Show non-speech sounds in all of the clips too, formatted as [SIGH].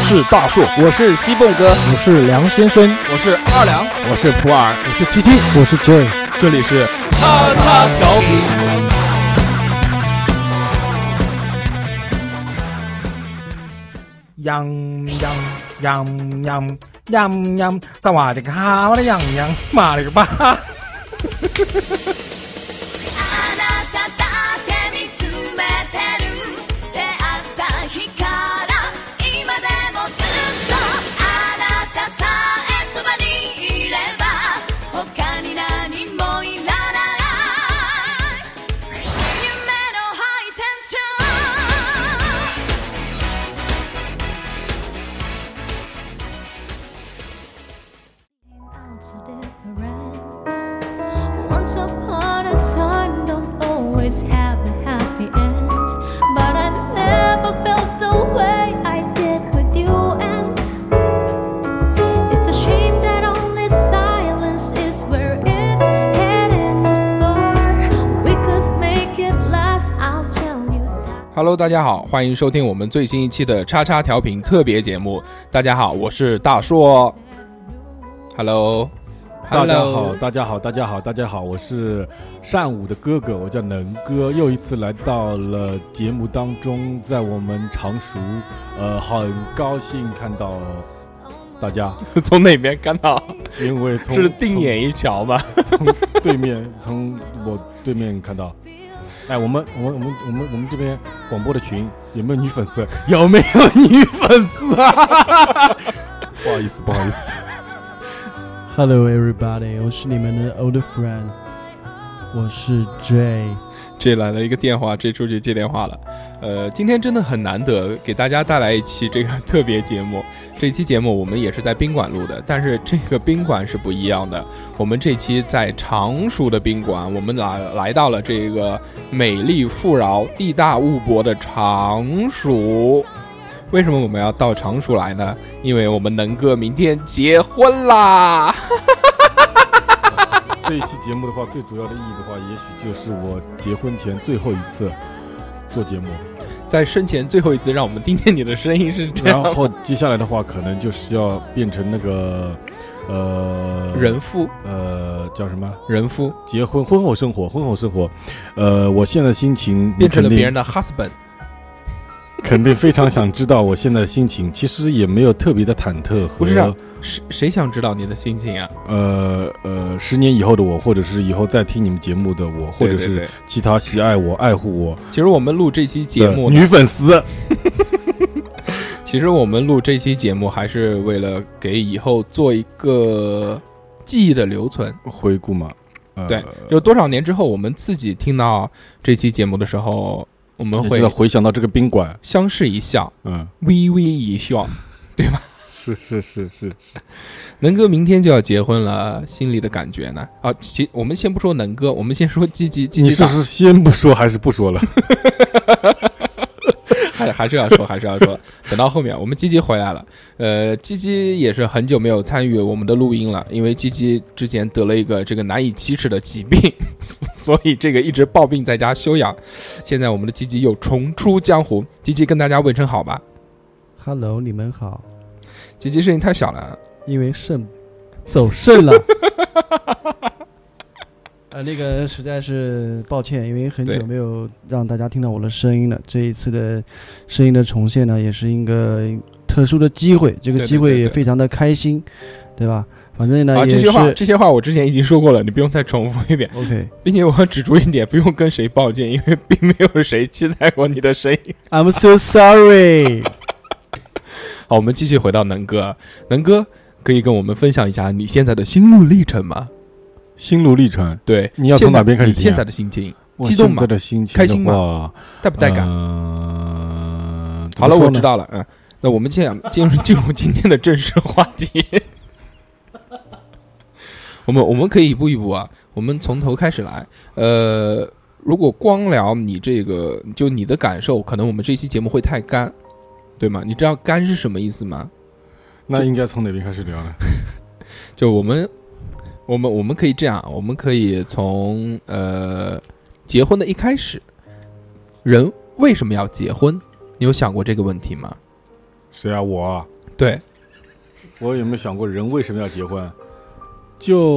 是大树，我是西蹦哥，我是梁先生，我是二两，我是普洱，我是 TT，我是 Joy，这里是叉叉调频。羊羊羊羊羊羊，在我的卡我的羊羊，妈了个巴！ Hello，大家好，欢迎收听我们最新一期的叉叉调频特别节目。大家好，我是大硕。Hello，, Hello 大家好，大家好，大家好，大家好，我是善舞的哥哥，我叫能哥，又一次来到了节目当中，在我们常熟，呃，很高兴看到大家 [LAUGHS] 从哪边看到？因为从是定眼一瞧嘛，从对面，从我对面看到。哎，我们我们我们我们我们这边广播的群有没有女粉丝？有没有女粉丝 [LAUGHS] 啊？不好意思，不好意思。 Hello everybody，我是你们的 old friend，我是 J。 J 来了一个电话，J 出去接电话了。呃，今天真的很难得给大家带来一期这个特别节目。这期节目我们也是在宾馆录的，但是这个宾馆是不一样的。我们这期在常熟的宾馆，我们来来到了这个美丽富饶、地大物博的常熟。为什么我们要到常熟来呢？因为我们能哥明天结婚啦！这一期节目的话，最主要的意义的话，也许就是我结婚前最后一次做节 [LAUGHS] 目，在生前最后一次让我们听见你的声音是这样。然后接下来的话，可能就是要变成那个呃人夫，呃叫什么人夫？结婚婚后生活，婚后生活，呃，我现在心情变成了别人的 husband，肯定非常想知道我现在的心情。其实也没有特别的忐忑和不是啊。谁谁想知道你的心情啊？呃呃，十年以后的我，或者是以后再听你们节目的我，或者对对对是其他喜爱我、爱护我其实我们录这期节的目，女粉丝，其实我们录这期节目还是为了给以后做一个记忆的留存。回顾嘛，呃、对，就多少年之后，我们自己听到这期节目的时候，我们也会知道回想到这个宾馆，相视一笑，嗯，微微 [LAUGHS] 一笑。是是是是，能哥明天就要结婚了，心里的感觉呢？啊，其我们先不说能哥，我们先说鸡鸡鸡你鸡是大，是先不说还是不 [LAUGHS] 说了？还还是要说，还是要说。等到后面，我们鸡鸡回来了，呃，鸡鸡也是很久没有参与我们的录音了，因为鸡鸡之前得了一个这个难以启齿的疾病， [LAUGHS] 所以这个一直抱病在家休养。现在我们的鸡鸡又重出江湖，鸡鸡跟大家问声好吧。 Hello，你们好，鸡鸡声音太小了，因为肾走肾了。 [LAUGHS] 呃，那个实在是抱歉，因为很对久没有让大家听到我的声音了。这一次的声音的重现呢，也是一个特殊的机会，这个对对机对会也对非常的开心，对吧？反正呢，啊，这也些是话这些话我之前已经说过了，你不用再重复一遍。 OK。并且我要指出一点，不用跟谁抱歉，因为并没有谁期待过你的声音。 I'm so sorry 。好，我们继续回到能哥，能哥可以跟我们分享一下你现在的心路历程吗？心路历程，对，你要从现在哪边开始你听啊现在的心情我激动现吗在的心情开心吗吗？带不带感？嗯，怎好么了，说呢我知。道了。嗯，那我们现在进入进入今天的正式话题。我们我们可以一步一步啊，我们从头开始来。呃，如果光聊你这个，就你的感受，可能我们这期节目会太干，对吗？你知道“干”是什么意思吗？那应该从哪边开始聊呢？就我们，我们我们可以这样，我们可以从呃结婚的一开始，人为什么要结婚？你有想过这个问题吗？谁啊？我啊对，我有没有想过人为什么要结婚？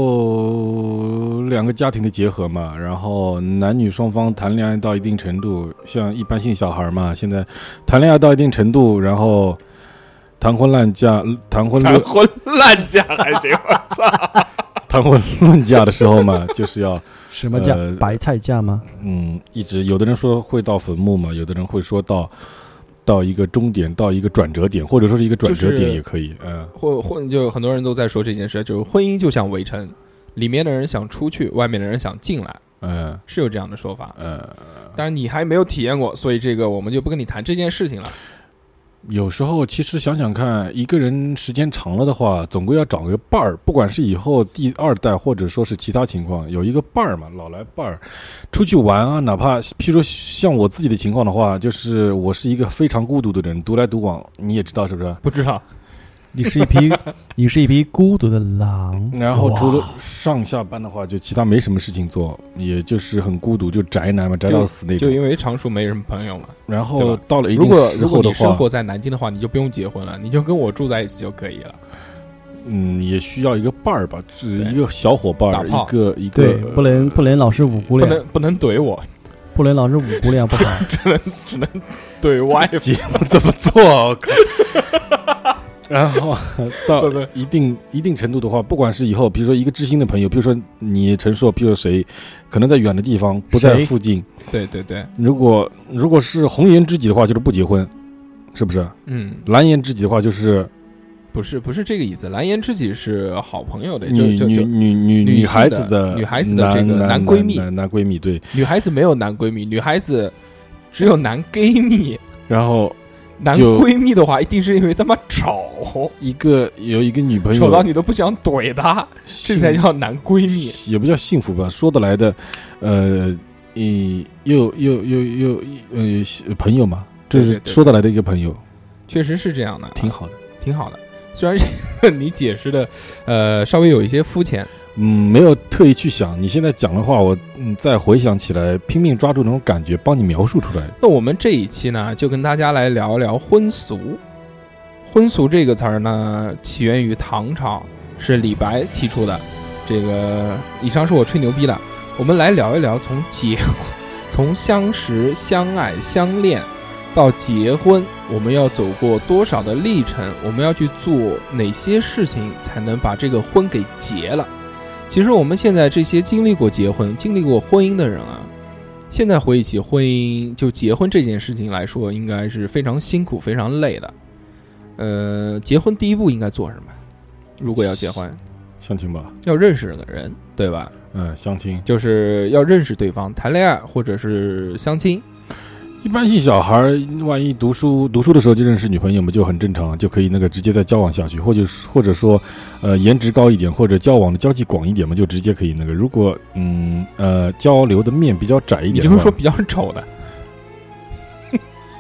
就两个家庭的结合嘛，然后男女双方谈恋爱到一定程度，像一般性小孩嘛，现在谈恋爱到一定程度，然后谈婚论嫁，谈婚谈论婚烂嫁还行，我操！谈婚论嫁的时候嘛， [LAUGHS] 就是要什么价？呃白菜价吗？嗯，一直有的人说会到坟墓嘛，有的人会说到到一个终点，到一个转折点，或者说是一个转折就点是也可以，嗯。婚婚就很多人都在说这件事，就是婚姻就像围城，里面的人想出去，外面的人想进来，嗯是有这样的说法。呃，但是你还没有体验过，所以这个我们就不跟你谈这件事情了。有时候其实想想看，一个人时间长了的话，总归要找个伴儿，不管是以后第二代，或者说是其他情况，有一个伴儿嘛，老来伴儿，出去玩啊，哪怕譬如说像我自己的情况的话，就是我是一个非常孤独的人，独来独往，你也知道是不是？不知道，你是一 [LAUGHS] 匹，你是一匹孤独的狼。然后除哇了上下班的话，就其他没什么事情做，也就是很孤独，就宅男嘛，宅到死那就种。因为常熟没什么朋友嘛。然对后吧到了一如定果时如候果的你生话活，在南京的话，你就不用结婚了，你就跟我住在一起就可以了。嗯，也需要一个伴儿吧，是对一个小伙伴打儿，炮一个一对个，不 [LAUGHS] 能不能老是五姑不娘，能不能怼我，不能老是五姑娘不 [LAUGHS] 好。只能怼歪。节目怎么做啊？我靠！然后到 [LAUGHS] 不不一定一定程度的话，不管是以后，比如说一个知心的朋友，比如说你陈硕，比如说谁，可能在远的地方，不在谁附近。对对对，如果如果是红颜知己的话，就是不结婚，是不是？嗯，蓝颜知己的话，就是不是不是这个意思，蓝颜知己是好朋友的，就女就女就女女女性孩的子的女孩子的这个男男闺蜜男男男闺蜜对，女孩子没有男闺蜜，女孩子只有男闺蜜。然后男就闺蜜的话，一定是因为他妈丑，一个有一个女朋友，丑到你都不想怼他，幸这才叫男闺蜜。也不叫幸福吧，说得来的，呃，嗯，又又又又呃是朋友嘛，这对是对对说得来的一个朋友，确实是这样的，挺好的。挺好的。虽然 [LAUGHS] 你解释的，呃，稍微有一些肤浅，嗯，没有特意去想，你现在讲的话，我嗯再回想起来，拼命抓住那种感觉，帮你描述出来。那我们这一期呢，就跟大家来聊一聊婚俗。婚俗这个词儿呢，起源于唐朝，是李白提出的。这个以上是我吹牛逼了。我们来聊一聊从结婚、从相识、相爱、相恋到结婚，我们要走过多少的历程？我们要去做哪些事情才能把这个婚给结了？其实我们现在这些经历过结婚、经历过婚姻的人啊，现在回忆起婚姻，就结婚这件事情来说，应该是非常辛苦、非常累的。呃，结婚第一步应该做什么？如果要结婚，相亲吧，要认识个人，对吧？嗯，相亲。就是要认识对方，谈恋爱或者是相亲。一般性小孩儿万一读书读书的时候就认识女朋友嘛，就很正常了，就可以那个直接再交往下去，或者是或者说，呃，颜值高一点，或者交往的交际广一点嘛，就直接可以那个。如果嗯呃交流的面比较窄一你点就的话，是说比较丑的，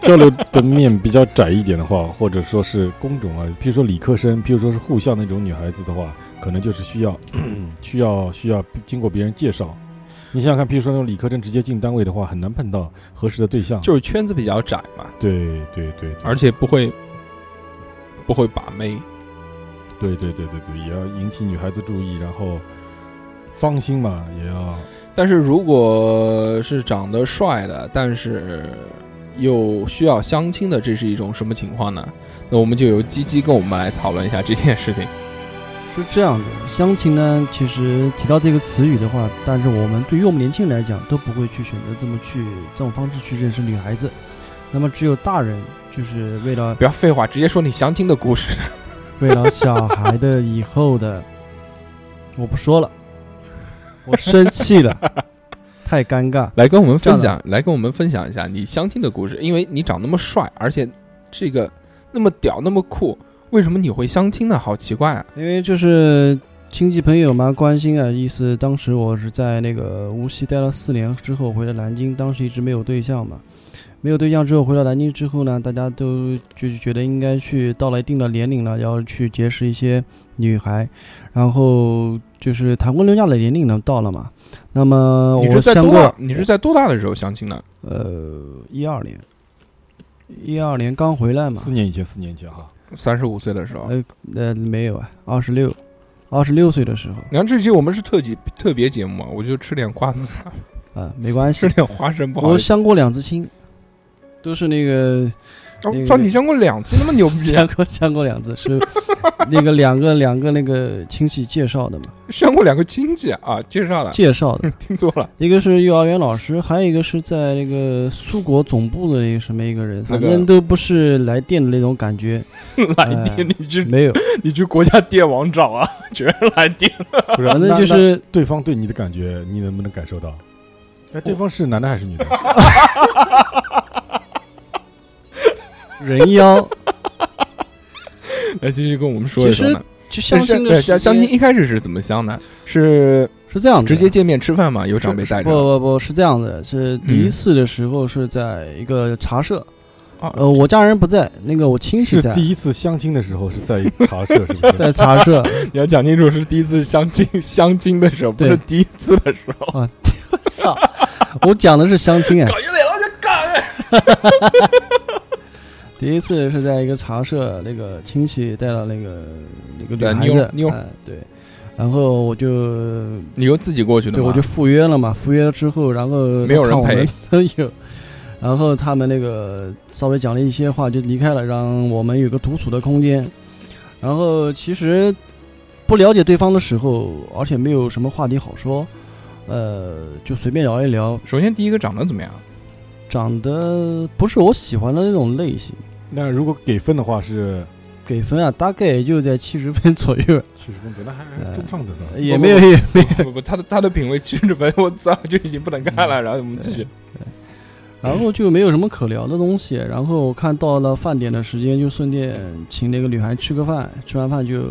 交流的面比较窄一点的话，或者说是工种啊，譬如说理科生，譬如说是护校那种女孩子的话，可能就是需要 [COUGHS] 需要需要经过别人介绍。你想想看，譬如说那种理科生直接进单位的话，很难碰到合适的对象。就是圈子比较窄嘛，对对对，对而且不会不会把妹。对对对对对，也要引起女孩子注意，然后芳心嘛，也要但是如果是长得帅的，但是又需要相亲的，这是一种什么情况呢？那我们就由鸡鸡跟我们来讨论一下这件事情。是这样的，相亲呢，其实提到这个词语的话，但是我们对于我们年轻人来讲，都不会去选择这么去这种方式去认识女孩子。那么只有大人，就是为了不要废话，直接说你相亲的故事。为了小孩的以后的，我不说了，我生 [LAUGHS] 气了，太尴尬。来跟我们分这享样，来跟我们分享一下你相亲的故事，因为你长那么帅，而且这个那么屌，那么酷，为什么你会相亲呢？好奇怪啊！因为就是亲戚朋友嘛，关心啊，意思当时我是在那个无锡待了四年之后回到南京，当时一直没有对象嘛，没有对象之后回到南京之后呢，大家都就是觉得应该去到了一定的年龄了，要去结识一些女孩，然后就是谈婚论嫁的年龄呢到了嘛，那么你我是在相多大过？你是在多大的时候相亲的？呃一二年，一二年刚回来嘛，四年以前，四年前哈，三十五岁的时候。呃呃，没有啊，二十六，二十六岁的时候你看这期我们是特辑特别节目啊，我就吃点瓜子，啊，没关吃系，点花生不好我意思。相过两次亲，都是那个哦操、你相过两次，那么牛逼， [LAUGHS] 啊相过相过两 [LAUGHS] 次，是那个两个两个那个亲戚介绍的嘛，相过两个亲戚啊，介绍了，介绍的，听错 [LAUGHS] 了，一个是幼儿园老师，还有一个是在那个苏国总部的那个什么一个人，那反个正都不是来电的那种感觉， [LAUGHS] 呃来电， [LAUGHS] 你去没有，你去国家电网找 [LAUGHS] 啊，全是来电。不是反正那那就是对方对你的感觉，你能不能感受哦到？哎，对方是男的还是 [LAUGHS] 女的？人妖，哎来继续跟我们说一其说实呢。 [LAUGHS] 就相亲对的相相时亲间一开始是怎么相的？是是这样的，直接见面吃饭吗？哦有是长辈是带不着？嗯不不是这样的，是第一次的时候是在一个茶社，啊呃，我家人不在，那个我亲戚是在，第一次相亲的时候是在茶社，是不是？ [LAUGHS] 在 [LAUGHS] 茶社你要讲清楚，是第一次相亲相亲的时候，不是对第一次的时候。啊，操，我讲的是相亲 [LAUGHS] 哎，搞有点老想干。第一次是在一个茶社，那个亲戚带了那个那个对女孩妞子，妞哎对，然后我就 [LAUGHS] 你又自己过去的对吗？我就赴约了嘛，赴约了之后，然后没有人看我陪们都 [LAUGHS] 有。然后他们那个稍微讲了一些话，就离开了，让我们有个独处的空间。然后其实不了解对方的时候，而且没有什么话题好说，呃，就随便聊一聊。首先第一个长得怎么 [LAUGHS] 样？长得不是我喜欢的那种类型，那如果给分的话是给分啊，大概也就在七十分 [LAUGHS] 左右，七十分左右，那还还呃中上的算。也不没有也哦没有。不不不，他的他的品味七十分，我早就已经不能看了。然后我们继续， [LAUGHS] 然后就没有什么可聊的东西。然后我看到了饭点的时间，就顺便请那个女孩吃个饭，吃完饭就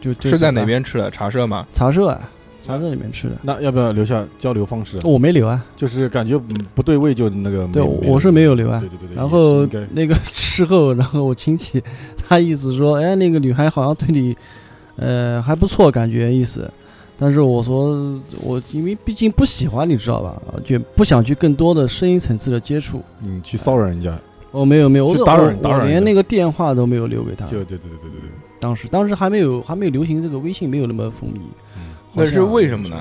就就是在走了哪边吃的？茶社吗？茶社哦啊，茶社里面吃的。那要不要留下交流方式？我没留啊，就是感觉嗯不对味就那个没。对，我没我是没有留啊对。对对对。然也后是应那 [LAUGHS] 个事后，然后我亲戚他意思说，哎，那个女孩好像对你，呃，还不错，感觉意思。但是我说我因为毕竟不喜欢，你知道吧？就不想去更多的深一层次的接触。该嗯去骚扰人家，我哦没有没有，我去打扰我打扰我人连家那个电话都没有留给他。就对对对对对对。当时当时还没有还没有流行这个微信，没有那么风靡。嗯那是为什么呢？？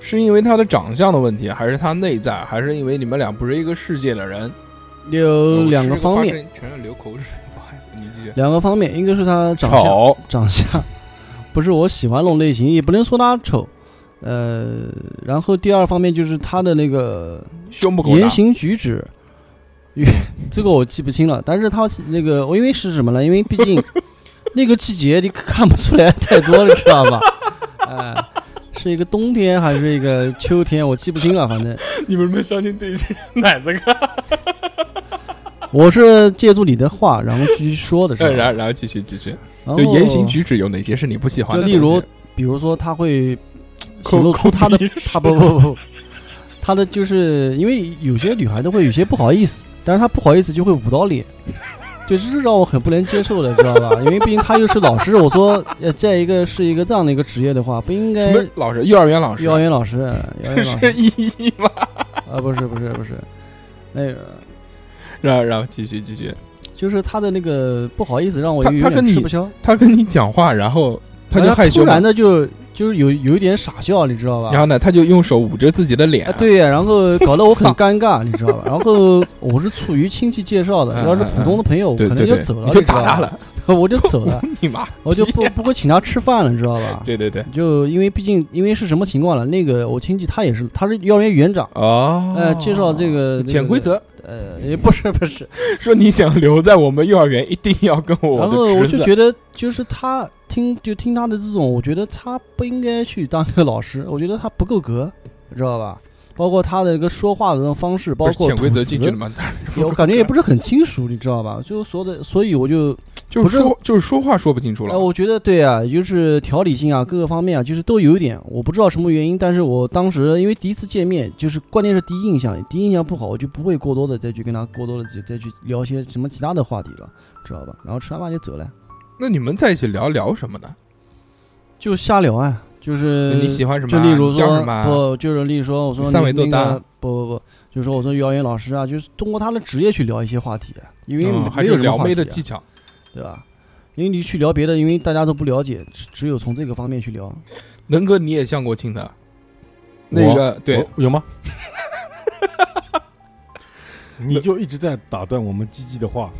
是因为他的长相的问题，还是他内在，还是因为你们俩不是一个世界的人？有两呃个个方面，，哦全是流口水，不好意思，你继续。两个方面，一个是他长相，吵，长相不是我喜欢那种类型，也不能说他丑。呃，然后第二方面就是他的那个胸部够大言，行举止， [LAUGHS] 与这个我记不清了。但是他那个，我因为是什么呢？因为毕 [LAUGHS] 竟那个季节你看不出来太多，你知道吧？哎、是一个冬天还是一个秋天，我记不清了，反正。哎你们没相信对这奶子看？我是借助你的话，然后去说的是吧？ [LAUGHS] 然后然后继续继续，然后就言行，举止有哪些是你不喜欢的就东例西？ [LAUGHS] 如，比如说他会抠显露抠出他的鼻他啊不不不，他的就是因为有些女孩都会有些不好意思，但是她不好意思就会捂到脸，就这是让我很不能接受的，知道吧？因为毕竟她又是老师，我说呃，再一个是一个这样的一个职业的话，不应什该么老师，幼儿园老师，啊幼儿园老师，幼儿园老是师一一吗？啊，不是不是不是，那个 [LAUGHS] 然后然后继续继续，就是她的那个不好意思让我她有她跟点你吃不消。他跟你讲话，然后他就然后害羞突嘛然，的就就是有有一点傻笑，你知道吧？然后呢，他就用手捂着自己的脸啊，，对呀，[LAUGHS] 然后搞得我很尴尬，你知道吧？然后我是出于亲戚介绍的，嗯要是普通的朋友，我对可对能就对，走了，你就你知打道吧他，了， [LAUGHS] [LAUGHS] 我就走了，你妈，我就不不会请他吃饭了，你知道吧？对对对，就因为毕竟因为是什么情况了？那个我亲戚他也是，他是幼儿园园长，哦，呃，介绍这个潜规，则，那个呃，也不是不是。说你想留在我们幼儿园，一定要跟我然后我的侄就子。觉得，就是他听就听他的这种，我觉得他不应该去当个老师，我觉得他不够格，你知道吧？包括他的一个说话的那种方式，包不是括潜规则吐进词去了吗？也我感觉也不是很清楚，你知道吧？就所有的，所以我就，就不是是说，就是说话说不清楚了哎，。我觉得对啊，就是条理性啊，各个方面啊，就是都有一点，我不知道什么原因，但是我当时因为第一次见面，就是关键是第一印象，第一印象不好，我就不会过多的再去跟他过多的再再去聊些什么其他的话题了，知道吧？然后吃完饭就走了，那你们在一起聊聊什么呢？就瞎聊啊，就是你喜欢什么就啊？例如你叫什说么啊？不，就是例如说，我说三你维作那答个不不不，就是说我说幼儿园老师啊，就是通过他的职业去聊一些话题，因为嗯还没有是什么撩话妹题的啊技巧。对吧？因为你去聊别的，因为大家都不了解，只只有从这个方面去聊。能哥你也相过亲的，我那个对我，哦有吗？你就一直在打断我们鸡鸡的话，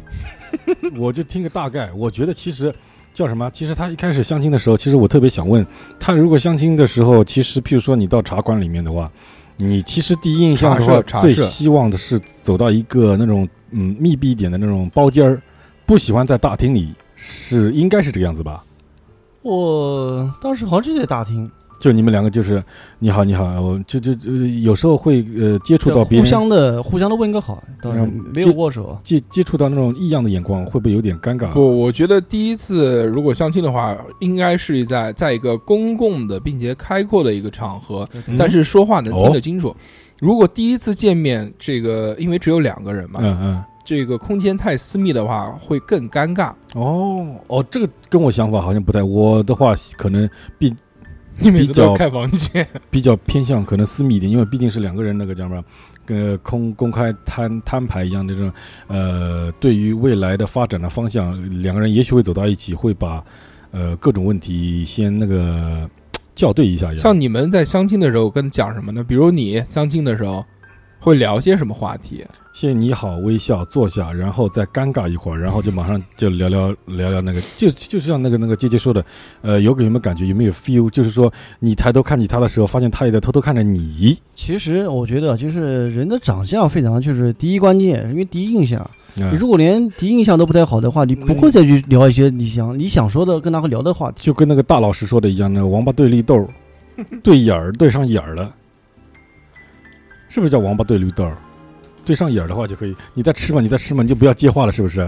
我就听个大概。我觉得其实叫什么？其实他一开始相亲的时候，其实我特别想问他，如果相亲的时候，其实譬如说你到茶馆里面的话，你其实第一印象的茶话社，茶最社希望的是走到一个那种嗯密闭一点的那种包间儿，不喜欢在大厅里，是应该是这个样子吧？我当时好像就在大厅，就你们两个就是你好你好，我就就就有时候会呃接触到别互人，相的互相的问个好，当时嗯没有这握手。接接触到那种异样的眼光，会不会有点尴尬？不，我觉得第一次如果相亲的话，应该是在在一个公共的并且开阔的一个场合，嗯，但是说话能听哦得清楚。如果第一次见面，这个因为只有两个人嘛，嗯嗯，这个空间太私密的话会更尴尬。哦哦，这个跟我想法好像不太。我的话可能你每次比都较开房间，比较偏向可能私密一点，因为毕竟是两个人那个叫什么，呃，公公开摊摊牌一样的这种，呃，对于未来的发展的方向，两个人也许会走到一起，会把呃各种问题先那个校 [LAUGHS] 对一下一样。像你们在相亲的时候跟讲什么呢？比如你相亲的时候会聊些什么话题？先你好，微笑坐下，然后再尴尬一会儿，然后就马上就聊聊聊聊那个，就就像那个那个姐姐说的，呃，有给有没有感觉，有没有 feel？就是说你抬头看起他的时候，发现他也在偷偷看着你。其实我觉得，就是人的长相非常就是第一关键，因为第一印象。你嗯，如果连第一印象都不太好的话，你不会再去聊一些你想你想说的跟他聊的话题。就跟那个大老师说的一样，那个王八对绿 [LAUGHS] 豆，对眼儿对上眼儿了，是不是叫王八对绿豆？对上眼儿的话就可以，你在吃嘛，你在吃嘛，你就不要接话了，是不 [LAUGHS] 是？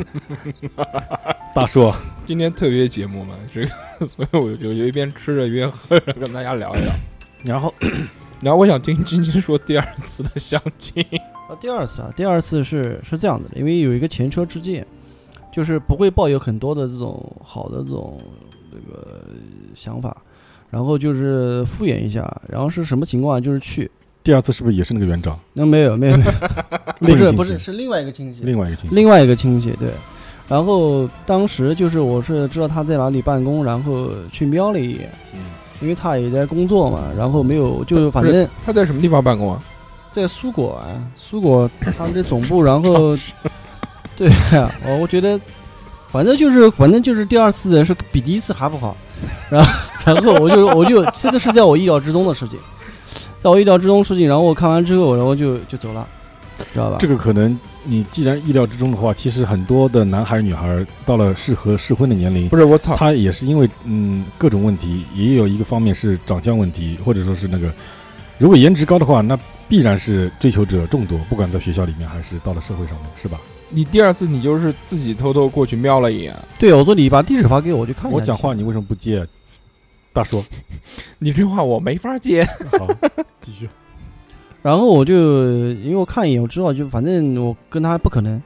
大叔，今天特别节目嘛，这个， [LAUGHS] 所以我就一边吃着一边喝着跟大家聊一聊。然后然后我想听晶晶说第二次的相亲，啊，第二次啊，第二次是是这样子的，因为有一个前车之鉴，就是不会抱有很多的这种好的这种这个想法，然后就是敷衍一下，然后是什么情况啊就是去，第二次是不是也是那个园长？那、没有没 [LAUGHS] 有没有，另不一个是亲不戚是是另外一个亲戚，另外一个亲戚，另外一个亲戚对，然后当时就是我是知道他在哪里办公，然后去瞄了一眼，嗯因为他也在工作嘛，然后没有就是反正。 [LAUGHS] 他在什么地方办公嗯啊？在苏果啊，苏果他们的总部，然 [LAUGHS] 后，对啊，我我觉得，反正就是反正就是第二次的是比第一次还不好，然后然后我就我就这个是在我意料之中的事情，在我意料之中的事情，然后我看完之后，然后就就走了，知道吧？这个可能你既然意料之中的话，其实很多的男孩女孩到了适合适婚的年龄，不是我操，他也是因为嗯各种问题，也有一个方面是长相问题，或者说是那个，如果颜值高的话，那必然是追求者众多，不管在学校里面还是到了社会上面，是吧？你第二次你就是自己偷偷过去瞄了一眼，对，我说你把地址发给我，我就看一下。我讲话，你为什么不接啊？大 [LAUGHS] 叔，你这话我没法接。好，继续。然后我就因为我看一眼，我知道就反正我跟他不可能，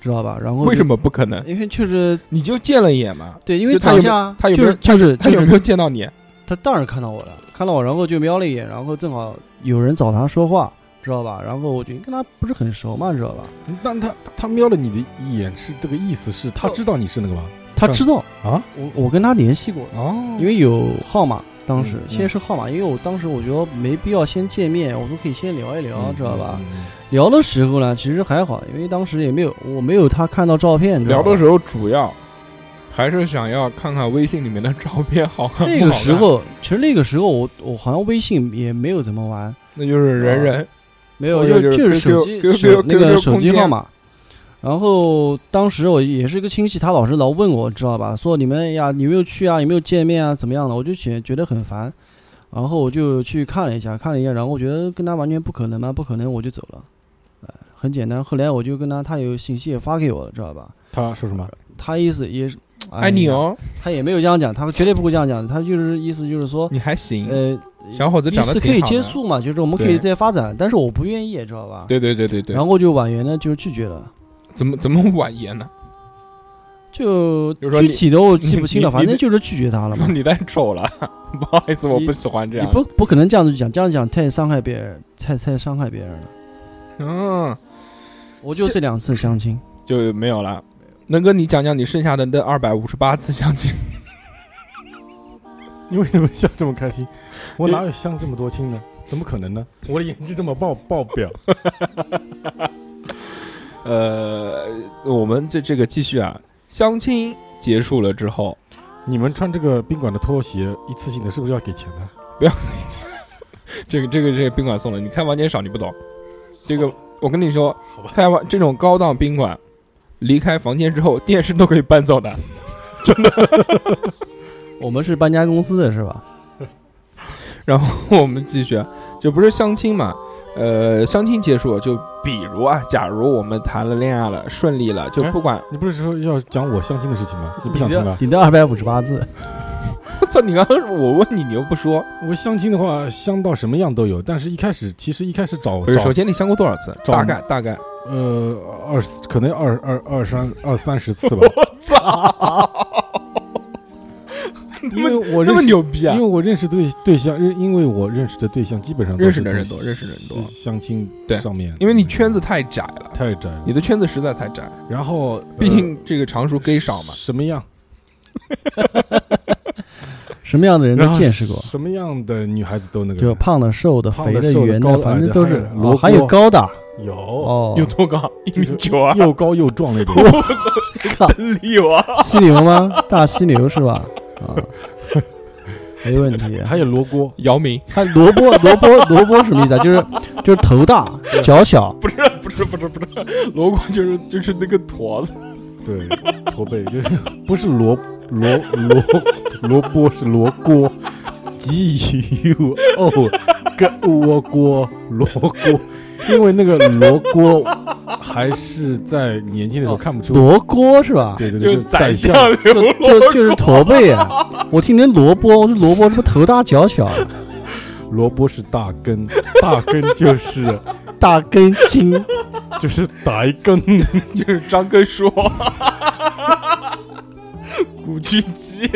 知道吧？然后为什么？么不可能？因为就是你就见了一眼嘛，对，因为就他有没长有相啊他有没就有是就是他就有是没有见到你？他当然看到我了，看到我，然后就瞄了一眼，然后正好有人找他说话，知道吧？然后我就跟他不是很熟嘛，知道吧？但他他瞄了你的一眼，是这个意思是哦他知道你是那个吗？他知道啊，我我跟他联系过，哦因为有号码，当时嗯嗯先是号码，因为我当时我觉得没必要先见面，我说可以先聊一聊，嗯知道嗯吧？？聊的时候呢，其实还好，因为当时也没有我没有啊他看到照片，聊的时候。候主要还是想要看看微信里面的照片好看那不个好时看，候，其实那个时候我我好像微信也没有怎么玩，那就是人人没有，或就者哦就是是手机 QQ 手那个 QQ 手机空间号码。然后当时我也是一个亲戚，他老是老问我，知道吧？说你们呀，有没有去啊？有没有见面啊？怎么样的？我就觉觉得很烦。然后我就去看了一下，看了一下，然后我觉得跟他完全不可能嘛，不可能，我就走了。哎，很简单。后来我就跟他，他有信息也发给我了，知道吧？他说什么？他意思也是，哎爱你。哦，他也没有这样讲，他绝对不会这样讲。他就是意思就是说，你还行，呃，小伙子嗯彼长此得可挺以好接的。触嘛，就是我们可对以再发展，但是我不愿意，知道吧？对对对对对然，后就婉言呢，就是拒绝了，怎么怎么婉言 [LAUGHS] 呢？就就是说具你体的我记不清了，你你反正就是拒绝他了说嘛。你太丑了， [LAUGHS] 不好意思，我你不喜欢这嗯你样。不不可能这样子讲，这样讲太伤害别人，太太伤害别人了。嗯，我就这两次相亲，就没有了。能哥，你讲讲你剩下的那二百五十八次相亲， [LAUGHS] 你为什么笑这么开心？我哪有相这么多亲呢？怎么可能呢？我的颜值这么爆爆表， [LAUGHS] 呃，我们这这个继续啊，相亲结束了之后，你们穿这个宾馆的拖鞋一次性的，是不是要给钱呢？这个这个这个宾馆送了，你开房间少你不懂，这个我跟你说，开完这种高档宾馆，离开房间之后电视都可以搬走的。 [LAUGHS] 我们是搬家公司的是吧？我们继续啊，就不是相亲嘛，呃，相亲结束，就比如啊，假如我们谈了恋爱了，顺利了，就哎不管，你不是说要讲我相亲的事情吗？你不想听了？你的二百五十八字，我操、你刚刚我问你，你又不说，我相亲的话，相到什么样都有，但是一开始其实一开始找不是，找首先你相过多少次？找大概大概，呃二十可能二二二 [LAUGHS] 三二三十次吧，因为我那认么识。牛逼啊因为！我认识对对象，认因为我认识的对象基本上都认是识的人从多认识的人多相亲对上面，因为你圈子太窄了，太窄了，你的圈子实在太窄，然后毕竟这个常熟 gay 少嘛。什么样什么样的人然都后见识过，什么样的女孩子都那个就胖的、瘦的、胖的肥的、瘦的圆高的反矮正的都还是有。罗哦，还有锅高的有哦，有多高？一 [LAUGHS] 就是米九啊！又高又壮 [LAUGHS] 那种，真理有啊！犀牛 [LAUGHS] 吗？大犀牛是吧？啊，没问题。还有罗锅，姚明它萝卜萝卜萝卜什么意思啊？就是就是头大脚小，不是不是不是不是，罗锅就是就是那个坨子，对，驼背就是不是萝萝萝萝卜是罗锅，G U O 跟窝锅罗锅，因为那个罗锅还是在年轻的时候看不出，罗锅是吧？对对哦就对，是就宰宰相相刘罗 [LAUGHS] 就就是驼背啊！ [LAUGHS] 我听人萝卜，我说萝卜什么头大脚小，啊萝卜是大根，大根就是大根筋， [LAUGHS] 就是大根， [LAUGHS] 就是张根硕，古巨基。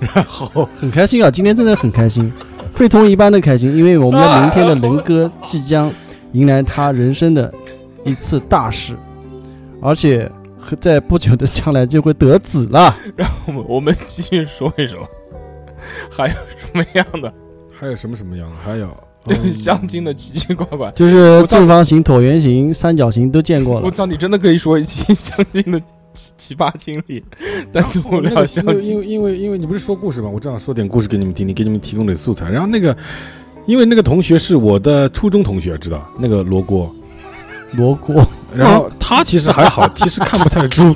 [LAUGHS] 然后很开心啊！今天真的很开心，非同一般的开心，因为我们的明天的能哥即将迎来他人生的一次大事，而且和在不久的将来就会得子 [LAUGHS] 了。我们我们继续说一说， [LAUGHS] 还有什么样的还有什么什么样的？还 [LAUGHS] 有 [LAUGHS] 嗯相亲的奇奇怪怪？就是正方形、椭圆形、三角形都见过我了。操，你真的可以说一期相亲的奇奇葩经历，单那独聊个是相因为因亲。为因为因为你不是说故事吗？我正好说点故事给你们听听，给你们提供点素材。然后那个，因为那个同学是我的初中同学，知道那个罗锅，罗锅，然 [LAUGHS] 后他其实还好，其实看不太出。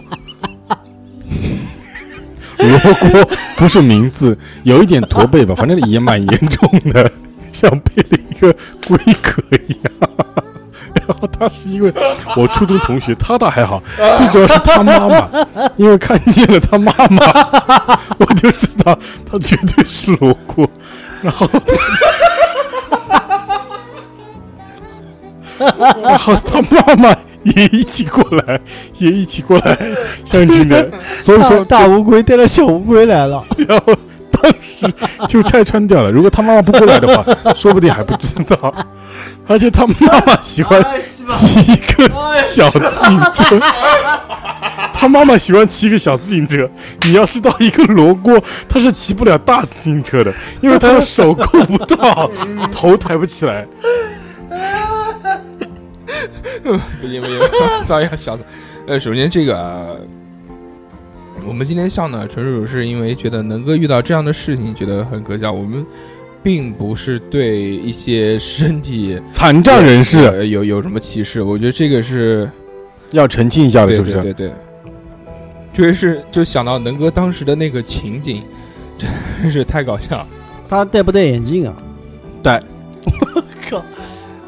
罗锅不是名字，有一点驼背吧，反 [LAUGHS] 正也蛮严重的，像背了一个龟壳一样。然后他是因为我初中同学，他倒还好，最主要是他妈妈，因为看见了他妈 [LAUGHS] 妈，我就知道他绝对是罗锅。然后 [LAUGHS] 然后他妈妈也一起过来，也一起过来相亲的，所以说大乌龟带着小乌龟来了，然后当时就拆穿掉了。如果他妈妈不过来的话，说不定还不知道。而且他妈妈喜欢骑一个小自行车，他妈妈喜欢骑一个小自行车。你要知道，一个罗锅他是骑不了大自行车的，因为他的手够不到，头抬不起来。不行不行，遭殃小的。呃，首先这个，呃我们今天笑呢，纯属是因为觉得能哥遇到这样的事情，觉得很可笑。我们并不是对一些身体残障人士呃有有什么歧视，我觉得这个是要澄清一下了，啊对是不是？对对对，确实是就想到能哥当时的那个情景，真是太搞笑了。他戴不戴眼镜啊？戴。 [LAUGHS] 靠！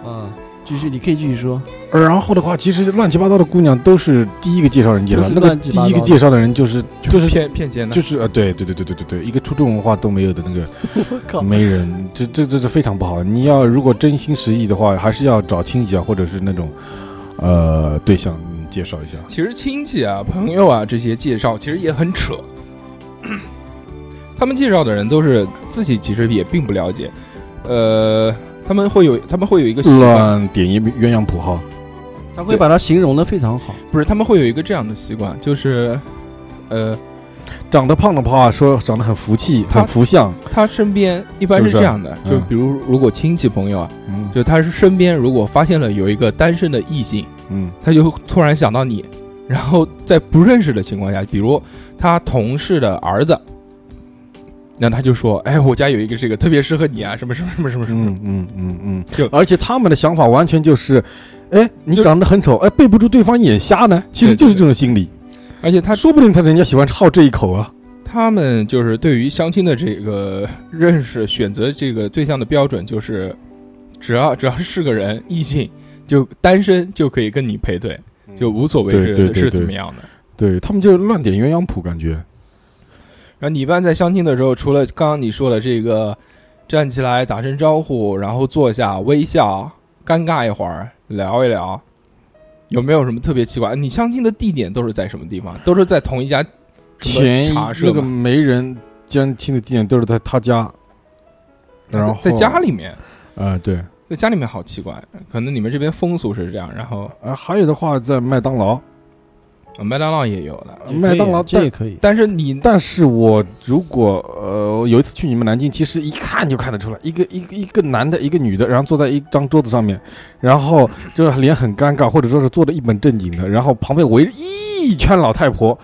嗯，继续，你可以继续说。然后的话，其实乱七八糟的姑娘都是第一个介绍人介绍，都是那个乱七第八糟一的个介绍的人就是就是骗骗钱的，就是呃，对对对对对对对，一个初中文化都没有的那 [LAUGHS] 个我靠媒人，这这这是非常不好。你要如果真心实意的话，还是要找亲戚啊，或者是那种呃对象嗯介绍一下。其实亲戚啊、朋友啊这些介绍，其实也很扯。他们介绍的人都是自己其实也并不了解，嗯呃，他们会有他们会有一个习惯，乱点鸳鸯谱号，他会把它形容的非常好。不是，他们会有一个这样的习惯，就是，呃，长得胖的话说长得很福气，他很福相，他身边一般是是不是这样的，就嗯比如如果亲戚朋友啊，嗯就他是身边如果发现了有一个单身的异性，嗯他就突然想到你，然后在不认识的情况下，比如他同事的儿子。那他就说：“哎，我家有一个这个特别适合你啊，什么什么什么什么什么。嗯嗯嗯嗯，就而且他们的想法完全就是，哎，你就长得很丑，哎，背不住对方眼瞎呢，其实对对就是这种心理，而且他说不定他人家喜欢好这一口啊，他们就是对于相亲的这个认识、选择这个对象的标准，就是只要只要是个人异性，就单身就可以跟你配对，就无所谓嗯对是对对是怎对么样的。对他们就乱点鸳鸯谱，感觉然后你一般在相亲的时候，除了刚刚你说的这个站起来打声招呼，然后坐下微笑，尴尬一会儿聊一聊，有没有什么特别奇怪？你相亲的地点都是在什么地方？都是在同一家什么前一茶社那个吗媒人相亲的地点都是在他家，然后在在家里面，啊、对，在家里面好奇怪，可能你们这边风俗是这样，然后啊，还有的话在麦当劳，呃麦当劳也有的，也可以麦当劳这但也可以，但是你但是我如果呃有一次去你们南京，其实一看就看得出来，一个一个一个男的，一个女的，然后坐在一张桌子上面，然后就是脸很尴尬，或者说是坐的一本正经的，然后旁边围着一圈老太婆、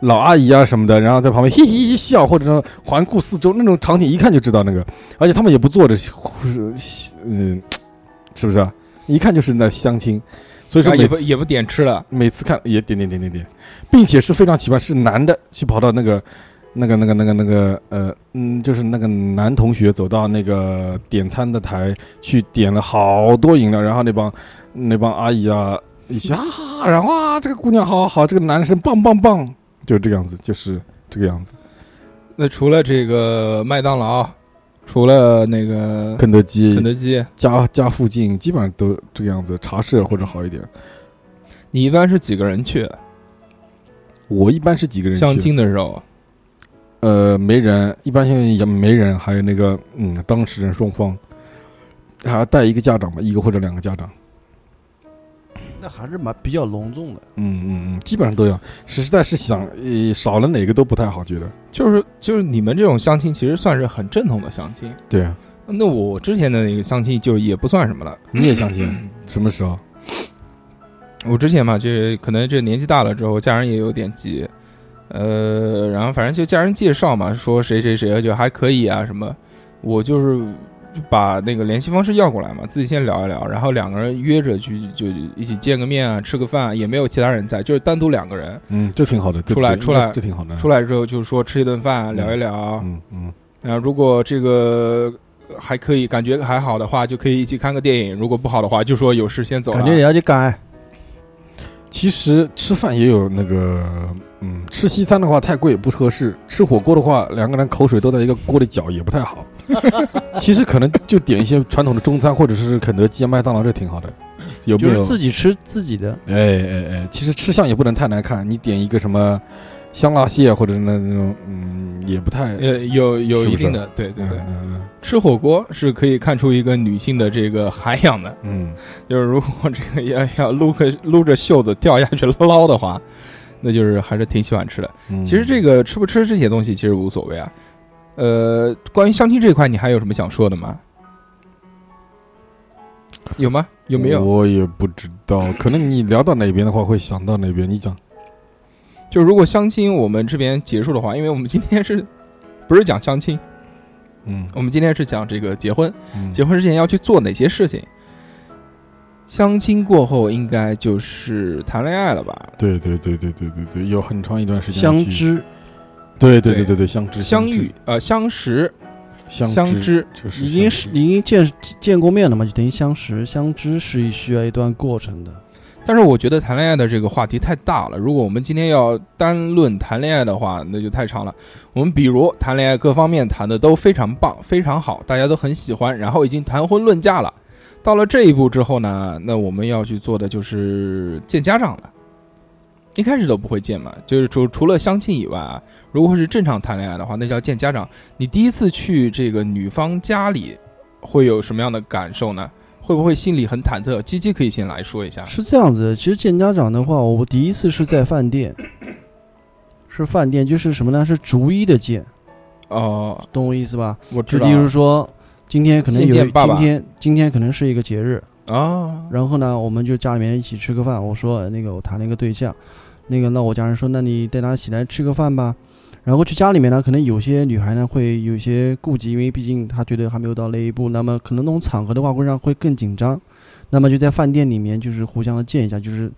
老阿姨啊什么的，然后在旁边嘿嘿嘿笑，或者说环顾四周那种场景，一看就知道那个，而且他们也不坐着，嗯、是不是、啊？一看就是那相亲，所以说啊也每不次也不点吃了，每次看也点点点点点，并且是非常奇怪，是男的去跑到那个、那个、那个、那个、那个，呃，嗯，就是那个男同学走到那个点餐的台去点了好多饮料，然后那帮那帮阿姨啊一起啊，然后啊，这个姑娘好好好，这个男生棒棒棒，就这个样子，就是这个样子。那除了这个麦当劳，除了那个肯德基呃肯德基，家家附近基本上都这个样子，茶社或者好一点。你一般是几个人去我一般是几个人去相亲的时候？呃，媒人一般性也媒人，还有那个嗯，当事人双方，还要带一个家长吧，一个或者两个家长，那还是蛮比较隆重的。嗯嗯嗯，基本上都要。实在是想呃少了哪个都不太好，觉得就是就是你们这种相亲，其实算是很正统的相亲。对啊，那我之前的那个相亲就也不算什么了。你也相亲， [LAUGHS] 什么时候？我之前嘛，就是可能这年纪大了之后，家人也有点急，呃，然后反正就家人介绍嘛，说谁谁谁就还可以啊什么，我就是就把那个联系方式要过来嘛，自己先聊一聊，然后两个人约着去就一起见个面啊，吃个饭啊，也没有其他人在，就是单独两个人嗯，这挺好的，这出来挺出来这挺好的，出来，来之后就说吃一顿饭，啊聊一聊，嗯嗯，然后如果这个。呃还可以，感觉还好的话，就可以一起看个电影；如果不好的话，就说有事先走了。感觉也要去赶，其实吃饭也有那个，嗯，吃西餐的话太贵不合适，吃火锅的话两个人口水都在一个锅里搅也不太 [LAUGHS] 好。其实可能就点一些传统的中餐或者是肯德基、麦当劳，这挺好的。有没就有？是自己吃自己的。哎哎哎，其实吃相也不能太难看，你点一个什么香辣蟹或者那那种，嗯，也不太。呃，有有是一不是定的，对对嗯对。嗯吃火锅是可以看出一个女性的这个涵养的， [LAUGHS] 嗯就是如果这个要要撸个撸着袖子掉下去捞的话，那就是还是挺喜欢吃的。嗯，其实这个吃不吃这些东西其实无所谓啊。呃，关于相亲这一块，你还有什么想说的吗？有吗？有没有？我也不知道，可能你聊到哪边的话，会想到哪边。你讲，就如果相亲我们这边结束的话，因为我们今天是 [LAUGHS] 不是讲相亲？嗯，我们今天是讲这个结婚。嗯结婚之前要去做哪些事情？相亲过后应该就是谈恋爱了吧？对对对对对对对，有很长一段时间相去，知，对对对对对，相知相知遇呃相识相相知，知，就是已经相是知已经见见过面了嘛，就等于相识、相知是需要一段过程的。但是我觉得谈恋爱的这个话题太大了。如果我们今天要单论谈恋爱的话，那就太长了。我们比如谈恋爱各方面谈的都非常棒，非常好，大家都很喜欢，然后已经谈婚论嫁了。到了这一步之后呢，那我们要去做的就是见家长了。一开始都不会见嘛，就是除除了相亲以外啊，如果是正常谈恋爱的话，那叫见家长。你第一次去这个女方家里，会有什么样的感受呢？会不会心里很忐忑？鸡鸡可以先来说一下。是这样子，其实见家长的话，我第一次是在饭店，是饭店，就是什么呢？是逐一的见，哦，懂我意思吧？我知就道例如说，今天可能有先见爸爸今天今天可能是一个节日，啊，然后呢，我们就家里面一起吃个饭。我说呃那个我谈了一个对象，那个那我家人说，那你带她一起来吃个饭吧。然后去家里面呢，可能有些女孩呢会有些顾忌，因为毕竟她觉得还没有到那一步，那么可能那种场合的话会让会更紧张。那么就在饭店里面，就是互相的见一下，就是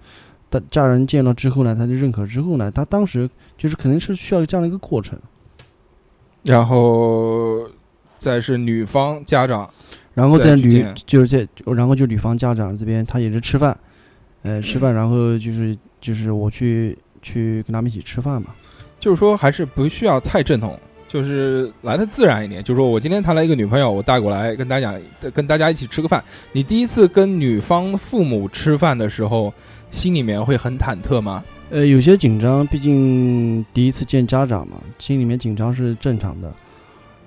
大家人见了之后呢，他就认可之后呢，他当时就是可能是需要这样的一个过程。然后再是女方家长，然后再在去女见就是在，然后就女方家长这边，他也是吃饭，呃，吃嗯饭，然后就是就是我去去跟他们一起吃饭嘛。就是说还是不需要太正统，就是来的自然一点。就是说我今天谈了一个女朋友，我带过来跟大家跟大家一起吃个饭。你第一次跟女方父母吃饭的时候，心里面会很忐忑吗？呃，有些紧张，毕竟第一次见家长嘛，心里面紧张是正常的。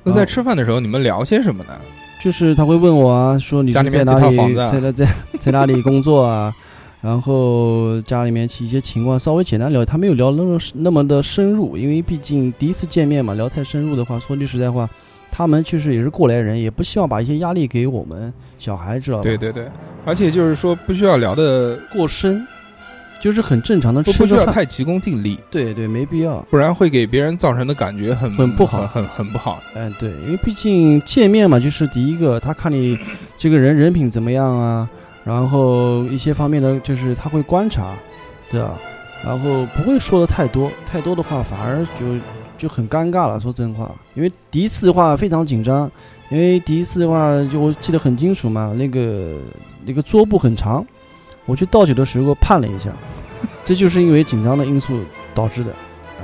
那哦在吃饭的时候，你们聊些什么呢？就是他会问我啊，说你家里是在面哪几套里，房子啊在在在在哪里工作啊？ [LAUGHS] 然后家里面一些情况稍微简单聊，他没有聊那么那么的深入，因为毕竟第一次见面嘛，聊太深入的话，说句实在话，他们确实也是过来人，也不希望把一些压力给我们小孩，知道吧？对对对，而且就是说不需要聊的，过深，就是很正常的不吃不需个要饭，太急功近利，对对，没必要。不然会给别人造成的感觉很很不好很很很不好。嗯，对，因为毕竟见面嘛，就是第一个，他看你这个人人品怎么样啊，然后一些方面的就是他会观察，对吧？然后不会说的太多，太多的话反而就就很尴尬了。说真话，因为第一次的话非常紧张，因为第一次的话就我记得很清楚嘛，那个那个桌布很长，我去倒酒的时候判了一下，这就是因为紧张的因素导致的。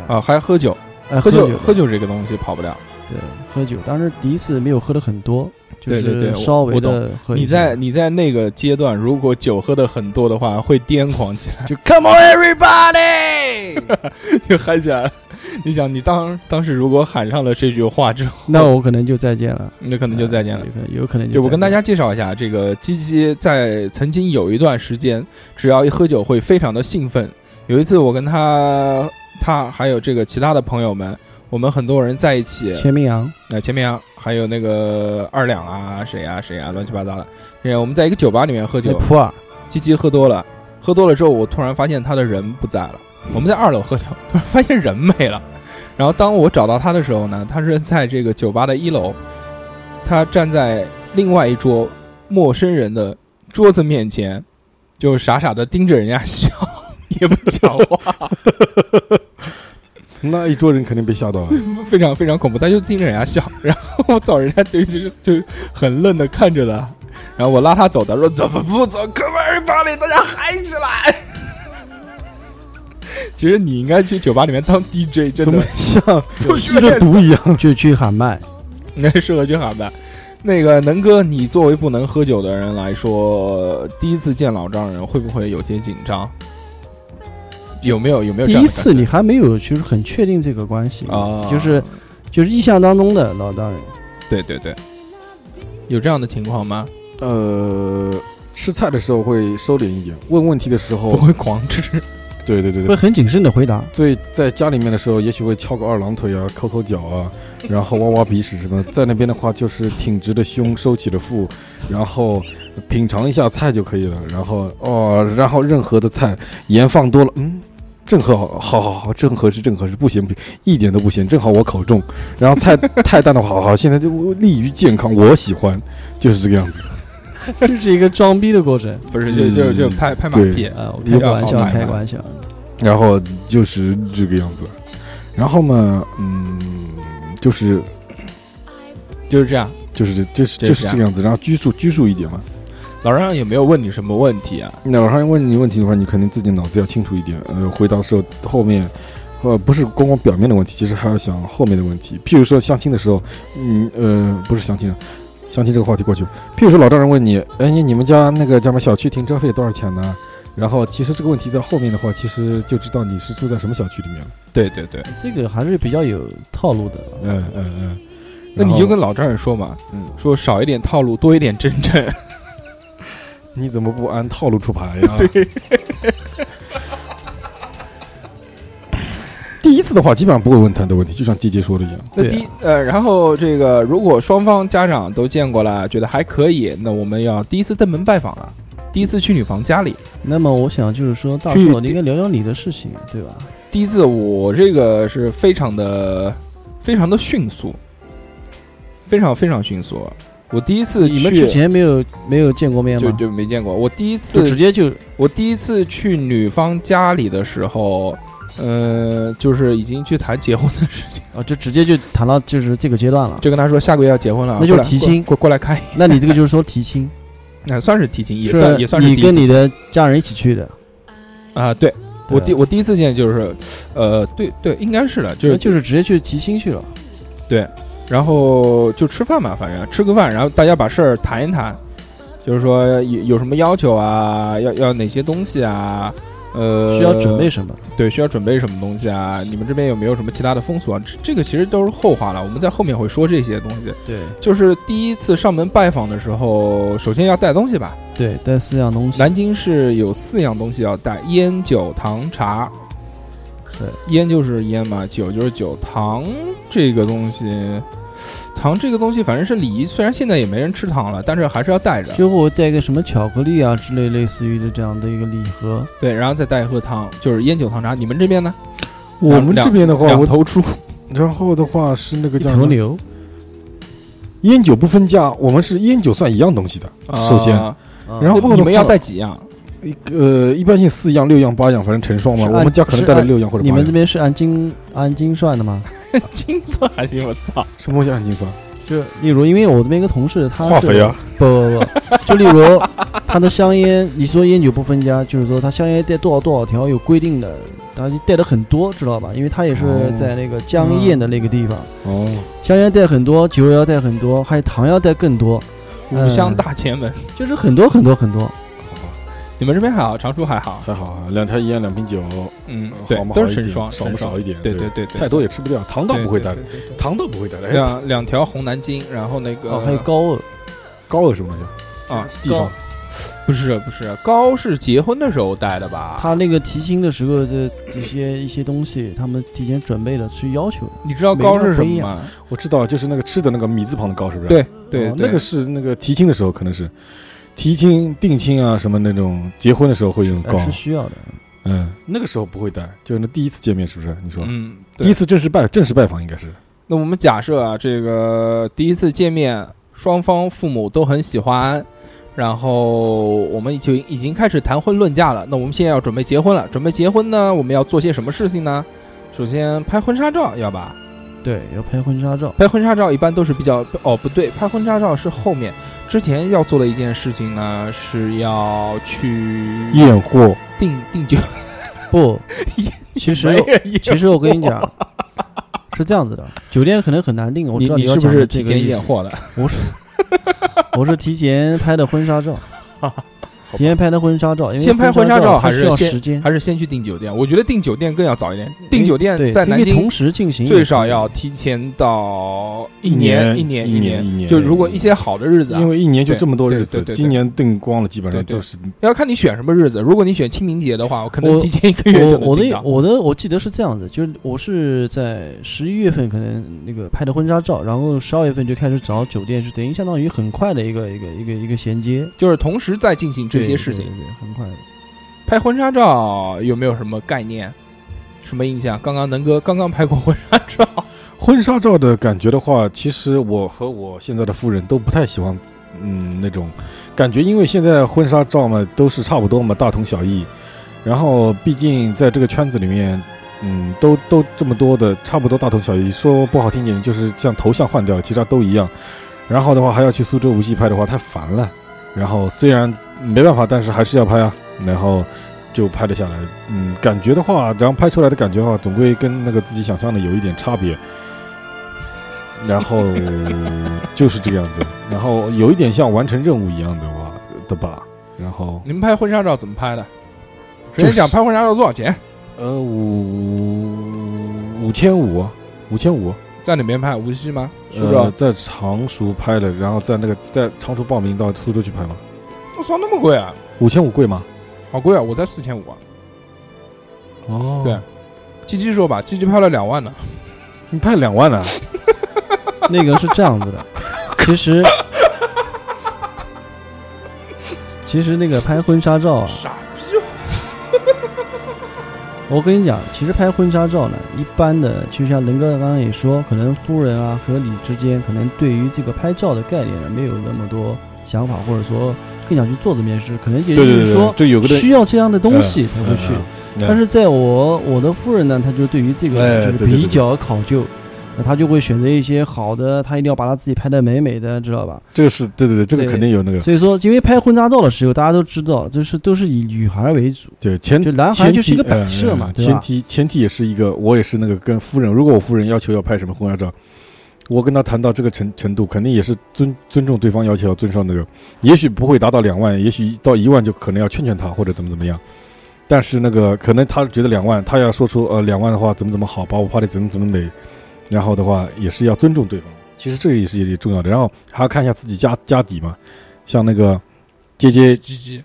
啊，还喝酒，哎，喝酒酒，喝酒这个东西跑不了。对，喝酒，当时第一次没有喝的很多，就对对对我是稍微我懂的喝一你下在你在那个阶段，如果酒喝的很多的话，会癫狂起 [LAUGHS] 来，就 Come on everybody， [LAUGHS] 就嗨起来了。你想，你当当时如果喊上了这句话之后，那我可能就再见了，那可能就再见了有。可能有可能就我再跟大见家介绍一下，这个鸡鸡在曾经有一段时间，只要一喝酒会非常的兴奋。有一次，我跟他、他还有这个其他的朋友们，我们很多人在一起，签名羊，那前面啊还有那个二两啊，谁啊谁啊，乱七八糟的。那我们在一个酒吧里面喝那酒，普洱，鸡鸡喝多了，喝多了之后，我突然发现他的人不在了。我们在二楼喝酒， [LAUGHS] 突然发现人没了。然后当我找到他的时候呢，他是在这个酒吧的一楼，他站在另外一桌陌生人的桌子面前，就傻傻的盯着人家笑， [LAUGHS] 也不讲话，那一桌人肯定被吓到 [LAUGHS] 了。非常非常恐怖。他就盯着人家笑， [LAUGHS] 然后我找人家就就是就很愣的看着他，然后我拉他走的，说怎么不走？哥们儿，把你大家嗨起来！ [LAUGHS] 其实你应该去酒吧里面当 DJ，真怎么的像不需吸要了毒一样？就去喊麦，应该适合去喊麦。那个能哥，你作为不能喝酒的人来说，第一次见老丈人会不会有些紧张？有没有有没有第这样一的次你还没有就是很确定这个关系感觉啊？就是就是意象当中的老丈人，对对对，有这样的情况吗？呃，吃菜的时候会收敛一点，问问题的时不候，会狂吃，对对对会对，很谨慎的 [LAUGHS] 回答，最在家里面的时候，也许会翘个二郎腿啊，抠抠脚啊，然后挖挖鼻屎什么的。在那边的话，就是挺直的胸，收起了腹，然后品尝一下菜就可以了。然后哦，然后任何的菜盐放多了，嗯。正好，好好好，正合适，正合适，不咸不咸，一点都不咸，正好我口重。然后菜太淡的话，好好，现在就利于健康，我喜欢，就是这个样子。这是一个装逼的过程不是嗯就就就拍拍马对屁。啊！我开个玩笑要，喊麦开个玩笑，然后就是这个样子。然后嘛，嗯，就是就是这样。就是这就是这就是样这个样子。然后拘束拘束一点嘛。老丈人也没有问你什么问题啊，那老师问你问题的话，你肯定自己脑子要清楚一点。呃，回答的时候后面。呃，不是光光表面的问题，其实还要想后面的问题。譬如说相亲的时候，嗯呃，不是相亲啊，相亲这个话题过去了。譬如说老丈人问你，哎，你你们家那个叫什么小区停车费多少钱呢？然后其实这个问题在后面的话，其实就知道你是住在什么小区里面了。对对对，这个还是比较有套路的。嗯嗯嗯。那然你后就跟老丈人说嘛，嗯说少一点套路，多一点真诚。你怎么不按套路出牌啊呀？[LAUGHS] 对， [LAUGHS] 第一次的话基本上不会问太多问题，就像姐姐说的一样，那对啊第 [LAUGHS] 一呃，然后这个如果双方家长都见过了，觉得还可以，那我们要第一次登门拜访了，第一次去女方家里，那么我想就是说，大去叔，我应该聊聊你的事情，对吧？第一次我这个是非常的非常的迅速，非常非常迅速。我第一次去你们之前没有没有见过面就吗？就没见过，我第一就直次接就我第一次去女方家里的时候，呃，就是已经去谈结婚的事情，啊，就直接就谈到就是这个阶段了。就跟他说下个月要结婚了，那就过是来提亲过过过来看一那你这个就是说提亲，那、算是提 [LAUGHS] 亲，也是啊算也算是你第一次跟你见的家人一起去的，啊，对我第对吧我第一次见就是，呃，对对，应该是的，就那是就是直接去提亲去了。然后就吃饭嘛，反正吃个饭，然后大家把事儿谈一谈，就是说有有什么要求啊，要要哪些东西啊，呃，需要准备什么？对，需要准备什么东西啊？你们这边有没有什么其他的风俗啊？这这个其实都是后话了，我们在后面会说这些东西。对就是第一次上门拜访的时候，首先要带东西吧。对，带四样东西。南京是有四样东西要带：烟、酒、糖、茶。对，烟就是烟嘛，酒就是酒，糖这个东西，糖这个东西反正是礼仪，虽然现在也没人吃糖了，但是还是要带着。最后我带个什么巧克力啊之类，类似于的这样的一个礼盒。对，然后再带一盒糖，就是烟、酒、糖、茶。你们这边呢？我们这边的话，两我头猪， [LAUGHS] 然后的话是那个一叫头牛，烟酒不分家，我们是烟酒算一样东西的。首先，啊啊然后的你们要话带几样？一个呃，一般性四样、六样、八样，反正成双嘛。啊是我按们家可能是带了按六样或者八你样。们这边是按斤按斤算 [LAUGHS] 的吗？金算还行，我操！什么东西按斤算？就例如，因为我这边一个同事，他是化肥啊！不不不， [LAUGHS] 就例如他的香烟，你说烟酒不分家，就是说他香烟带多少多少条有规定的，他就带的很多，知道吧？因为他也哦是在那个江堰的那个地方，嗯哦，香烟带很多，酒要带很多，还有糖要带更多，五香嗯大前门，就是很多很多很多。好吧你们这边还好，常熟还好。还好啊，两条烟，两瓶酒，嗯，好对嘛，都好是呃一成点双，少成嘛双少一点对对对对，太多也吃不掉，糖倒对不会对带的对，对对啊糖倒不会带的。哎，两两条红南京，然后那个哦，还有高二，高的什么东西？啊，地方不是不是高是结婚的时候带的吧？他那个提亲的时候的这些一些东西，他们提前准备的是要求的。你知道高是什么每个吗？我知道，就是那个吃的那个米字旁的高，是不是？对对哦，对那个是那个提亲的时候可能是，提亲、定亲啊什么那种，结婚的时候会用呃高。哎是需要的，嗯，那个时候不会带，就是那第一次见面是不是？你说、嗯，第一对。次正式拜正式拜访应该是那我们假设啊，这个第一次见面，双方父母都很喜欢。然后我们就已经开始谈婚论嫁了。那我们现在要准备结婚了，准备结婚呢，我们要做些什么事情呢？首先拍婚纱照，要吧？对，要拍婚纱照。拍婚纱照一般都是比较哦，不对，拍婚纱照是后面之前要做的一件事情呢，是要去验货，订订酒， [LAUGHS] 不，其实没人验其实我跟 [LAUGHS] 你讲，是这样子的，酒店可能很难订。我你知道你要是不讲是的这提个前意验思。哎货了？我是我是提前拍的婚 [LAUGHS] 纱照，提前拍的婚纱照，因为先拍婚纱纱照它还需是要先时间？还是先去订酒店？我觉得订酒店更要早一点，订因为酒店哎对在可以南京同时进行，最少要提前到一年一年年一年。一年，就如果一些好的日子啊因，为一年就这么多对日子对对，对今年订光了，基本上对对都是要看你选什么日子。如果你选清明节的话，我可能我提前一个月就我能我订的到。我的我记得是这样子，就是我是在十一月份可能那个拍的婚纱照，然后十二月份就开始找酒店，是等于相当于很快的一个一个一个一个衔接就是同时在进行这些事情对。对对很快的。拍婚纱照有没有什么概念？什么印象？刚刚能哥刚刚拍过婚纱照，婚纱照的感觉的话，其实我和我现在的夫人都不太喜欢，嗯，那种感觉，因为现在婚纱照嘛都是差不多嘛，大同小异。然后毕竟在这个圈子里面，嗯，都都这么多的，差不多大同小异。说不好听点，就是像头像换掉了，其他都一样。然后的话还要去苏州无锡拍的话，太烦了。然后虽然没办法，但是还是要拍啊。然后就拍了下来，嗯，感觉的话，然后拍出来的感觉的话，总归跟那个自己想象的有一点差别。然后就是这个样子，然后有一点像完成任务一样的话的吧。然后你们拍婚纱照怎么拍的？直就是接讲拍婚纱照多少钱，呃五五千五，啊五千五，在哪边拍？无锡吗？苏呃州？在常熟拍的，然后在那个在常熟报名到苏州去拍嘛。我操，那么贵啊！五千五贵吗？好贵啊！我才四千五啊！哦对鸡鸡说吧，鸡鸡拍了两万呢。你拍两万了，啊 [LAUGHS] 那个是这样子的，其实其实那个拍婚纱照啊，傻逼！哦 [LAUGHS] 我跟你讲，其实拍婚纱照呢，一般的，就像伦哥刚刚也说，可能夫人啊和你之间，可能对于这个拍照的概念呢，没有那么多想法，或者说更想去做这件事，可能也就是说就有个哎需要这样的东嗯西才会去。但是是在我我的夫人呢，她就对于这嗯哎对个就是对对比较考究，那她就会选择一些好的，她一定要把她自己拍的美美的，知道吧？这个是对对对，这个对肯定有那个，所以说，因为拍婚纱照的时候，大家都知道，就是都是以女孩为主，对前就男孩前就是提一个摆呃设嘛，对前吧？提前提也是一个，我也是那个跟夫人，如果我夫人要求要拍什么婚纱照，我跟她谈到这个程程度，肯定也是尊尊重对方要求，要遵守那个，也许不会达到两万，也许到一万就可能要劝劝她或者怎么怎么样。但是那个可能她觉得两万，她要说出呃两万的话怎么怎么好，把我拍的怎么怎么美，然后的话也是要尊重对方。其实这个也是也是重要的，然后还要看一下自己家家底嘛，像那个姐姐鸡鸡，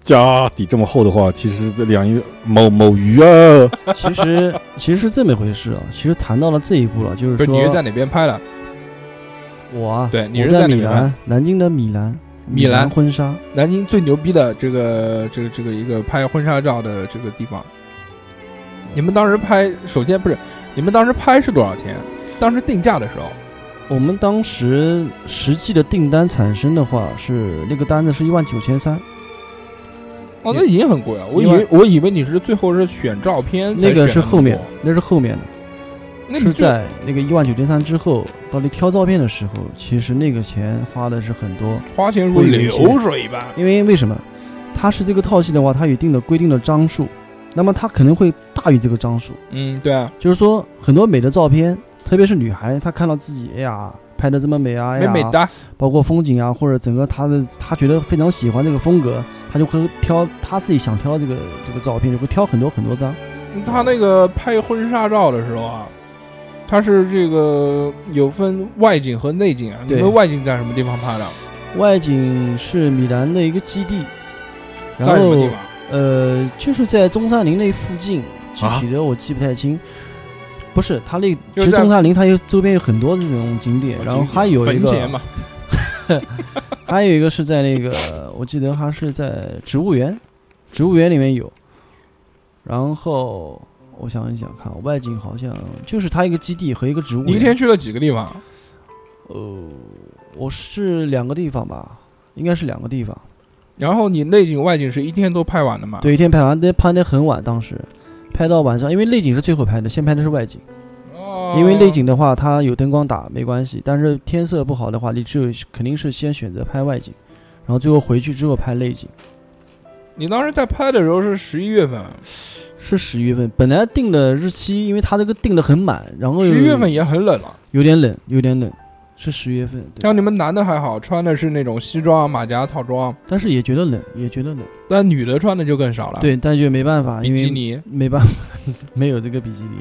家底这么厚的话，其实这两一某某鱼啊，其实 [LAUGHS] 其实是这么一回事啊，其实谈到了这一步了，就不是是你是说在哪边拍的？我啊，对你我是在在哪米边兰，南京的米兰，米兰兰婚纱，南京最牛逼的这个这个这个一个拍婚纱照的这个地方。你们当时拍，首先不是你们当时拍是多少钱？当时定价的时候，我们当时实际的订单产生的话是那个单子是一万九千三，哦，那已经很贵了。我以因为为我以为你是最后是选照片嗯才选的那个是后面那么，那是后面的。多，那哎你就是在那个一万九千三之后，到你挑照片的时候，其实那个钱花的是很多，花钱如会有一些流水一般。因为为什么？它是这个套系的话，它有一定的规定的张数，那么它可能会大于这个张数。嗯，对啊，就是说，很多美的照片，特别是女孩，她看到自己，哎呀，拍的这么美啊，哎美呀，美哒。包括风景啊，或者整个她的，她觉得非常喜欢这个风格，她就会挑她自己想挑的这个这个照片，就会挑很多很多张。他那个拍婚纱照的时候啊，他是这个有分外景和内景啊。你对们外景在什么地方拍的？外景是米兰的一个基地，然在什么后地方？呃，就是在中山陵那附近，具体的我记不太清。不是，它那就其是实在哦中山陵它有周边有很多这种景点，然后还有一坟前个，嘛，还有一个是在那个，我记得它是在植物园，植物园里面有。然后我想一想看，外景好像就是它一个基地和一个植物你一园。天去了几个地方？呃，我是两个地方吧，应该是两个地方。然后你内景外景是一天都拍完的嘛？对，一天拍完，那拍的很晚，当时拍到晚上，因为内景是最后拍的，先拍的是外景。哦，因为内景的话，它有灯光打没关系，但是天色不好的话，你只有肯定是先选择拍外景，然后最后回去之后拍内景。你当时在拍的时候是十一月份，是十一月份，本来定的日期，因为它这个定的很满，然后十一月份也很冷了。有点冷，有点冷，是十月份，对，像你们男的还好，穿的是那种西装、马甲套装，但是也觉得冷，也觉得冷，但女的穿的就更少了。，对，但就没办法，因啊比基为尼。没办法， [LAUGHS] 没有这个比基尼，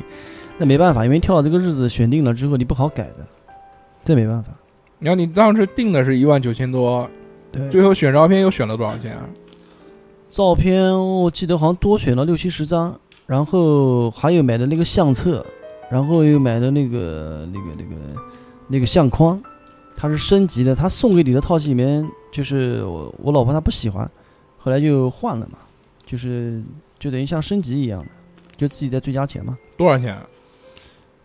那没办法，因为跳到这个日子选定了之后，你不好改的，这没办法，然后你当时定的是一万九千多，对，最后选照片又选了多少钱啊？照片我记得好像多选了六七十张，然后还有买的那个相册，然后又买的那个那个那个那个相框，它是升级的，它送给你的套系里面就是我我老婆她不喜欢，后来就换了嘛，就是就等于像升级一样的，就自己再追加钱嘛。多少钱啊？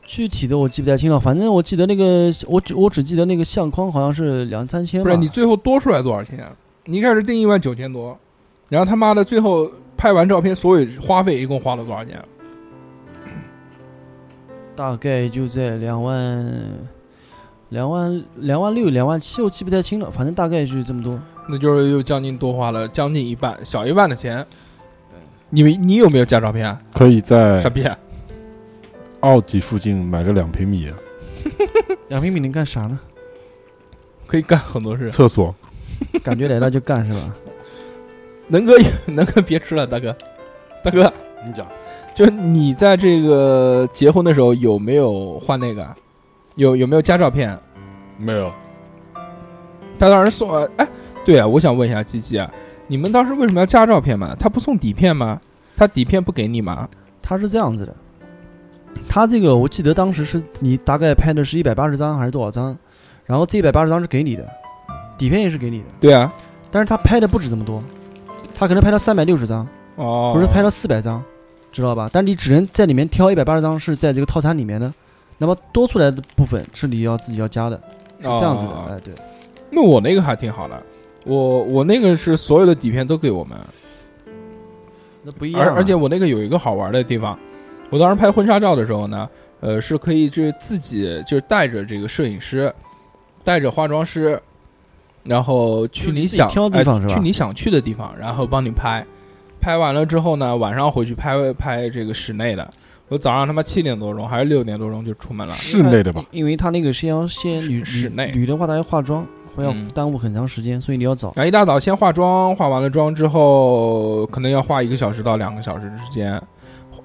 具体的我记不太清了，反正我记得那个我只我只记得那个相框好像是两三千吧，不是你最后多出来多少钱啊？你一开始定一万九千多，然后他妈的最后拍完照片，所有花费一共花了多少钱啊？大概就在两万、两万、两万六、两万七，我记不太清了，反正大概就是这么多。那就是又将近多花了将近一半，小一半的钱。你们你有没有加照片啊？可以在 [LAUGHS] 傻逼啊！奥体附近买个两平米两平米能干啥呢？可以干很多事。厕所，感觉来了就干是吧？ [LAUGHS] 能哥，能哥别吃了，大哥，大哥，你讲就是你在这个结婚的时候有没有换那个啊？有有没有加照片？没有？哎他当时送了，哎，对啊，我想问一下鸡鸡啊，你们当时为什么要加照片嘛？他不送底片吗？他底片不给你吗？它是这样子的，它这个我记得当时是你大概拍的是一百八十张还是多少张，然后这一百八十张是给你的，底片也是给你的，对啊，但是他拍的不止这么多，他可能拍了三百六十张，哦，或者拍了四百张，知道吧？但你只能在里面挑一百八十张是在这个套餐里面的，那么多出来的部分是你要自己要加的，是这样子的，哦哎，对，那我那个还挺好的，我我那个是所有的底片都给我们，那不一啊而而且我那个有一个好玩的地方，我当时拍婚纱照的时候呢，呃，是可以就是自己就是带着这个摄影师，带着化妆师，然后去就是你自己想挑哎地方是吧去你想去的地方，然后帮你拍，拍完了之后呢，晚上回去拍拍这个室内的。我早上他妈七点多钟还是六点多钟就出门了，室内的吧？因为他那个先要先室女室内女女的话，她要化妆，会要嗯耽误很长时间，所以你要早。然后一大早先化妆，化完了妆之后，可能要化一个小时到两个小时之间。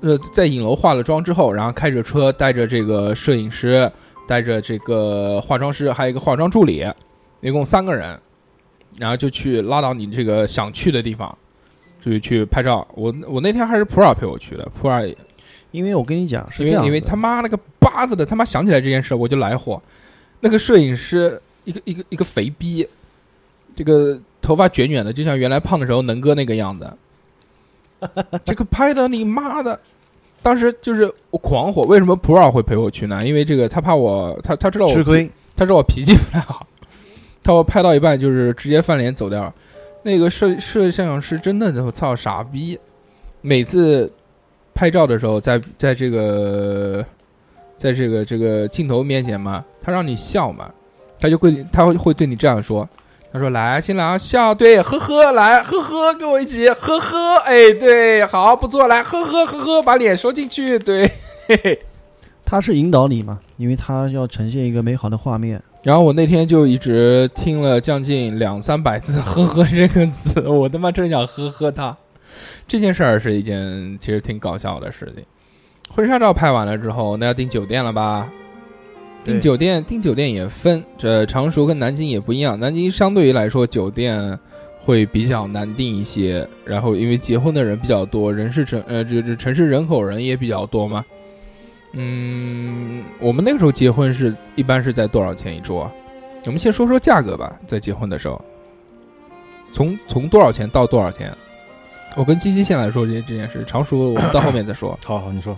呃，在影楼化了妆之后，然后开着车，带着这个摄影师，带着这个化妆师，还有一个化妆助理，一共三个人，然后就去拉到你这个想去的地方，就去拍照。我我那天还是普洱陪我去的，普洱因为我跟你讲是因这样为的，因为他妈了个巴子的，他妈想起来这件事我就来火。那个摄影师，一个一个一个肥逼，这个头发卷卷的，就像原来胖的时候能哥那个样 [LAUGHS] 子。这个拍的你妈的，当时就是我狂火。为什么普洱会陪我去呢？因为这个他怕我，他他知道我吃亏，他说我脾气不太好，他说我拍到一半就是直接翻脸走掉。那个摄摄像师真的，我操，傻逼！每次拍照的时候，在在这个在这个这个镜头面前嘛，他让你笑嘛，他就会他会会对你这样说。他说：“来，新郎笑，对，呵呵，来，呵呵，跟我一起，呵呵，哎，对，好，不错，来，呵呵，呵呵，把脸收进去，对，嘿嘿。”他是引导你嘛，因为他要呈现一个美好的画面。然后我那天就一直听了将近两三百次“呵呵”这个词，我他妈真想呵呵他。这件事儿是一件其实挺搞笑的事情。婚纱照拍完了之后，那要订酒店了吧？订对酒店，订酒店也分，这常熟跟南京也不一样。南京相对于来说，酒店会比较难订一些。然后因为结婚的人比较多，人是城呃这这城市人口人也比较多嘛。嗯，我们那个时候结婚是一般是在多少钱一桌啊？我们先说说价格吧，在结婚的时候，从从多少钱到多少钱？我跟七七先来说这这件事，常熟我们到后面再说。好好，你说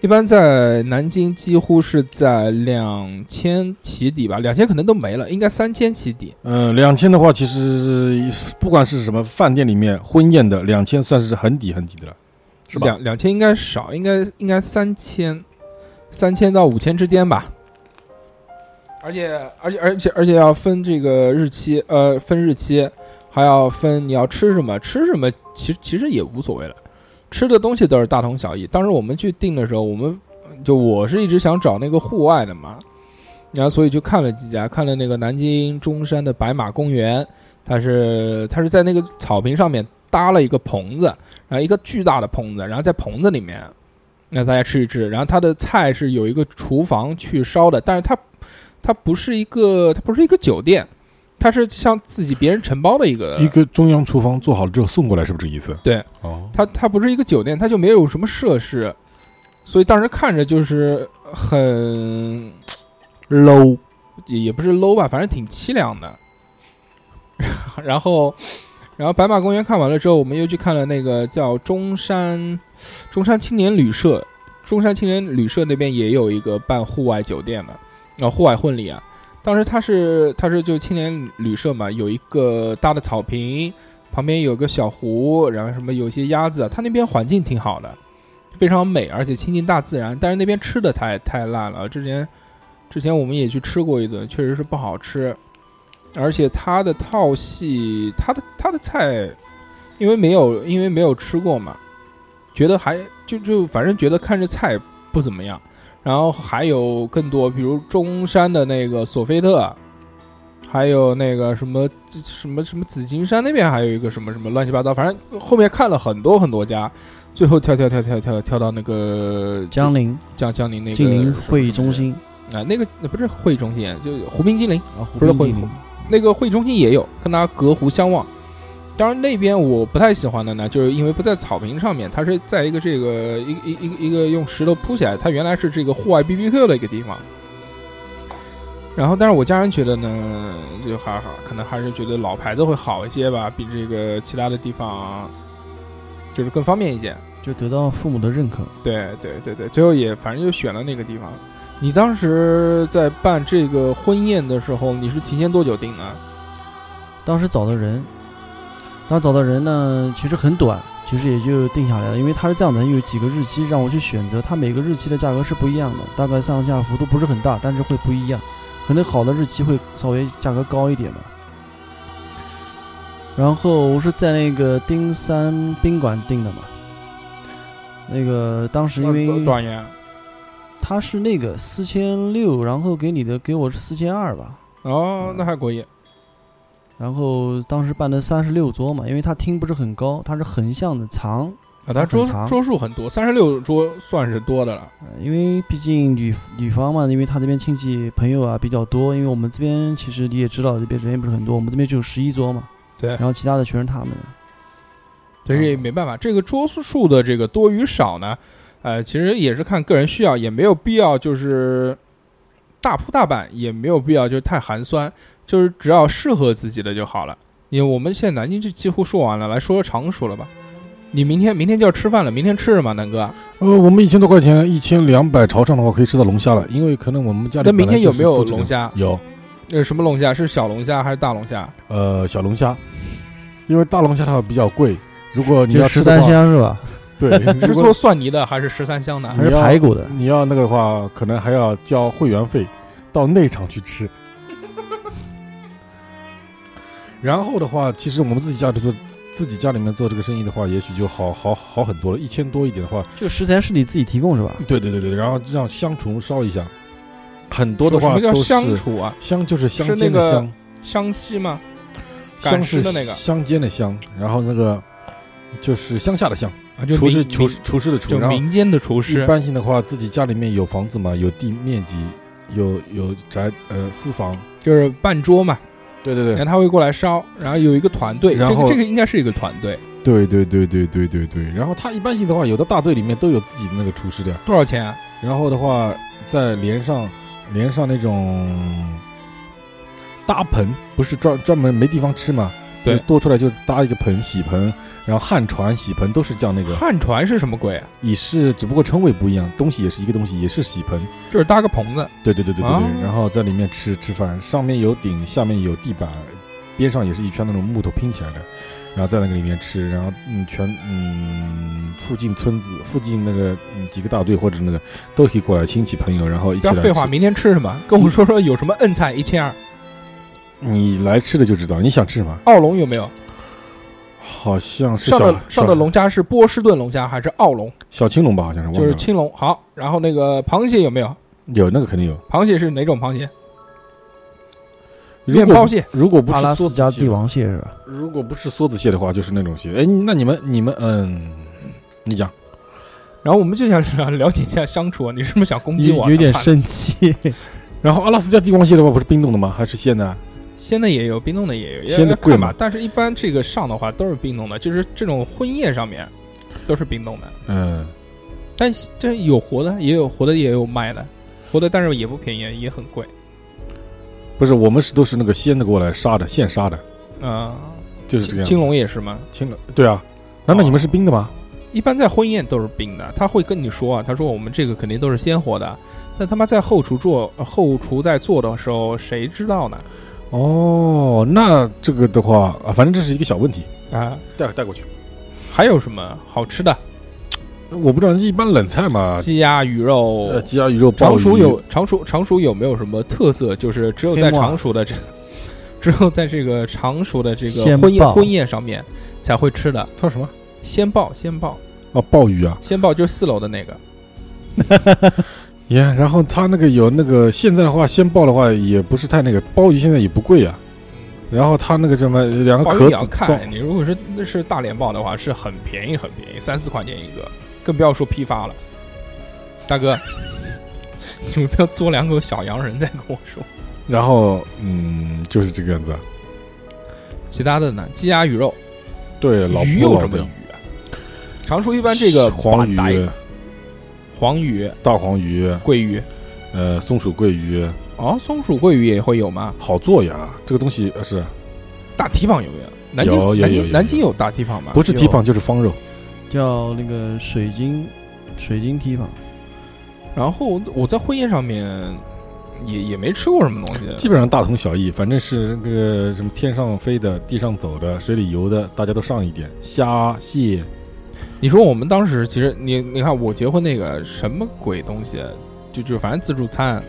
一般在南京几乎是在两千起底吧，两千可能都没了，应该三千起底。嗯，两千的话，其实不管是什么饭店里面婚宴的，两千算是很底很底的了，是吧？两两千应该少，应该应该三千，三千到五千之间吧。而且而且而且而且要分这个日期，呃，分日期，还要分你要吃什么，吃什么其实其实也无所谓了，吃的东西都是大同小异。当时我们去订的时候，我们就我是一直想找那个户外的嘛，然后所以就看了几家，看了那个南京中山的白马公园，它是它是在那个草坪上面搭了一个棚子，然后一个巨大的棚子，然后在棚子里面，那大家吃一吃。然后它的菜是有一个厨房去烧的，但是它它不是一个它不是一个酒店，它是像自己别人承包的一个一个中央厨房做好了之后送过来，是不是这个意思？呃对，哦，它它不是一个酒店，它就没有什么设施，所以当时看着就是很 low，也也不是 low 吧，反正挺凄凉的。 [LAUGHS] 然后，然后白马公园看完了之后，我们又去看了那个叫中山中山青年旅社，中山青年旅社那边也有一个办户外酒店的，啊、户外婚礼啊。当时它是它是就青年旅社嘛，有一个大的草坪，旁边有个小湖，然后什么有一些鸭子，它那边环境挺好的，非常美，而且亲近大自然。但是那边吃的太太烂了，之前之前我们也去吃过一顿，确实是不好吃。而且它的套系，它的它的菜，因为没有因为没有吃过嘛，觉得还就就反正觉得看着菜不怎么样。然后还有更多，比如中山的那个索菲特，还有那个什么什么什么紫金山那边还有一个什么什么乱七八糟，反正后面看了很多很多家，最后跳跳跳跳跳跳到那个江陵江江宁那个晋陵什么会议中心啊，那个那不是会议中啊心，就是湖滨金陵啊，湖不是滨会晋陵那个会议中心也有，跟它隔湖相望。当然那边我不太喜欢的呢，就是因为不在草坪上面，它是在一个这个一一一个一个用石头铺起来，它原来是这个户外 BBQ 的一个地方。然后，但是我家人觉得呢，就还好，可能还是觉得老牌子会好一些吧，比这个其他的地方就是更方便一些。就得到父母的认可。对对对对，最后也反正就选了那个地方。你当时在办这个婚宴的时候，你是提前多久订啊？当时找的人，当时找的人呢，其实很短，其实也就定下来了。因为他是这样的，有几个日期让我去选择，它每个日期的价格是不一样的，大概上下幅度不是很大，但是会不一样。可能好的日期会稍微价格高一点吧。然后我是在那个丁山宾馆订的嘛，那个当时因为多少钱？它是那个四千六，然后给你的给我是四千二吧，哦，那还可以。然后当时办的三十六桌嘛，因为它厅不是很高，它是横向的长，啊，他桌长桌数很多，三十六桌算是多的了。呃因为毕竟女女方嘛，因为她这边亲戚朋友啊比较多，因为我们这边其实你也知道，这边人也不是很多，我们这边只有十一桌嘛，对然后其他的全是他们的。啊但嗯是也没办法，这个桌数的这个多与少呢，呃，其实也是看个人需要，也没有必要就是大铺大摆，也没有必要就是太寒酸，就是只要适合自己的就好了。因为我们现在南京就几乎说完了，来说说常熟了吧。你明天明天就要吃饭了，明天吃什么，南哥？呃，我们一千多块钱，一千两百朝上的话，可以吃到龙虾了，因为可能我们家里那明天本来就是有没有做这个龙虾有，呃，什么龙虾？是小龙虾还是大龙虾？呃，小龙虾，因为大龙虾它比较贵，如果你就要十吃的三话，香是吧？对，是如做果蒜泥的还是十三香的？还是你要排骨的你要那个的话，可能还要交会员费，到内场去吃。然后的话，其实我们自己家里做，自己家里面做这个生意的话，也许就好好好很多了，一千多一点的话，这个食材是你自己提供是吧？对对对对，然后让香厨烧一下，很多的什话么叫都是香厨啊？香就是香是那煎的个香，湘西吗？香赶尸是的那个香煎的香，然后那个就是乡下的乡，啊，就厨民师厨民师厨师的厨，就然后民间的厨一师。般性的话，自己家里面有房子嘛，有地面积，有有宅呃私房，就是半桌嘛，对对然后对他会过来烧，然后有一个团队，这然个后这个应该是一个团队，对对对对对对对，然后他一般性的话，有的大队里面都有自己的那个厨师的呀，多少钱啊？然后的话再连上连上那种搭盆，不是专专门没地方吃嘛。所对以多出来就搭一个盆、洗盆，然后旱船、洗盆都是叫 [LAUGHS] 那个旱船是什么鬼啊？也是，只不过称谓不一样，东西也是一个东西，也是洗盆。就是搭个棚子，对对对对对对，啊然后在里面吃吃饭，上面有顶，下面有地板，边上也是一圈那种木头拼起来的，然后在那个里面吃，然后嗯，全嗯，附近村子附近那个、嗯、几个大队或者那个都可以过来，亲戚朋友，然后一不起要来吃。废话，明天吃什么？跟我说说有什么摁菜一千二，你来吃的就知道，你想吃什么？奥龙有没有？好像是上小的上的小龙虾是波士顿龙虾还是奥龙？小青龙吧，好像是忘就了是青龙。好，然后那个螃蟹有没有？有那个肯定有。螃蟹是哪种螃蟹？如面果包蟹。如果不阿是拉梭斯子加蟹帝王蟹是吧？如果不是梭子蟹的话，就是那种蟹。哎，那你们你们嗯，你讲，然后我们就想 [LAUGHS] 了了解一下相处啊，你是不是想攻击我啊？有有点哪怕生气。然后阿拉斯加帝王蟹的话，不是冰冻的吗？还是鲜的啊？鲜的也有，冰冻的也有，鲜的要贵看吗吧。但是一般这个上的话都是冰冻的，就是这种婚宴上面都是冰冻的。嗯，但是这有活的，也有活的，也有卖的，活的但是也不便宜，也很贵。不是，我们是都是那个鲜的过来杀的，现杀的，啊、就是这个样子。青，龙也是吗？青龙，对啊。难道你们是冰的吗？一般在婚宴都是冰的，他会跟你说啊，他说我们这个肯定都是鲜活的，但他妈在后厨做，呃后厨在做的时候，谁知道呢？哦，那这个的话，啊，反正这是一个小问题，啊，带带过去。还有什么好吃啊的？我不知道，一般冷菜嘛，鸡鸭鱼肉，呃，鸡鸭鱼肉、鲍常鱼熟有常熟常熟有没有什么特色？就是只有在啊黑木耳常熟的这， [LAUGHS] 只有在这个常熟的这个鲜婚宴鲍婚宴上面才会吃的。叫什么？鲜鲍，鲜鲍，啊，鲍鱼啊，鲜鲍就是四楼的那个，耶、然后它那个有那个，现在的话，鲜鲍的话也不是太那个，鲍鱼现在也不贵啊。然后它那个什么，两个鲍鱼啊壳也要子装看。你如果是那是大连鲍的话，是很便宜，很便宜，三四块钱一个，更不要说批发了。 [LAUGHS] 大哥， [LAUGHS] 你们不要嘬两口小洋人再跟我说。然后，嗯，就是这个样子啊。其他的呢？鸡鸭鱼肉，对，老鱼婆有老什么的鱼啊？常说一般这个黄把带鱼、黄鱼、大黄鱼、桂鱼，呃松鼠桂鱼，哦，松鼠桂鱼也会有吗？好做呀。这个东西呃啊是大蹄膀有没有？南京有有有南京有南京有大蹄膀吧？不是就蹄膀就是方肉，叫那个水晶水晶蹄膀，然后我在婚宴上面也也没吃过什么东 [LAUGHS] 西，基本上大同小异，反正是那个什么天上飞的、地上走的、水里游的，大家都上一点。虾蟹你说我们当时其实你你看我结婚那个什么鬼东西，就就反正自助餐，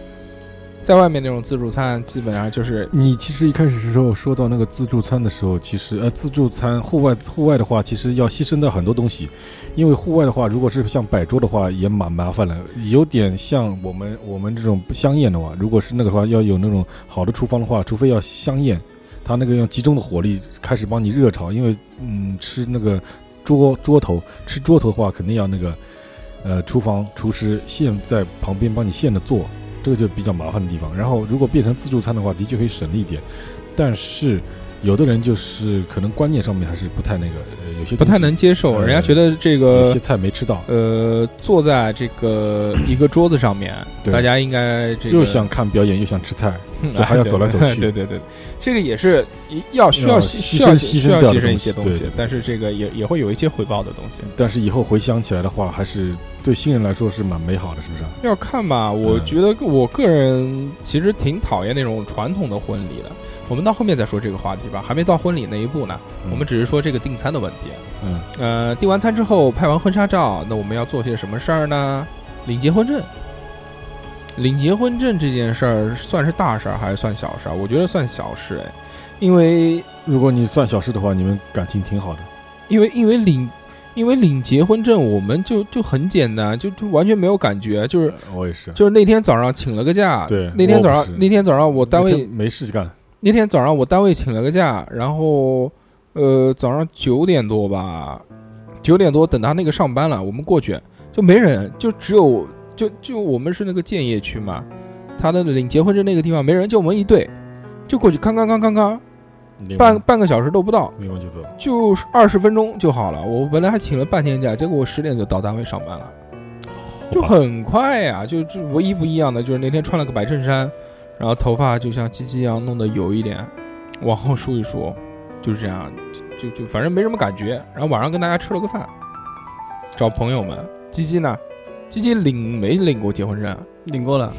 在外面那种自助餐基本上就是你其实一开始时候说到那个自助餐的时候，其实呃，自助餐户外户外的话，其实要牺牲掉很多东西，因为户外的话，如果是像摆桌的话，也蛮麻烦了，有点像我们我们这种香宴的话，如果是那个的话，要有那种好的厨房的话，除非要香宴，它那个用集中的火力开始帮你热炒，因为嗯，吃那个桌桌头吃桌头的话，肯定要那个呃厨房厨师现在旁边帮你现着做，这个就比较麻烦的地方。然后如果变成自助餐的话，的确可以省力一点，但是有的人就是可能观念上面还是不太那个，呃、有些不太东西能接受，呃人家觉得这有个些菜没吃到，呃坐在这个一个桌子上面，对大家应该这个又想看表演又想吃菜，嗯就还要啊对走来走去对对对，这个也是一要需要要牺牺需要牲需牺牲要掉的牺牲一东些西东对西对对，但是这个也也会有一些回报的东西。但是以后回想起来的话，还是对新人来说是蛮美好的，是不是啊？要看吧，我嗯觉得我个人其实挺讨厌那种传统的婚礼的。我们到后面再说这个话题吧，还没到婚礼那一步呢。嗯我们只是说这个订餐的问题。嗯，呃，订完餐之后拍完婚纱照，那我们要做些什么事儿呢？领结婚证。领结婚证这件事儿算是大事儿还是算小事儿？我觉得算小事哎，因为如果你算小事的话，你们感情挺好的。因为因为领因为领结婚证，我们就就很简单，就就完全没有感觉，就是呃我也是，就是那天早上请了个假，对那天早我不是上那天早上我单那位天没事干，那天早上我单位请了个假，然后呃早上九点多吧，九点多等他那个上班了，我们过去就没人，就只有就就我们是那个建业区嘛，他的领结婚证那个地方没人，就我们一队，就过去康康康康康，领半完半个小时都不到，领完就走。就是二十分钟就好了。我本来还请了半天假，结果我十点就到单位上班了，就很快呀、就就唯一不一样的就是那天穿了个白衬衫，然后头发就像鸡鸡一样弄得油一点，往后梳一梳，就是这样，就就就反正没什么感觉。然后晚上跟大家吃了个饭，找朋友们。鸡鸡呢？鸡鸡领没领过结婚证啊？领过了。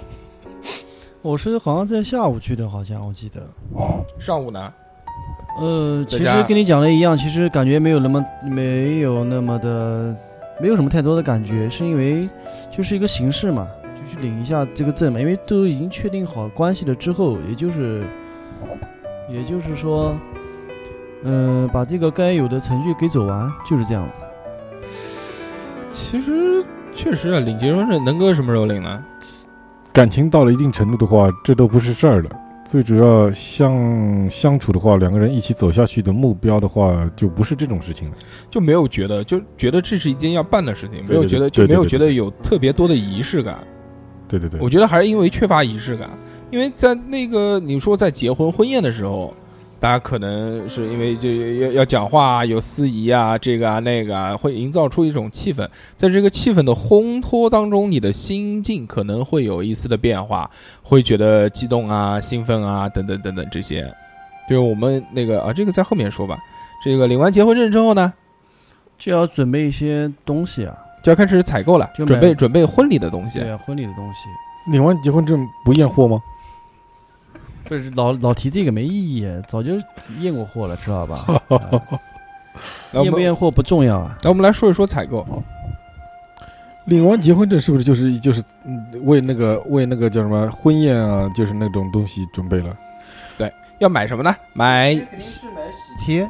我是好像在下午去的，好像我记得。上午呢？呃，在其家实跟你讲的一样，其实感觉没有那么没有那么的，没有什么太多的感觉，是因为就是一个形式嘛，就去领一下这个证嘛，因为都已经确定好关系了之后，也就是，也就是说，嗯、把这个该有的程序给走完，就是这样子。其实确实啊，领结婚证能哥什么时候领呢？感情到了一定程度的话，这都不是事儿了。最主要相相处的话，两个人一起走下去的目标的话，就不是这种事情了。就没有觉得，就觉得这是一件要办的事情，没对有对觉得就对对没有对对觉得对有特别多的仪式感。对对对，我觉得还是因为缺乏仪式感，因为在那个你说在结婚婚宴的时候，大家可能是因为这要要讲话啊，有司仪啊，这个啊那个啊，会营造出一种气氛。在这个气氛的烘托当中，你的心境可能会有一丝的变化，会觉得激动啊、兴奋啊等等等等这些。就是我们那个啊，这个在后面说吧。这个领完结婚证之后呢，就要准备一些东西啊，就要开始采购了，就准买备准备婚礼的东西对。啊，婚礼的东西，领完结婚证不验货吗？不是老老提这个没意义，早就验过货了，知道 [LAUGHS] 吧？啊来，我验们不来，验货不重要啊。我们来说一说采购。领完结婚证是不是就是就是嗯为那个为那个叫什么婚宴啊，就是那种东西准备了？要买什么呢？买，贴，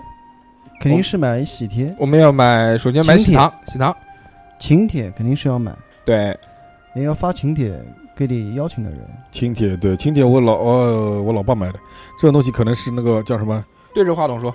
肯哦定是买喜贴，我们要买，首先买喜请帖糖，喜糖。请帖肯定是要买，对，也要发请帖给你邀请的人。请帖对，请帖我老呃我老爸买的，这种东西可能是那个叫什么对着话筒说，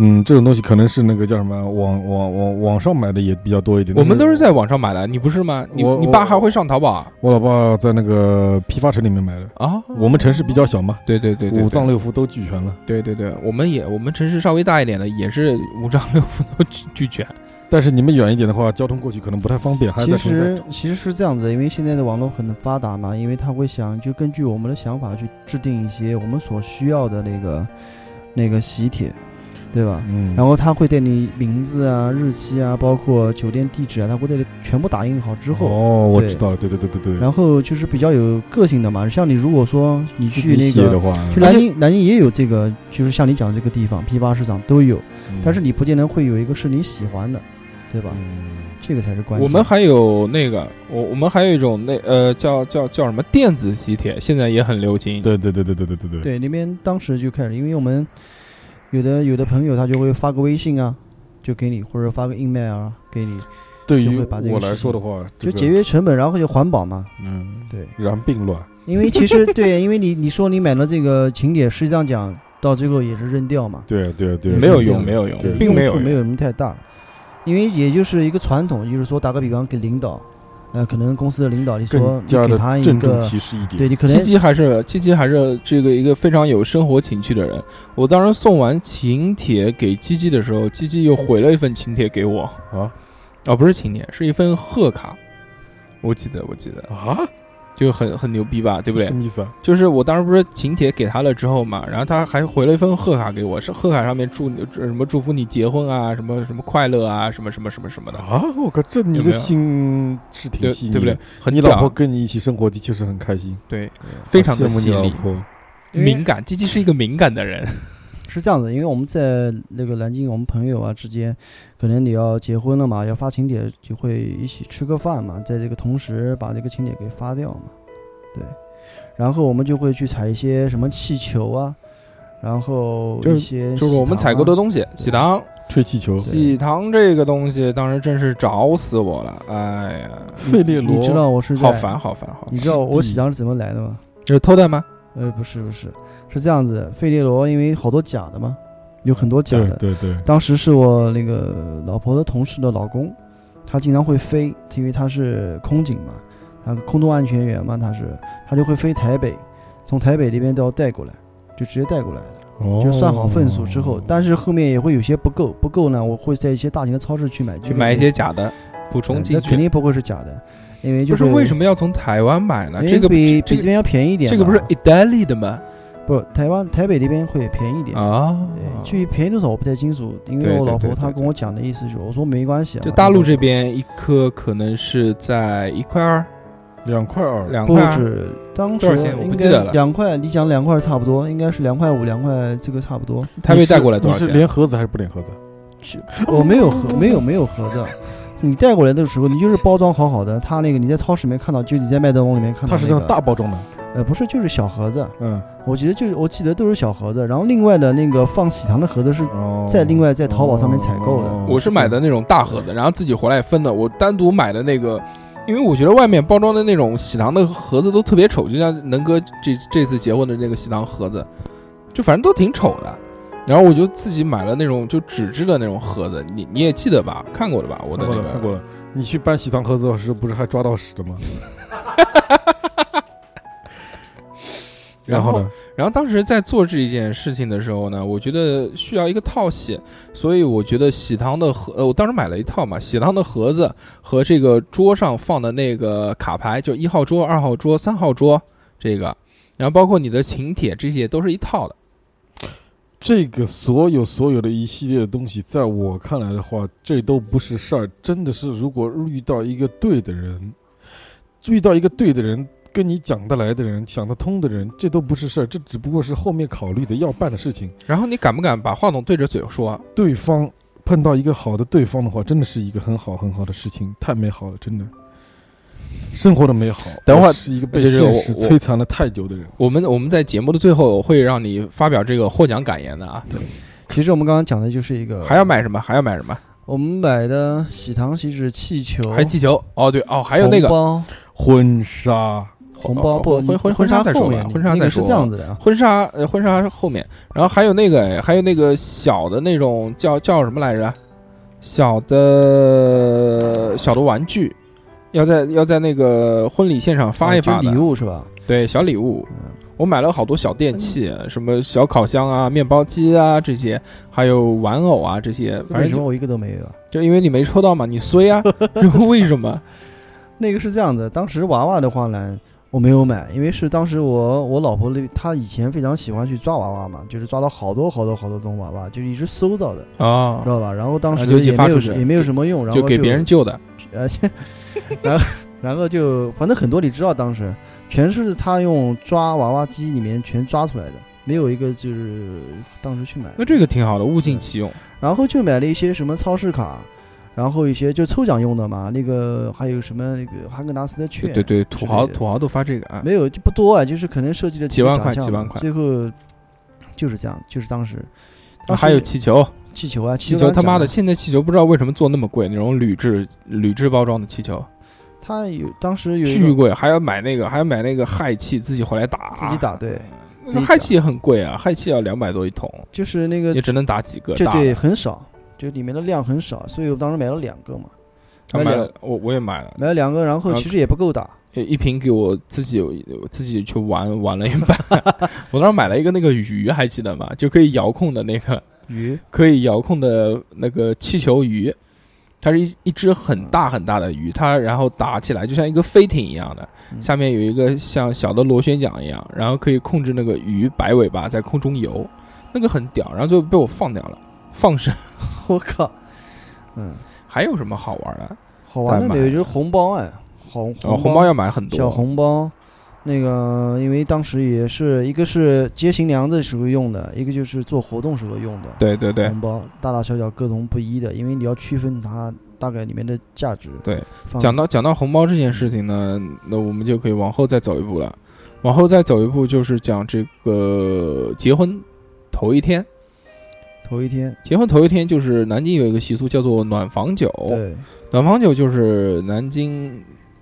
嗯，这种东西可能是那个叫什么网网网网上买的也比较多一点。我们但都是在网上买的，你不是吗？你我你我爸还会上淘宝啊？我老爸在那个批发城里面买的。啊，我们城市比较小嘛，对对对对，五脏六六腑都俱全了，对对对，我们也我们城市稍微大一点的也是五脏六腑都俱俱全。但是你们远一点的话，交通过去可能不太方便，还其在城在。实其实是这样子的，因为现在的网络很发达嘛，因为它会想就根据我们的想法去制定一些我们所需要的那个那个喜帖，对吧？嗯，然后它会对你名字啊、日期啊，包括酒店地址啊，它会对你全部打印好之后，哦，我对知道了，对对对对对。然后就是比较有个性的嘛。像你如果说你自己去那写的个话，去南京，南京也有这个，就是像你讲的这个地方，批发市场都有，嗯但是你不见得会有一个是你喜欢的，对吧？嗯这个才是关键。我们还有那个，我我们还有一种那呃叫叫叫什么电子喜帖，现在也很流行。对对对对对对对对，对，那边当时就开始，因为我们有的有的朋友他就会发个微信啊，就给你，或者发个 email 啊给你，对就于会把这个我事来情说的话，就这个节约成本，然后就环保嘛。嗯，对，然并卵。因为其实对，因为你你说你买了这个请帖，实际上讲到最后也是扔掉嘛，对对对，没有用，对没有用对，并没用有处没用。有什么太大，因为也就是一个传统，就是说打个比方给领导，呃，可能公司的领导你说更你加给的他一郑重个，其事一点。对你可能七七还是七七还是这个一个非常有生活情趣的人。我当时送完请帖给七七的时候，七七又回了一份请帖给我。啊哦，不是请帖，是一份贺卡。我记得，我记得，啊，就很很牛逼吧，对不对什？么意思啊？就是我当时不是请帖给他了之后嘛，然后他还回了一份贺卡给我，是贺卡上面祝你祝什么祝福你结婚啊，什么什么快乐啊，什么什么什么什么的，啊，我靠，这你有没的有心是挺对细腻，对不对？？很你屌老婆跟你一起生活的确实很开心，对，非常好的羡慕细你老腻，婆。因为敏感。鸡鸡是一个敏感的人，是这样子，因为我们在那个南京，我们朋友啊之间，可能你要结婚了嘛，要发请帖，就会一起吃个饭嘛，在这个同时把这个请帖给发掉嘛，对。然后我们就会去采一些什么气球啊，然后就是一些、嗯啊就是我们采购的嗯西东西，喜糖，吹气球，喜糖这个东西当时真是找死我了，哎呀，费列罗，你知道我是在好烦，好烦，好烦你知道我是喜糖是怎么来的吗？这是偷的吗？呃，不是不是，是这样子的，费列罗因为好多假的嘛，有很多假对的，对对，当时是我那个老婆的同事的老公，他经常会飞，因为他是空警嘛，他空中安全员嘛，他是他就会飞台北，从台北那边都要带过来，就直接带过来的，哦就算好份数之哦后，但是后面也会有些不够，不够呢，我会在一些大型的超市去买，去买一些假的补嗯充进那肯去。定不会是假的，因为就不是为什么么要从台湾买呢？这个比这个比这边要便宜一点啊这嘛，个不是意大利的吗？不台湾台北那边会便宜一点。啊，对，具体便宜多少我不太清楚，因对为我对老对婆对她对跟我讲的意思就是，我说没关系啊，就大陆边。这边一颗可能是在一块二、两块二，两不块二，止，当时多少钱我不应记该得了两块，你讲两块差不多，应该是两块五、两块这个差不多。台你北是带过来多少你是钱？连盒子还是不连盒子？我哦没有盒， [LAUGHS] 没有没有盒子。你带过来的时候，你就是包装好好的，它那个你在超市里面看到，就你在麦当劳里面看到、那它个，是那种大包装的，呃不是，就是小盒子。嗯，我觉得就是我记得都是小盒子，然后另外的那个放喜糖的盒子是哦在另外在淘宝上面采购的哦我是买的那种大盒子，然后自己回来分的。我单独买的那个，因为我觉得外面包装的那种喜糖的盒子都特别丑，就像能哥这这次结婚的那个喜糖盒子，就反正都挺丑的。然后我就自己买了那种就纸质的那种盒子，你你也记得吧？看过了吧？我的看那过了，看过个，了。你去搬喜糖盒子的时候，不是还抓到屎的 [LAUGHS] 吗？然后呢？然后当时在做这件事情的时候呢，我觉得需要一个套系，所以我觉得喜糖的盒，呃，我当时买了一套嘛，喜糖的盒子和这个桌上放的那个卡牌，就一号桌、二号桌、三号桌这个，然后包括你的请帖，这些都是一套的。这个所有所有的一系列的东西，在我看来的话，这都不是事儿，真的是如果遇到一个对的人，遇到一个对的人，跟你讲得来的人，想得通的人，这都不是事儿，这只不过是后面考虑的要办的事情。然后你敢不敢把话筒对着嘴说？对方碰到一个好的对方的话，真的是一个很好很好的事情，太美好了，真的。生活的美好，等会儿我是一个被就是现实我我摧残了太久的人。我们我们在节目的最后会让你发表这个获奖感言的啊，其实我们刚刚讲的就是一个，还要买什么？还要买什么？我们买的喜糖、喜纸、气球，还有气球？哦对哦，还有那个红包婚纱，红包哦不婚婚婚婚纱再后说面吧，婚纱那再个是说这样子的啊，婚纱，呃，婚纱是后面，然后还有那个，哎，还有那个小的那种叫叫什么来着？小的小的玩具，要在要在那个婚礼现场发一哦就发的，礼物是吧？对，小礼物嗯。我买了好多小电器，什么小烤箱啊、面包机啊这些，还有玩偶啊这些，反为正什就么我一个都没有啊？就因为你没抽到嘛，你衰啊， [LAUGHS] 为什么？那个是这样的，当时娃娃的话呢，我没有买，因为是当时我我老婆那她以前非常喜欢去抓娃娃嘛，就是抓了好多好多好多种娃娃，就是一直搜到的，啊知，道吧？然后当时啊就也就发没有出什去也没有什么用，哦然后就给别人救的，呃，然后然后就反正很多你知道，当时全是他用抓娃娃机里面全抓出来的，没有一个就是当时去买的。那这个挺好的，物尽其用。然后就买了一些什么超市卡，然后一些就抽奖用的嘛，那个还有什么那个哈根达斯的券，对对对，之土豪类的土豪都发这个啊，没有就不多啊，就是可能设计了几万个块奖项几万嘛块最后就是这样，就是当时，啊当还时有气球，气球啊，气球他妈的，刚才讲了，现在气球不知道为什么做那么贵，那种铝制铝制包装的气球他有当时有一巨个贵，还要买那个还要买那个氦气自己回来打，自己打对，那自己氦打气也很贵啊，氦气要两百多一桶，就是那个也只能打几个就大对的。很少，就里面的量很少，所以我当时买了两个嘛，他啊买买两了，啊我我也买了，买了两个，然后然后其实也不够打，一瓶给我自己我自己去玩玩了一半。 [LAUGHS] 我当时买了一个那个鱼，还记得吗？就可以遥控的那个， [LAUGHS] 鱼可以遥控的那个气球鱼，它是一一只很大很大的鱼，它然后打起来就像一个飞艇一样的，嗯下面有一个像小的螺旋桨一样，然后可以控制那个鱼摆尾巴在空中游，那个很屌，然后就被我放掉了，放生。 [LAUGHS] 我靠，嗯，还有什么好玩的？好再玩的买没有就是红包哎，红哦，红红包要买很多，小红包，那个因为当时也是一个是接新娘子时候用的，一个就是做活动时候用的。对对对，红包大大小小各种不一的，因为你要区分它大概里面的价值。对放，讲到讲到红包这件事情呢，那我们就可以往后再走一步了。往后再走一步就是讲这个结婚头一天，头一天，结婚头一天就是南京有一个习俗叫做暖房酒，对，暖房酒就是南京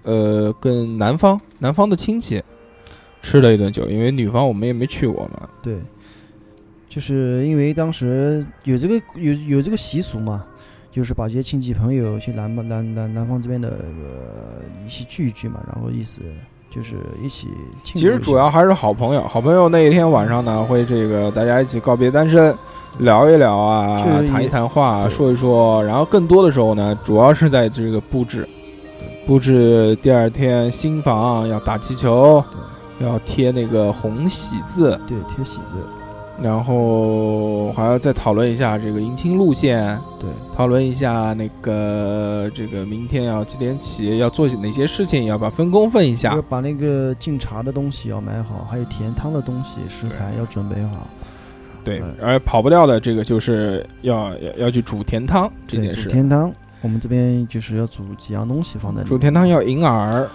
呃跟南方南方的亲戚吃了一顿酒，因为女方我们也没去过嘛，对，就是因为当时有这个有有这个习俗嘛，就是把这些亲戚朋友去南方南南南方这边的呃一起聚一聚嘛，然后意思就是一起其庆祝一下。实主要还是好朋友，好朋友那一天晚上呢，会这个大家一起告别单身，聊一聊啊就是，谈一谈话啊，对说一说。然后更多的时候呢，主要是在这个布置，布置第二天新房要打气球，要贴那个红喜字，对贴喜字，然后还要再讨论一下这个迎亲路线，对讨论一下那个这个明天要几点起，要做哪些事情，要把分工分一下要。把那个敬茶的东西要买好，还有甜汤的东西食材要准备好。对嗯，而跑不掉的这个就是要要要去煮甜汤这对，件煮事。甜汤，我们这边就是要煮几样东西放在里面。煮甜汤要银耳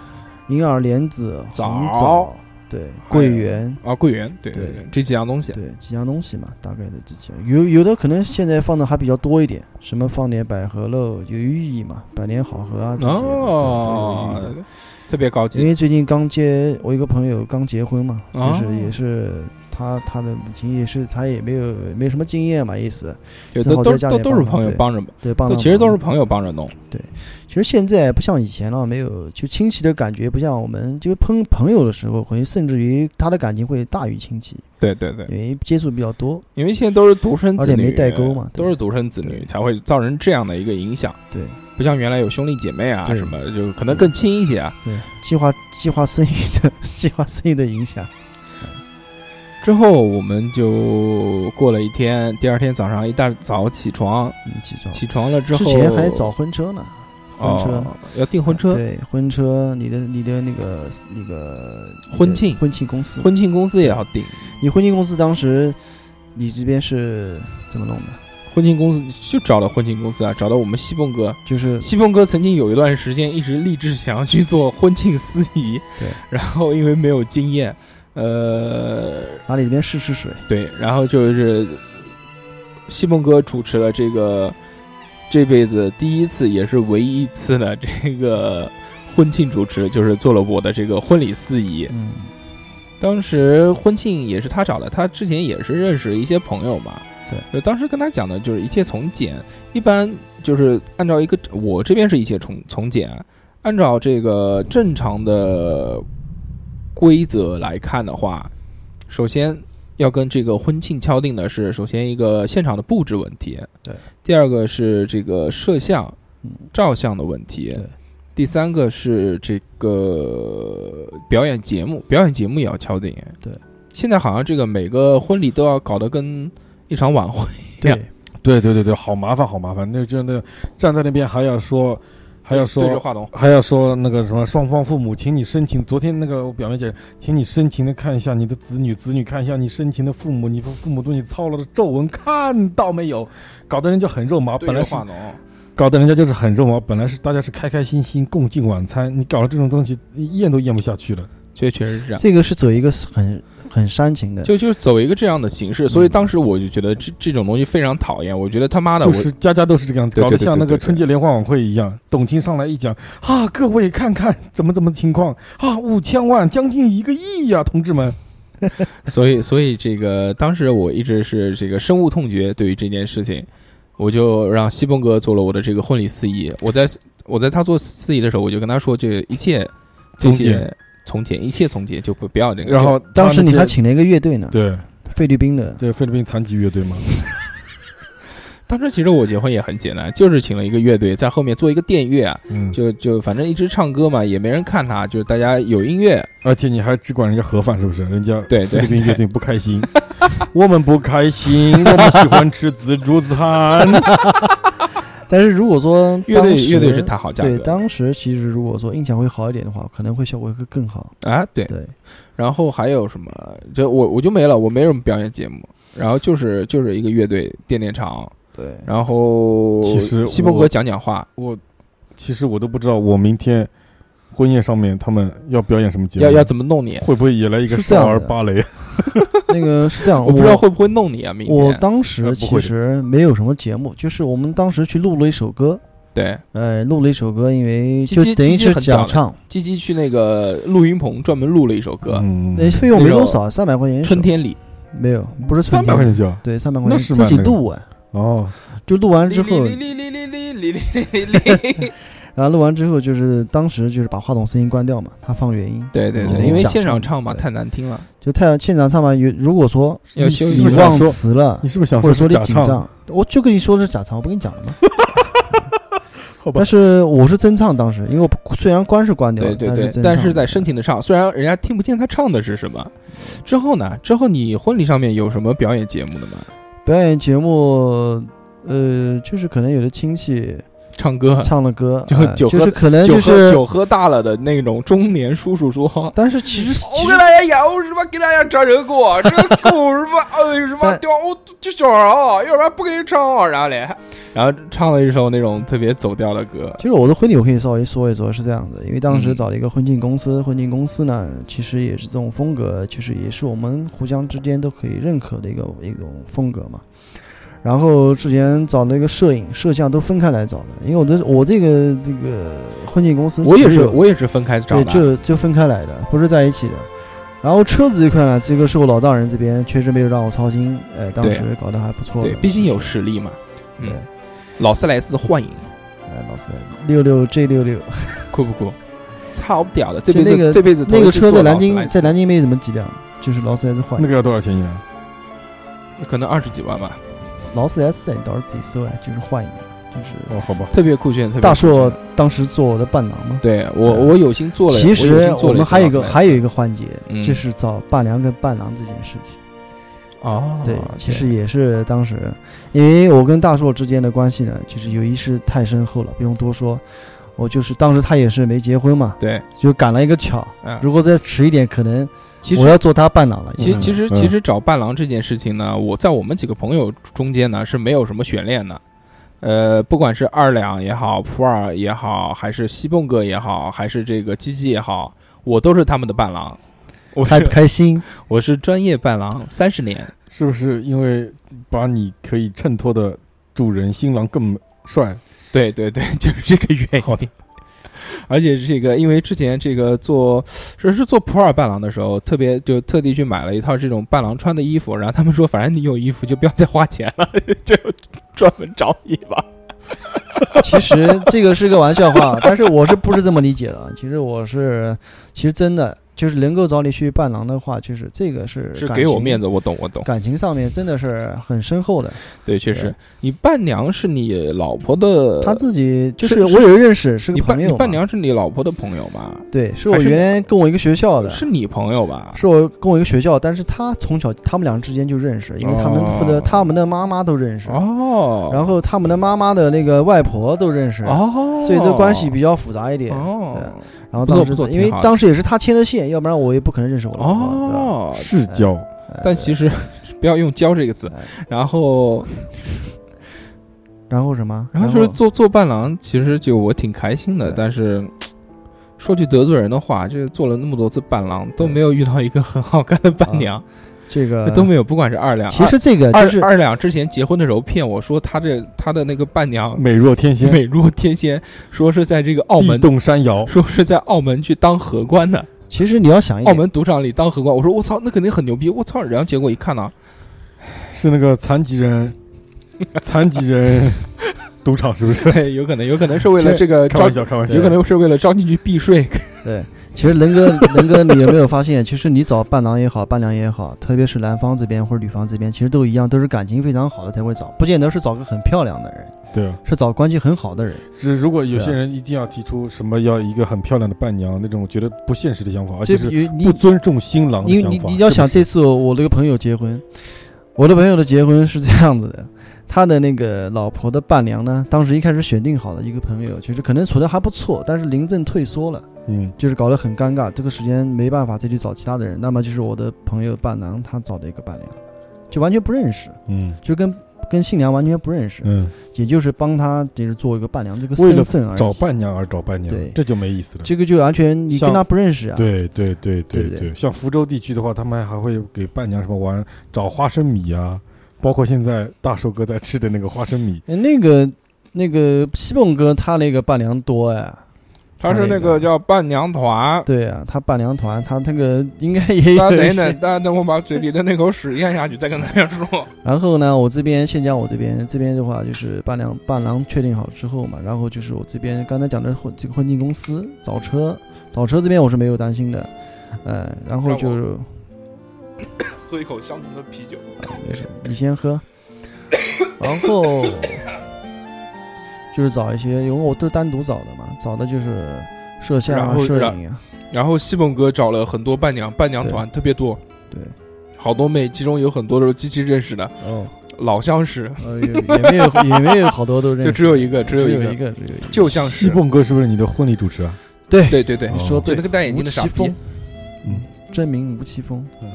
银耳、莲子、枣红枣，对，桂圆，啊，桂圆，对对对，这几样东西。对，几样东西嘛，大概的这几样。有有的可能现在放的还比较多一点，什么放点百合喽，有寓意嘛，百年好合啊这些的。对都有哦寓意的，特别高因级为最近刚结，我一个朋友刚结婚嘛，就哦是也是他他的母亲也是他也没有没什么经验嘛，意思对，正都好都在家都里都是帮忙朋友对帮着，对，帮都到其实忙都是朋友帮着弄。其实现在不像以前了，没有就亲戚的感觉不像我们就是朋朋友的时候，会甚至于他的感情会大于亲戚，对对对，因为接触比较多。因为现在都是独生而子且女，没代沟嘛对都是独生子女对才会造成这样的一个影响，对，不像原来有兄弟姐妹啊对什么，就可能更亲一些啊。计划计划生育的 [LAUGHS] 计划生育的影响，之后我们就过了一天，第二天早上一大早起床，嗯，起床起床了之后，之前还找婚车呢，婚车。哦、要订婚车，对婚车，你的你的那个那个婚庆婚庆公司，婚庆公司也要订。你婚庆公司当时你这边是怎么弄的？婚庆公司就找了婚庆公司啊，找到我们西凤哥。就是西凤哥曾经有一段时间一直立志想要去做婚庆司仪，对，然后因为没有经验，呃，哪里这边试试水，对，然后就是西凤哥主持了这个这辈子第一次也是唯一一次的这个婚庆主持，就是做了我的这个婚礼司仪。嗯，当时婚庆也是他找的，他之前也是认识一些朋友嘛。对，就当时跟他讲的就是一切从简，一般就是按照一个我这边是一切从从简，按照这个正常的规则来看的话，首先要跟这个婚庆敲定的是，首先一个现场的布置问题，对，第二个是这个摄像嗯、照相的问题对，第三个是这个表演节目，表演节目也要敲定，对，现在好像这个每个婚礼都要搞得跟一场晚会，对，对对对对，好麻烦，好麻烦。那就那站在那边还要说，还要对着说，话筒，还要说那个什么，双方父母，请你深情。昨天那个我表妹姐，请你深情的看一下你的子女，子女看一下你深情的父母，你父父母对你操劳的皱纹看到没有？搞得人就很肉麻。对本来着是话筒，搞得人家就是很肉麻，本来是大家是开开心心共进晚餐，你搞了这种东西，咽都咽不下去了。确确实是这样。这个是走一个很很煽情的，就就走一个这样的形式，所以当时我就觉得这这种东西非常讨厌。我觉得他妈的，嗯就我是家家都是这个样子，对搞得对对像那对个对春节联欢晚会一样。董卿上来一讲啊，各位看看怎么怎么情况啊，五千万，将近一个亿呀、同志们。 [LAUGHS] 所以所以这个当时我一直是这个深恶痛绝对于这件事情，我就让西风哥做了我的这个婚礼司仪。我在我在他做司仪的时候，我就跟他说，这一切这从些简从简，一切从简，就不不要这个。然后当时你他还那些请了一个乐队呢，对菲律宾的，对菲律宾残疾乐队 [LAUGHS] 嘛，就当时其实我结婚也很简单，就是请了一个乐队在后面做一个电乐啊，嗯，就就反正一直唱歌嘛，也没人看他，就是大家有音乐，而且你还只管人家盒饭是不是？人家对菲对律宾乐队不开心，我们不开心，我们喜欢吃自助餐。 [LAUGHS] 但是如果说乐当队时乐队是谈好价格对，的当时其实如果说印象会好一点的话，可能会效果会更好。啊，对。对，然后还有什么？就我我就没了，我没什么表演节目。然后就是就是一个乐队垫垫场，对，然后其实西伯我格讲讲话，我其实我都不知道，我明天婚宴上面他们要表演什么节目，要要怎么弄你？会不会也来一个是这样少儿的芭蕾？ [LAUGHS] 那个是这样，我不知道会不会弄你啊，明我天。当呃时不其会的实没有什么节目，就是我们当时去录了一首歌，对，呃，录了一首歌，因为鸡就鸡等于鸡鸡是很屌假的唱，鸡鸡去那个录音棚专门录了一首歌，嗯那费用没多少，三百块钱一首。春天里》。没有，不是春三百天块，钱就要对，三百块那钱是自蛮己那个录完，哦，就录完之后，嗯哩哩哩哩哩哩哩哩哩哩然后录完之后就是当时就是把话筒声音关掉嘛，他放原音，对对哦对，因为现场唱嘛对太难听了，就太现场唱完，有如果说要你休是息你不是一下。想忘说词了你，是啊不是想啊或者是说你假紧唱？张，我就跟你说是假唱，我不跟你讲了 [LAUGHS] 吗？好吧但，是我是真唱，当时因为我不虽然关是关掉对了，对是对真，但唱是在深情的唱，虽然人家听不见他唱的是什么。之后呢？之后你婚礼上面有什么表演节目的吗？表演节目，呃，就是可能有的亲戚唱歌，唱了歌，啊就哎酒喝就是可能酒就喝是，酒喝大了的那种中年叔叔说：“我但是其实其给实大家讲，我什么给大家唱这个歌，这个歌什么呃什么但掉我就小孩啊，要不然不给你唱啊。”然后嘞，然后唱了一首那种特别走调的歌其，实我的婚礼我可以稍微说一说，是这样子，因为当时嗯找了一个婚庆公司，婚庆公司呢其实也是这种风格，其实也是我们互相之间都可以认可的一个一种风格嘛。然后之前找了一个摄影、摄像都分开来找的，因为我的我这个这个婚庆公司我也只是有我也是分开找对，的。就就分开来的，不是在一起的。然后车子这块呢，这个是我老丈人这边确实没有让我操心，哎，当对时搞得还不错的。对，毕竟有实力嘛。对嗯，，劳斯莱斯幻影哎，老师，六六 G 六六，酷不酷？超屌的！这就辈那子个这辈子头那一个次车坐在南劳斯京莱在斯南京没怎么几辆，就是劳斯莱斯换那个要多少钱一辆？可能二十几万吧，劳斯莱斯，你到时候自己搜来，就是换一个，就是哦，好吧，特别酷炫。特别大酷硕炫当时做我的伴郎嘛。对我对我有心做了，其我有实幸做我了们次还有一劳斯个莱还斯有一个环节嗯，就是找伴娘跟伴郎这件事情。哦，对，其实也是当时，因为我跟大硕之间的关系呢，就是友谊是太深厚了，不用多说。我就是当时他也是没结婚嘛，对，就赶了一个巧。嗯，如果再迟一点，可能其我实要做他伴郎了。其实其实嗯实其实找伴郎这件事情呢，我在我们几个朋友中间呢是没有什么悬念的。呃，不管是二两也好，普洱也好，还是西蹦哥也好，还是这个鸡鸡也好，我都是他们的伴郎。我开不是开心？我是专业伴郎，三十年。是不是因为把你可以衬托的主人新郎更帅？对对对，就是这个原因。好的，而且这个，因为之前这个做是是做普洱伴郎的时候，特别就特地去买了一套这种伴郎穿的衣服，然后他们说，反正你有衣服就不要再花钱了， [LAUGHS] 就专门找你吧。 [LAUGHS] 其实这个是个玩 [LAUGHS] 笑话，但是我是不是这么理解的？啊其实我是，其实真的就是能够找你去伴郎的话，就是这个是是感给我情面子，我懂，我懂。感情上面真的是很深厚的。 [LAUGHS] 对，确实对，你伴娘是你老婆的，他自己就是是我有认识，是你个伴朋你友嘛。伴娘是你老婆的朋友吧？对，是我还是原来跟我一个学校的，是你朋友吧？是我跟我一个学校，但是他从小他们俩之间就认识，因为他们哦父的他们的妈妈都认识，哦，然后他们的妈妈的那个外婆都认识，哦，所以这关系比较复杂一点。哦然后不错当时不错因为挺好的当时也是他牵的线，要不然我也不可能认识我老婆。对吧，哦，世交，哎但其实不要用“交”这个词。然后，然后什么？然后就是做做伴郎，其实就我挺开心的。对但是说句得罪人的话，这做了那么多次伴郎，都没有遇到一个很好看的伴娘，这个都没有。不管是二两，啊嗯其实这个啊二就是二二两之前结婚的时候骗我说他这他的那个伴娘美若天仙，美若天仙，说是在这个澳地门。动山 [LAUGHS] 摇。说是在澳门去当荷官的，其实你要想一澳点，门赌场里当荷官。我说我操，那肯定很牛逼，我操！然后结果一看呢、是那个残疾人，残疾 [LAUGHS] 人赌场是不是？对， [LAUGHS] 有可能，有可能是为了是这个开招玩，笑，开玩笑有。可能是为了招进去避税。 [LAUGHS] 其实能哥 [LAUGHS] 能哥，你有没有发现，其实你找伴郎也好，伴娘也好，特别是男方这边或者女方这边，其实都一样，都是感情非常好的才会找，不见得是找个很漂亮的人，对，啊是找关系很好的人。是如果有些人一定要提出什么要一个很漂亮的伴娘那种，我觉得不现实的想法，而且是这你不你尊重新郎的你想你法。你要想是不这次我我那个朋友结婚，我的朋友的结婚是这样子的，他的那个老婆的伴娘呢，当时一开始选定好的一个朋友，就是可能处的还不错，但是临阵退缩了。是嗯，就是搞得很尴尬，这个时间没办法再去找其他的人，那么就是我的朋友伴郎他找的一个伴娘，就完全不认识，嗯就跟跟新娘完全不认识，嗯，也就是帮他就是做一个伴娘这个为了身份而已找伴娘而找伴娘哎对，这就没意思了。这个就完全你像跟他不认识啊，对对对对对不像福州地区的话，他们还会给伴娘什么玩找花生米啊，包括现在大寿哥在吃的那个花生米，哎那个那个西蒙哥他那个伴娘多哎，他是那个叫伴娘 [LAUGHS] 团，对啊，他伴娘团他那个应该也大家有等一一等，些。大家等我把嘴里的那口屎咽下去，再跟大家说。然后呢，我这边先讲我这边这边的话，就是伴娘伴郎确定好之后嘛，然后就是我这边刚才讲的婚这个婚庆公司找车找车这边我是没有担心的，呃，然后就让是喝一口相同的啤酒，没事，你先 [LAUGHS] 喝，然后就是找一些，因为我都是单独找的嘛，找的就是摄像然啊、后摄让影啊，然后西蒙哥找了很多伴娘，伴娘团特别多，对，好多妹，其中有很多都是机器认识的，哦，老相识，呃，也也没有也没有好多都认识， [LAUGHS] 就只有一个，只只有一一一个，个，只有一个，就像西是，蹦哥是不是你的婚礼主持啊？对对对对哦，你说就对，那个戴眼镜的傻吴奇逼峰，嗯，真名吴奇峰，嗯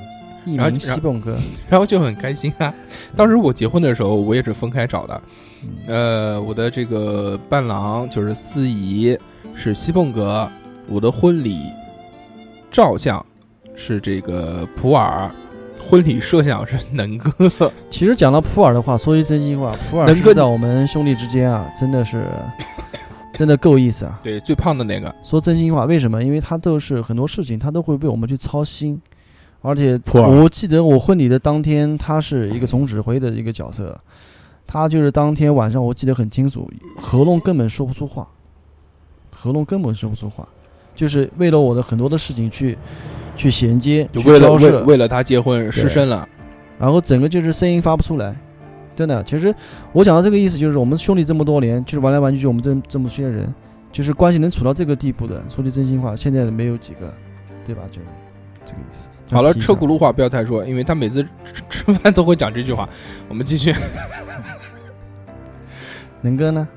艺然后名然后西蹦哥，然后就很开心啊。当时我结婚的时候，我也是分开找的，嗯呃，我的这个伴郎就是司仪是西蹦哥，我的婚礼照相是这个普洱，婚礼摄像是能哥，其实讲到普洱的话，说句真心话，普洱能是跟在我们兄弟之间啊，真 [LAUGHS] 的是真的够意思啊。对，最胖的那个，说真心话，为什么？因为他都是很多事情，他都会为我们去操心，而且普洱我记得我婚礼的当天，他是一个总指挥的一个角色，他就是当天晚上我记得很清楚，喉咙根本说不出话，喉咙根本说不出话，就是为了我的很多的事情去去衔接，就去为了交为涉为了他结婚失身了，然后整个就是声音发不出来，真的。其实我讲到这个意思，就是我们兄弟这么多年，就是玩来玩去，就我们这这么些人，就是关系能处到这个地步的，说句真心话，现在没有几个，对吧？就是这个意思。好了，这样提一下车轱辘话不要太说，因为他每次吃 [LAUGHS] 吃饭都会讲这句话。我们继续，能哥呢？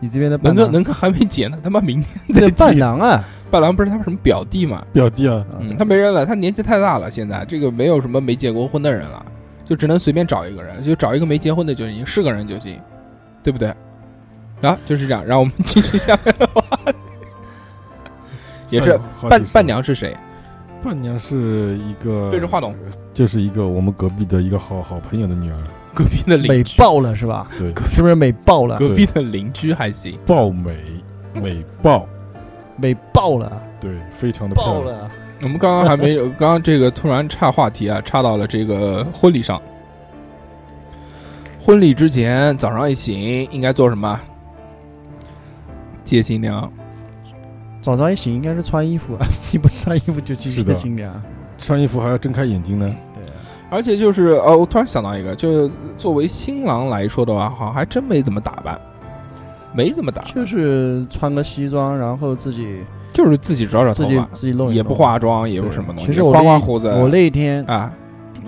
你这边的能伴哥郎能哥还没结呢，他妈明天再这个伴结。郎啊，伴郎不是他们什么表弟嘛？表弟啊，嗯，他没人了，他年纪太大了，现在这个没有什么没结过婚的人了，就只能随便找一个人，就找一个没结婚的就行，是个人就行，对不对？啊，就是这样。然后我们继续下面的话，也是上有好几伴十伴娘是谁？伴娘是一个对着话筒，就是一个我们隔壁的一个好好朋友的女儿，隔壁的美邻居，爆 [LAUGHS] 了是吧？对，是不是美爆了？ [LAUGHS] 隔壁的邻居还行。爆美美爆，美爆了，对，非常的漂爆亮。了，我们刚刚还没有，刚刚这个突然岔话题啊，岔到了这个婚礼上。婚礼之前早上一醒应该做什么？接新娘，早上一醒应该是穿衣服啊， [LAUGHS] 你不穿衣服就去是接的新娘，啊穿衣服还要睁开眼睛呢，而且就是呃，我突然想到一个，就是作为新郎来说的话，好像还真没怎么打扮，没怎么打扮，就是穿个西装，然后自己就是自己找找头自己发，自己弄一弄，也不化妆，也不对什么东西，其实我刮那刮胡子我那一天啊，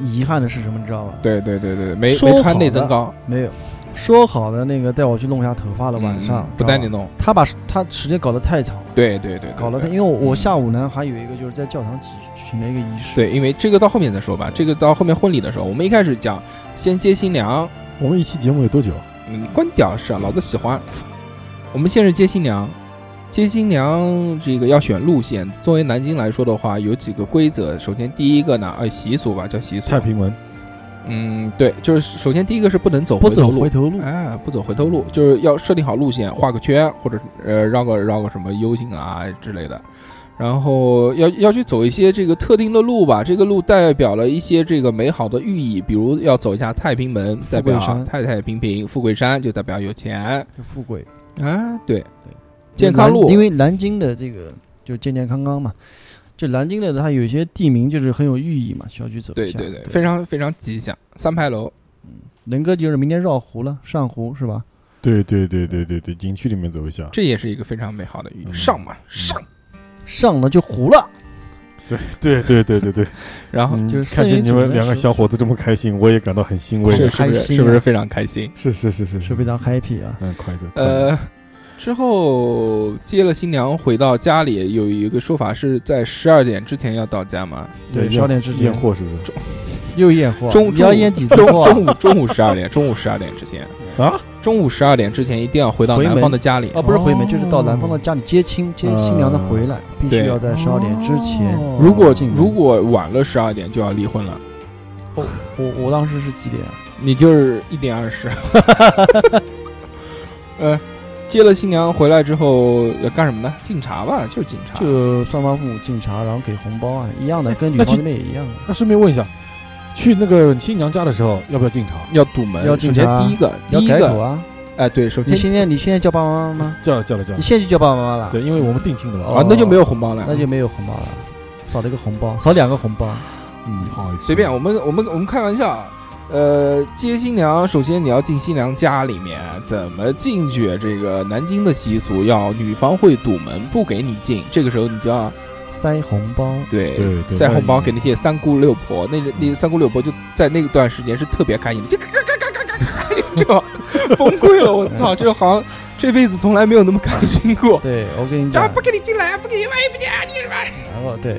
遗憾的是什么，你知道吧？对对对对，没说没穿好内增的高，没有，说好的那个带我去弄一下头发的晚上嗯，不带你知道吧，弄，他把他时间搞得太长了，，对对对，对搞了他，对因为我我下午呢还有一个就是在教堂举行的一个仪式，，对，因为这个到后面再说吧，这个到后面婚礼的时候，我们一开始讲先接新娘，我们一期节目有多久？嗯，关屌事啊，老子喜欢。我们先是接新娘，接新娘这个要选路线。作为南京来说的话，有几个规则。首先第一个呢，呃，习俗吧，叫习俗太。平门，嗯，对，就是首先第一个是不能走不回头走路。回头路，哎，不走回头路，就是要设定好路线，画个圈，或者呃绕个绕个什么 U 型啊之类的，然后要要去走一些这个特定的路吧。这个路代表了一些这个美好的寓意，比如要走一下太平门，代表富贵山太太平平；富贵山就代表有钱就富贵。啊，对，健康路，南因为南京的这个就健健康康嘛，就南京的它有些地名就是很有寓意嘛，需要去走一对下。对对，非常非常吉祥。三牌楼，能哥就是明天绕湖了，上湖是吧？对对对对对对，景区里面走一下，这也是一个非常美好的寓意，嗯上嘛上，嗯上了就湖了，对对对对 [LAUGHS] 对，然后嗯就是看剩余见你组们成两个十小伙子这么开心，我也感到很欣慰。是是开不是心是不是啊非常开心？是是是是是是，非常 happy 啊。嗯，快乐。快乐，呃，之后接了新娘回到家里，有一个说法是在十二点之前要到家嘛，对，十二点之前验货是不是？又验货，中啊你中要午 [LAUGHS] 验几次中货啊？中午中午十二点，中午十二点之前啊，中午十二点之前一定要回到回男门方的家里。哦，不是回门，就是到男哦方的家里接亲，接新娘的嗯呃回来，必须对要在十二点之前哦。如果进门如果晚了十二点就要离婚了，我我当时是几点啊？你就是一点二十。 [LAUGHS] 呃，接了新娘回来之后要干什么呢？敬茶吧，就是敬茶。就双方父母敬茶，然后给红包啊，一样 [LAUGHS] 的，跟女那方其那边也一样的。那顺便问一下，去那个新娘家的时候要不要敬茶？要堵门，要首敬先茶第一个，第要一改口个，啊！哎，对，首你先现在你现在叫爸爸妈妈吗？叫了叫了叫你了，现在就叫爸爸妈妈了？对，因为我们定亲的嘛。哦啊，那就没有红包了，那就没有红包了，少了一个红包，少两个红包。嗯，不好意思，随便，我们我们我们开玩笑啊。呃，接新娘，首先你要进新娘家里面，怎么进去？这个南京的习俗要女方会堵门，不给你进。这个时候你就要塞红包，对对对塞红包万一给那些三姑六婆，那那三姑六婆就在那段时间是特别开心的，就这种崩溃了。我操，就好像这辈子从来没有那么开心过。对我跟你然讲后，不给你进来，不给你万一不进来，你然后对，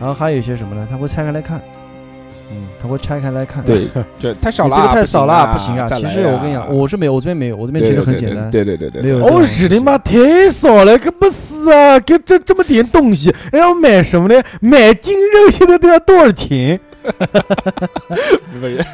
然后还有一些什么呢？他会拆开来看，嗯，他会拆开来看。对，这太少你了，这个太少了，不行啊！再来其实我跟你讲，我是没有，我这边没有，我这边其实很简单，对对对对对没有这种哦，东日西。你妈太少了，可不是啊！给这这么点东西，还要买什么呢？买斤肉现在都要多少钱？不是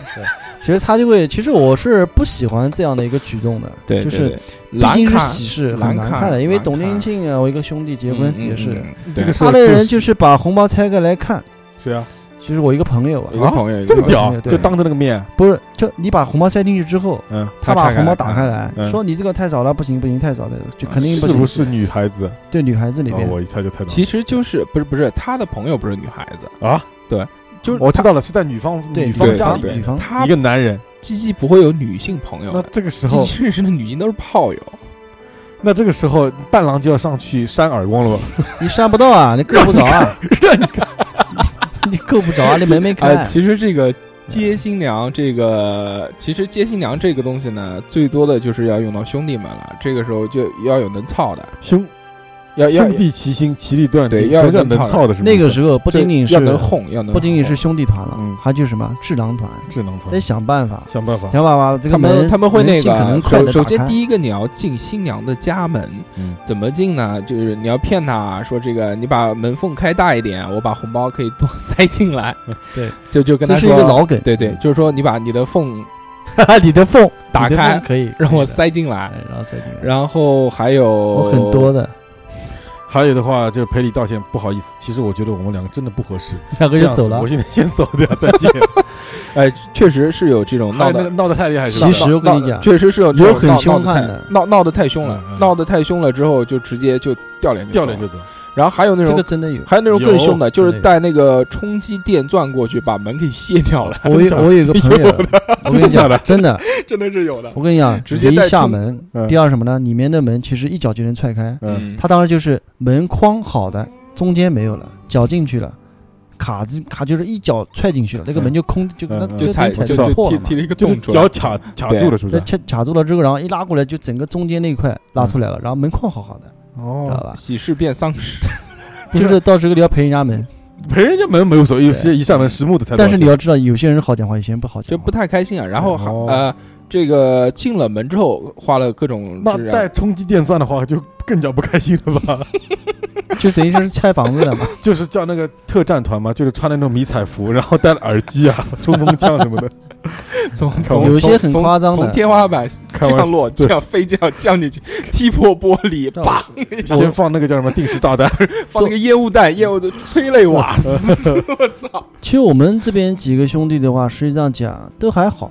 其实他就会，其实我是不喜欢这样的一个举动的，对，就是毕蓝竟是卡嗯喜事，蓝很难卡看的。因为蓝董卡天庆啊，我一个兄弟结婚也是，这个个是他的人就是是把红包拆开来看，谁啊？就是我一个朋友啊有，个朋友这么朋屌，友对就当着那个面，不是，就你把红包塞进去之后，嗯，他把红包打开了，来，嗯说你这个太少了，不行不行，太少了，就啊肯定是行。不是女孩子？对女孩子里哦啊，边，我一猜就猜到其实就是不是不是他的朋友不是女孩子，了啊，就是我知道了，是在女方对女方对家方里对女面方他一个男人，鸡鸡不会有女性朋友那的，这个时鸡候，鸡认识的女性都是炮友，那这个时候伴郎就要上去扇耳光了吧？你扇不到啊，你够不着啊， [LAUGHS] 你够不着啊，你门没开哎，，其实这个。接新娘这个，其实接新娘这个东西呢，最多的就是要用到兄弟们了。这个时候就要有能操的，兄要要兄弟齐心，其利断对金，要什么叫能能操操的是那个时候不这仅仅是要能哦哄，要能不仅仅是哄兄弟团了嗯，还就是什么智囊团，智能团得，想办法，想办法，想办法这个他们门他们会门那尽可个能快首的首先第一个你要进新娘的家门，嗯怎么进呢？就是你要骗她说这个你把门缝开大一点，我把红包可以多塞进来。 [LAUGHS] 对， [LAUGHS] 就就跟这她是说一个老梗，嗯对对，就是说你把你的缝 [LAUGHS] 你的缝 [LAUGHS] 打你的缝开可以让我可以的塞进来哎，，然后塞进来， [LAUGHS] 然后还有我很多的，还有的话就赔礼道歉，不好意思，其实我觉得我们两个真的不合适，两个这人样子走了我。现在先走掉，再见。哎，确实是有这种还 [LAUGHS] 闹有那个的。闹得太厉害是吧？闹其实我跟你闹讲确实是有这种有很闹闹得凶悍太的闹闹得太凶了嗯，嗯闹得太凶了之后就直接就掉脸掉走脸就走，然后还有那这种个真 [LAUGHS] 的有，还有那种更凶的，就是真的有带那个冲击电钻过去，把门给卸掉了，我有我有一个 [LAUGHS] 朋友，我跟你真的假的讲，真的， [LAUGHS] 真的是有的。我跟你讲，直接离带下冲门嗯。第二什么呢？里面的门其实一脚就能踹开，嗯，他当时就是门框好的，中间没有了，脚进去了，卡子卡就是一脚踹进去了，那个门就空，就嗯那嗯就踩踩就就就破踢了嘛踢。了一个就是洞出来脚，卡卡住了是不啊这是？卡卡住了之后，然后一拉过来，就整个中间那一块拉出嗯来了，然后门框好好的，知道哦，吧？喜事变丧事。哦不是到时候你要赔人家门，赔人家门没有所谓，有些一扇门实木的才多但少是钱。你要知道，有些人好讲话，有些人不 [LAUGHS] 好就讲话。不太开心啊。然后还哦呃，这个进了门之后，花了各种啊那质量带冲击电钻的话，就更加不开心了吧？ [LAUGHS] 就等于就是拆房子了嘛。就是叫那个特战团嘛，就是穿那种迷彩服，然后戴了耳机啊， [LAUGHS] 冲锋枪什么的， [LAUGHS] 从 [LAUGHS] 从有从些很从夸张从的，天花板开玩降笑。落，对这样 [LAUGHS] 飞这样降进去，踢破玻璃，到啪，先放那个叫什么定时炸 [LAUGHS] 弹，放那个烟雾弹，烟雾都催泪瓦斯，我操，其实我们这边几个兄弟的话，实际上讲都还好。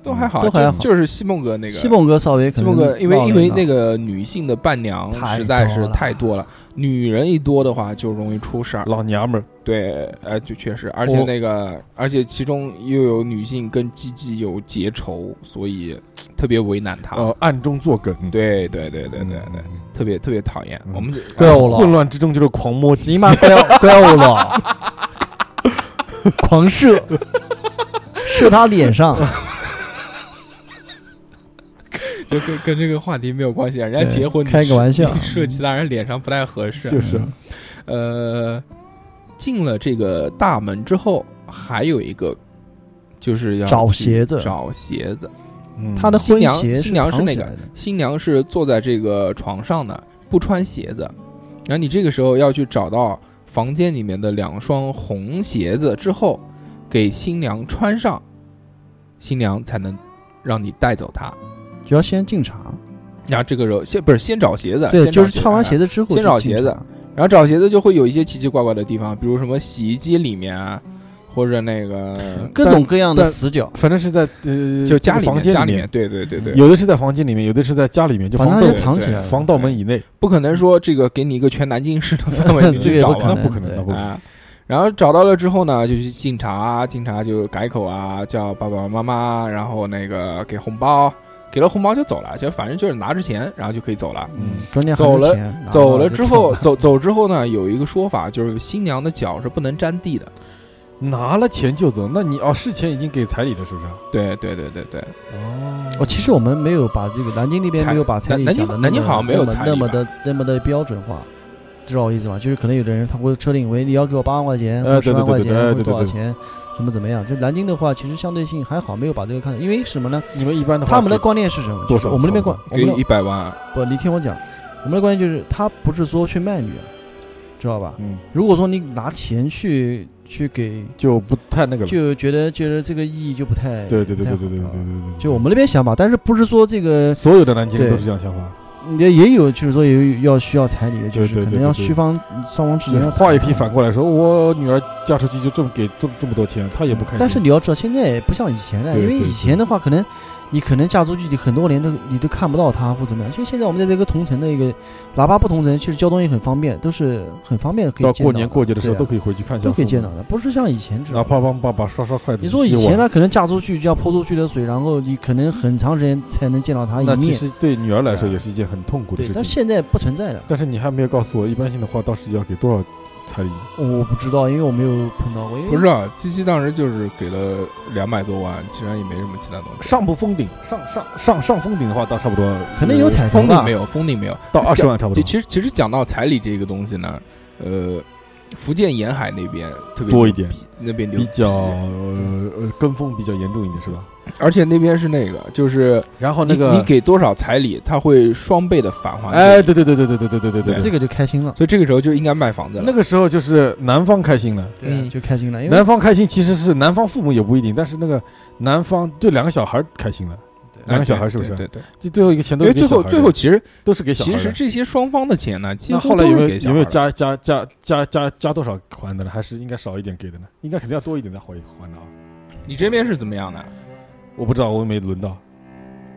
都还好啊，都还就好就是西梦哥那个西。蒙哥稍微可西能梦闹了哥，一闹，因为因为那个女性的伴娘太实在是多了太多了，女人一多的话就容易出事儿。老娘们儿，对，呃，就确实，而且我那个，而且其中又有女性跟鸡鸡有结仇，所以特别为难他。呃，暗中作梗，对对对对嗯对对，嗯嗯特别特别讨厌。嗯我们这怪我混了，乱之中就是狂摸鸡你妈怪怪我了， [LAUGHS] 狂射，射他脸上， [LAUGHS] 就跟跟这个话题没有关系啊，人家对结婚你开个射玩笑 [LAUGHS] 你射其他人脸上不太合适。就是呃，进了这个大门之后，还有一个就是要找去鞋子找鞋子。嗯他的新婚娘鞋新娘是藏那起个来的新娘是坐在这个床上的，不穿鞋子。然后你这个时候要去找到房间里面的两双红鞋子之后，给新娘穿上，新娘才能让你带走她。就要先敬茶。然后这个时候先不是先找鞋子，对，哎先找就是穿完鞋子之后先就找敬鞋茶子，然后找鞋子就会有一些奇奇怪怪的地方，比如什么洗衣机里面啊，或者那个各种各样的但死角，反正是在呃，就家这里个面房间家里面，，对对对对，有的是在房间里面，有的是在家里面，就反防盗正就对藏对起来了。防盗门以内，不可能说这个给你一个全南京市的 [LAUGHS] 范 [LAUGHS] 围你这个去也找不可吧那能，不可能， [LAUGHS] 对那不可能。啊。然后找到了之后呢，就去啊敬茶，敬茶就改口啊，叫爸爸妈妈，然后那个给红包，给了红包就走了，就反正就是拿着钱，然后就可以走了。嗯，关键还走是了钱拿走到了就之走后，了走走之后呢，有一个说法就是新娘的脚是不能沾地的。拿了钱就走，那你哦，事前已经给彩礼了，是不是？啊对对对对对，哦哦，其实我们没有把这个南京那边彩没有把彩礼南讲南京好的南京好像没有彩礼那么吧的那么的标准化，知道我意思吧？就是可能有的人他会车定为你要给我八万块钱，呃或者十万块对对对对钱，哎或者对对多少对钱，怎么怎么样？就南京的话，其实相对性还好，没有把这个看，因为什么呢？你们一般的话，他们的观念是什么？多就是少我们那边多观少，我给们一的百万，不，哎你听我讲，我们的观念就是他不是说去卖女，知道吧？嗯，如果说你拿钱去去给，就不太那个了。就觉得觉得这个意义就不太对对对不太对好对对对知道对吧对对，就我们那边想法，但是不是说这个所有的南京人对都是这样想法，也也有，就是说有要需要彩礼的，就对是对可对对能要对需方双方之就是间话也也可以反。过来说，我女儿嫁出去就这么给这这么多钱，她也不开心。但是你要知道，现在也不像以前了，对因为对以对前的话，可能你可能嫁出去，你很多年都你都看不到她或怎么样。所以现在我们在这个同城的一个，哪怕不同城，其实交通也很方便，都是很方便的，可以到见过年过节的时候对啊都可以回嗯去看一下，都可以见到，的，不是像以前知道哪吧。怕帮爸爸刷刷筷子。你说以洗洗前碗她可能嫁出去就要泼出去的水，然后你可能很长时间才能见到她一那其面，实对女儿来说对啊也是一件很痛苦的对事，但情。现在不存在的。但是你还没有告诉我，一般性的话，到时要给多少彩礼？我不知道，因为我没有碰到过，因为不知道七七当时就是给了两百多万，其实也没什么其他东西。上不封顶，上上上上封顶的话，到差不多可能有呃彩头封吧顶没有，封顶没有。到二十万差不就多。其实其实讲到彩礼这个东西呢，呃，福建沿海那边特别多一点牛逼，那边牛比逼较呃呃跟风比较严重一点是吧？而且那边是那个，就是然后你、那个你给多少彩礼，他会双倍的返还。哎，对，对对对对对对对对对，这个就开心了。所以这个时候就应该卖房子了。那个时候就是男方开心了，对啊、嗯就开心了，因为男方开心其实是男方父母也不一定，但是那个男方对两个小孩开心了，两个小孩是不是？对对，对哎就最后一个钱都因是为给最小后孩最的后其实都是给小孩其的。实这些双方的钱呢，几那乎后来有都没是有给小有没有孩加的加加加加加多少还的呢？还是应该少一点给的呢？应该肯定要多一点才还还的啊！你这边是怎么样的？我不知道，我没轮到，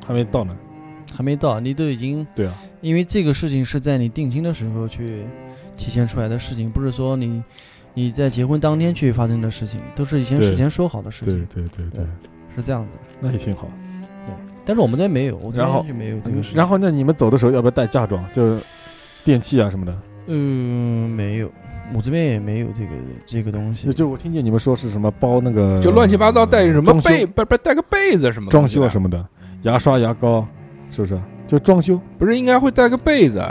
还没到呢。还没到，你都已经对啊，因为这个事情是在你定亲的时候去体现出来的事情，不是说你你在结婚当天去发生的事情，都是以前对事先说好的事对情，对对对对，是这样子。那也挺好。但是我们这没有，我这然后边就没有这个事情。然后那你们走的时候要不要带嫁妆？就电器啊什么的。嗯，没有，我这边也没有这个这个东西就。就我听见你们说是什么包那个，就乱七八糟带啊什么嗯装修被，不不带个被子什么装修啊么，什么的，牙刷牙膏是不是？就装修不是应该会带个被子，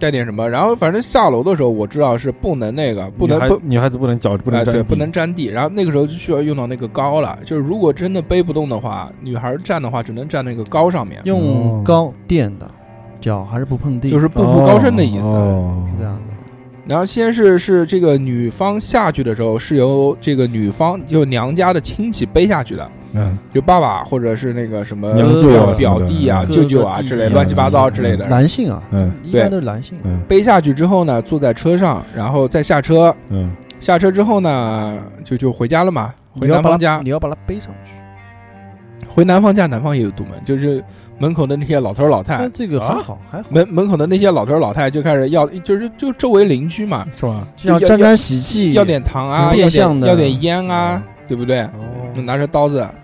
带点什么？然后反正下楼的时候我知道是不能那个不能女孩不女孩子不能脚不哎能沾对，地，不能沾地。然后那个时候就需要用到那个高了，就是如果真的背不动的话，女孩站的话只能站那个高上面，用哦高垫的，脚还是不碰地，就是步步高升的意思。哦是这样的。然后先是是这个女方下去的时候是由这个女方就娘家的亲戚背下去的，嗯，就爸爸或者是那个什么娘舅表啊什么表的弟啊、嗯舅舅啊哥哥之类弟弟啊乱七八糟之类的。男性啊，嗯一对般都是男性。嗯背下去之后呢，坐在车上，然后再下车。嗯，下车之后呢，就就回家了嘛，回你要男把方它家你。要把它背上去。回男方家，男方也有独门，就是门口的那些老头老太但，这个还啊好，还好，门门口的那些老头老太就开始要，就是就周围邻居嘛，是吧？就像要沾沾喜气，要点糖啊，变要相点的要点烟啊，对不哦对？拿着刀子，啊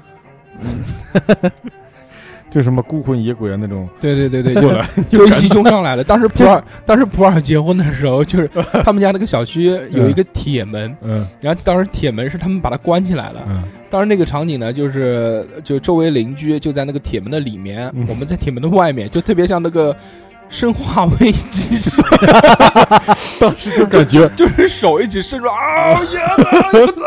就什么孤魂野鬼啊那种对对对 [LAUGHS] 对，过就来，就一起冲上来了。当时普洱，当时普洱结婚的时候，就是他们家那个小区有一个铁门，嗯然后当时铁门是他们把它关起来了。嗯，当时那个场景呢，就是就周围邻居就在那个铁门的里面，嗯我们在铁门的外面，就特别像那个《生化危机》似的， [LAUGHS] 当时就感觉就是手一起伸出啊， [LAUGHS]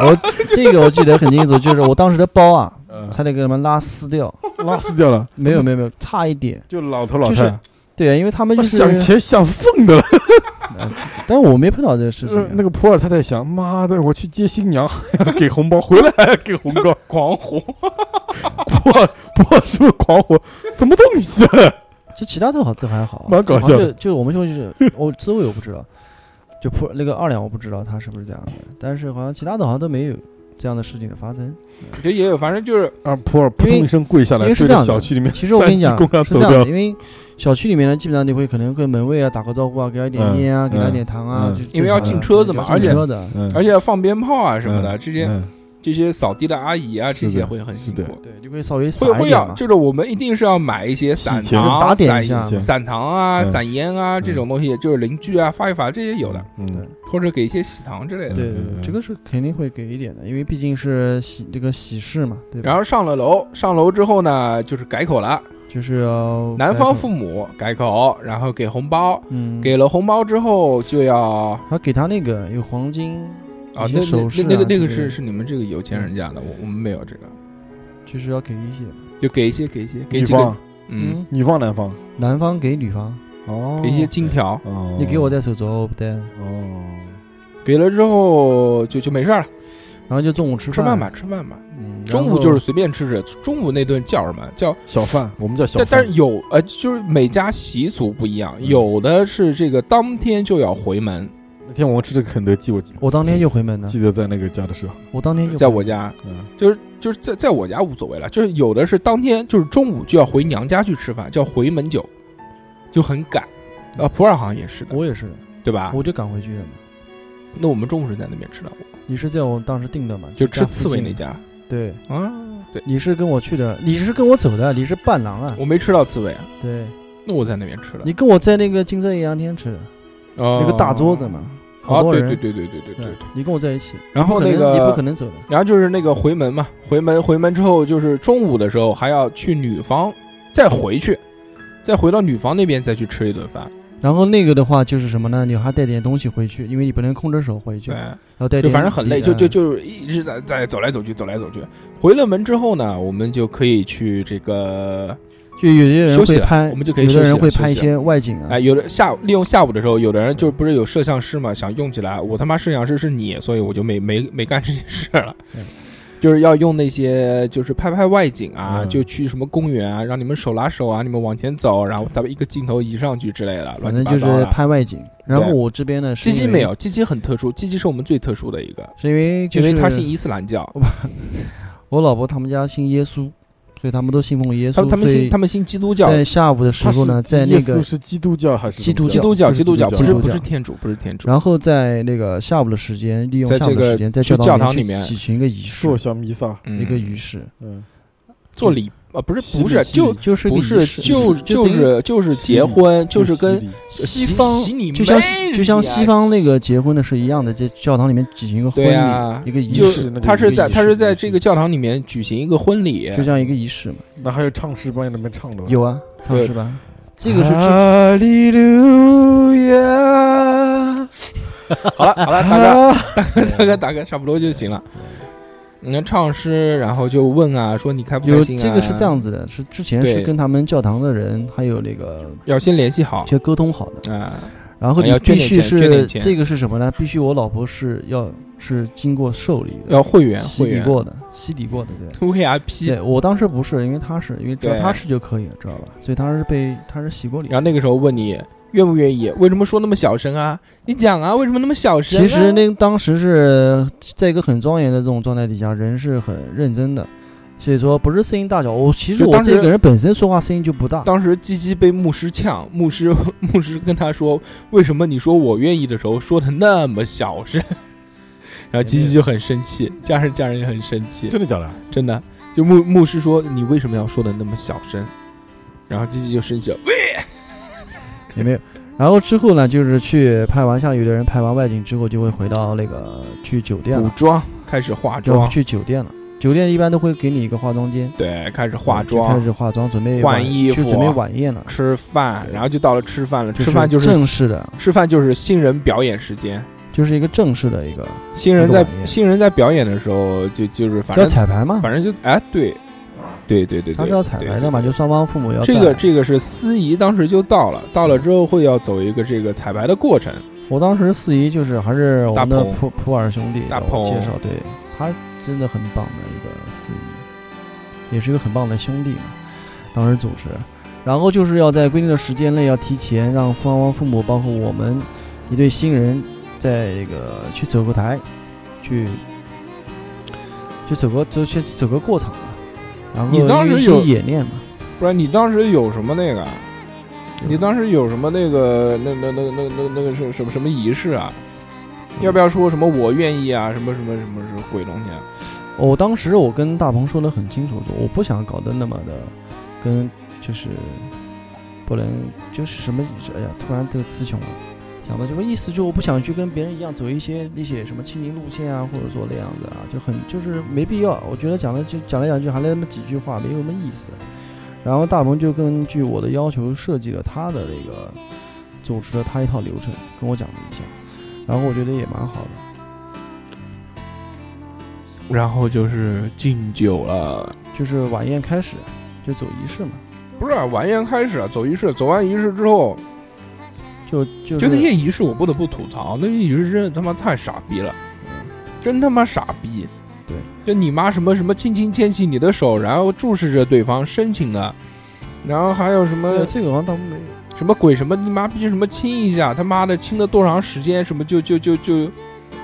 我这个我记得很清楚，就是我当时的包啊，嗯差点给他们拉撕 [LAUGHS] 掉，拉撕掉了，没有没有没有，差一点。 [LAUGHS] 就老头老就太是，对啊，因为他们我就是，想钱想疯的了。但是我没碰到这个事情呃啊。那个普洱太太想，妈的，我去接新娘， [LAUGHS] 给红包，回来还给红 [LAUGHS] 包，狂吼，普洱普洱是不是狂火？什么东西啊？就其他都好都还好啊，蛮搞然后笑的就就我们兄弟是，我周围我不知道，就普那个二两我不知道他是不是这样的，但是好像其他的好像都没有这样的事情的发生。 [LAUGHS] 就也有，反正就是 [LAUGHS] 啊！普洱扑通一声跪下因来，为是对这着样的小区里面其实我跟你讲三鞠躬啊是这走样掉的，，因为小区里面呢，基本上你会可能跟门卫啊打个招呼啊，给他一点烟啊，嗯给他一点糖啊，嗯就因为要进车子嘛要进而且车的嗯而且要放鞭炮啊什么的，嗯这些嗯这些扫地的阿姨啊，是这的些会很辛是的苦。对，就会稍微撒会一会点要，嘛。就是我们一定是要买一些散洗钱糖、打点散一下洗钱散糖啊、嗯散烟啊这种东西，就是邻居啊发一发，这些有的，嗯，或者给一些喜糖之类的。对嗯嗯对嗯对，这个是肯定会给一点的，因为毕竟是喜这个喜事嘛，对吧？然后上了楼，上楼之后呢，就是改口了，就是要男改方口父母改口，然后给红包，嗯给了红包之后就要啊，还给他那个有黄金，那一些那首饰那啊那个那个之类是的是你们这个有钱人家的，我我们没有这个，就是要给一些，就给一些给一些给女几个方，嗯，，女方男方男方给女方，哦给一些金条，哦，你给我戴手镯，我不戴，哦，给了之后就就没事儿了，然后就中午吃吃饭饭吧，吃饭吧，嗯，中午就是随便吃吃，中午那顿叫什么叫？小贩，我们叫小但贩，但是有呃，就是每家习俗不一样，嗯有的是这个当天就要回门，那天我们吃这个肯德基，我记嗯我当天就回门了，记得在那个家的时候，我当天就在我家嗯，就是就是在在我家无所谓了，就是有的是当天就是中午就要回娘家去吃饭，叫回门酒，就很赶。啊，普洱好像也是的，我也是，对吧？我就赶回去了嘛。那我们中午是在那边吃的，你是在我当时订的嘛？就家吃附刺猬近嗯那。家对，啊。对，你是跟我去的，你是跟我走的，你是伴郎啊。我没吃到刺猬啊，对，那我在那边吃的。你跟我在那个金色艳阳天吃的那那个大桌子嘛，啊好，多哦对人对。对对对对对对。你跟我在一起，然后不可那能个你不可能走的，然后就是那个回门嘛，回门回门之后，就是中午的时候还要去女方再回去，再回到女方那边再去吃一顿饭。然后那个的话就是什么呢？你还带点东西回去，因为你不能空着手回去，对然，后带就点反正很累，嗯就就就是一直在在走来走去，走来走去。回了门之后呢，我们就可以去这个，就有些人休息会了拍，我们就可以有休的息人了会休拍一息了些外景啊哎，，有的下午利用下午的时候，有的人就不是有嗯摄像师嘛，想用起来，我他妈摄像师是你，所以我就没没没干这件事了。就是要用那些就是拍拍外景啊，嗯就去什么公园啊，让你们手拉手啊，你们往前走，然后他们一个镜头移上去之类的，反乱七正八就糟是的。拍外景。然后我这边呢，是鸡因鸡为没，有，鸡鸡很特殊，鸡鸡是我们最特殊的一个，是因为就因是为他信伊斯兰教，我老婆他们家信耶稣，所以他们都信奉耶他稣。们他们所以信他们信基督教，在下午的时他候呢，是在耶那个稣，是基督教还是基督什基么督教教这是基督基督教教不是基督不是教天主，不是天主。然后在那个下午的时间，利用在下午这个的时间，在去教教堂里里面面去举行一个仪式硕，小弥撒，嗯一个仪式，嗯，做礼啊，不是洗不礼是洗就礼就是个不仪是式就就就等于是就是洗结礼婚，就是跟洗礼洗西方洗你就像妹西就像你西啊方那个结婚的是一样的，在教堂里面举行一个婚对啊礼，一个仪就式，是那个他是仪在式他是仪在式这个教堂里面举行一个婚礼，就像一个仪式嘛。那还有唱诗班在那边唱的吗，有啊，唱对啊是吧？这个是这哈利路亚，好了好了，大啊哥 [LAUGHS] 大哥大哥，差不多就行了。你看唱诗，然后就问啊，说你开不开有心啊？这个是这样子的，是之前对是跟他们教堂的人还有那个要先联系好先沟通好的，啊，然后要你捐必点须钱捐点是钱这个是什么呢？必须我老婆是要是经过受理的，要会员洗会礼员 [LAUGHS] 过的，洗礼过的，对。 VIP。对我当时不是，因为他是因为只要对他是就可以了，知道吧？所以他是被他是洗过礼的然。后那个时候问你愿不愿意，为什么说那么小声啊？你讲啊，为什么那么小声啊、其实那当时是在一个很庄严的这种状态底下，人是很认真的，所以说不是声音大小。我其实就我当时这个人本身说话声音就不大，当时鸡鸡被牧师呛，牧师 [LAUGHS] 牧师跟他说：“为什么你说我愿意的时候说的那么小声？” [LAUGHS] 然后鸡鸡就很生气，家人家人也很生气，真的假的？真的。就牧牧师说：“你为什么要说的那么小声？”然后鸡鸡就生气了，喂也没有。然后之后呢，就是去拍完，像有的人拍完外景之后就会回到那个去酒店补了，妆，开始化就妆，去酒店了。酒店一般都会给你一个化妆间，对，开始化就开妆、始化妆，准备换晚衣服啊去准备晚宴了。吃饭，对然后就到了吃饭了。就吃饭就是正式的，吃饭就是新人表演时间，就是一个正式的一个新人那个在晚宴新人在表演的时候就就是反要正彩排嘛，反正就哎对，对对对对，嗯他是要彩排的嘛，对就双方父母要这在个这个是司仪当时就到了，到了之后会要走一个这个彩排的过程，我当时四姨就是还是我们大的鹏普普洱兄弟大给我鹏介绍，对他真的很棒的一个四姨，也是一个很棒的兄弟嘛。当时主持，然后就是要在规定的时间内要提前让双方父母，包括我们一对新人，在这个去走个台，去去走个走去走个过场嘛。然后你当时因为有是演练嘛？不然你当时有什么那个啊？你当时有什么那个那那那那那那个是什么什么仪式啊？要不要说什么我愿意啊？什么什么什么什么鬼东西啊？我当时我跟大鹏说的很清楚，说我不想搞得那么的，跟就是不能就是什么，哎呀，突然这个词穷了，想不到这个意思，就我不想去跟别人一样走一些那些什么亲情路线啊，或者说那样子啊，就很就是没必要。我觉得讲了就讲来讲去还那么几句话，没有什么意思。然后大鹏就根据我的要求设计了他的那个主持了他一套流程，跟我讲了一下，然后我觉得也蛮好的。然后就是敬酒了，就是晚宴开始就走仪式嘛，不是啊晚宴开始啊，走仪式，走完仪式之后，就就就是那些仪式我不得不吐槽，那些仪式真的他妈太傻逼了，真他妈傻逼。嗯对，就你妈什么什么轻轻牵起你的手，然后注视着对方深情的，然后还有什呃么这个好像倒没有，什么鬼什么你妈逼什么亲一下，他妈的亲了多长时间，什么就就就就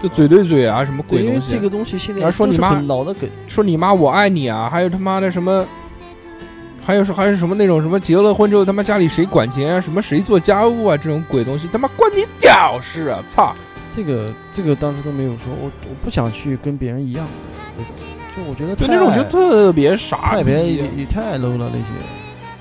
就嘴对嘴啊，什么对，鬼因为东西这，个东西现在然后说都你是妈很老的梗，说你妈我爱你啊，还有他妈的什么。还有是还有什么那种什么结了婚之后他妈家里谁管钱啊，什么谁做家务啊这种鬼东西，他妈关你屌事啊！操！这个这个当时都没有说，我我不想去跟别人一样的那种，就我觉得对，太那种就特别傻太逼，别也也太 low 了那些，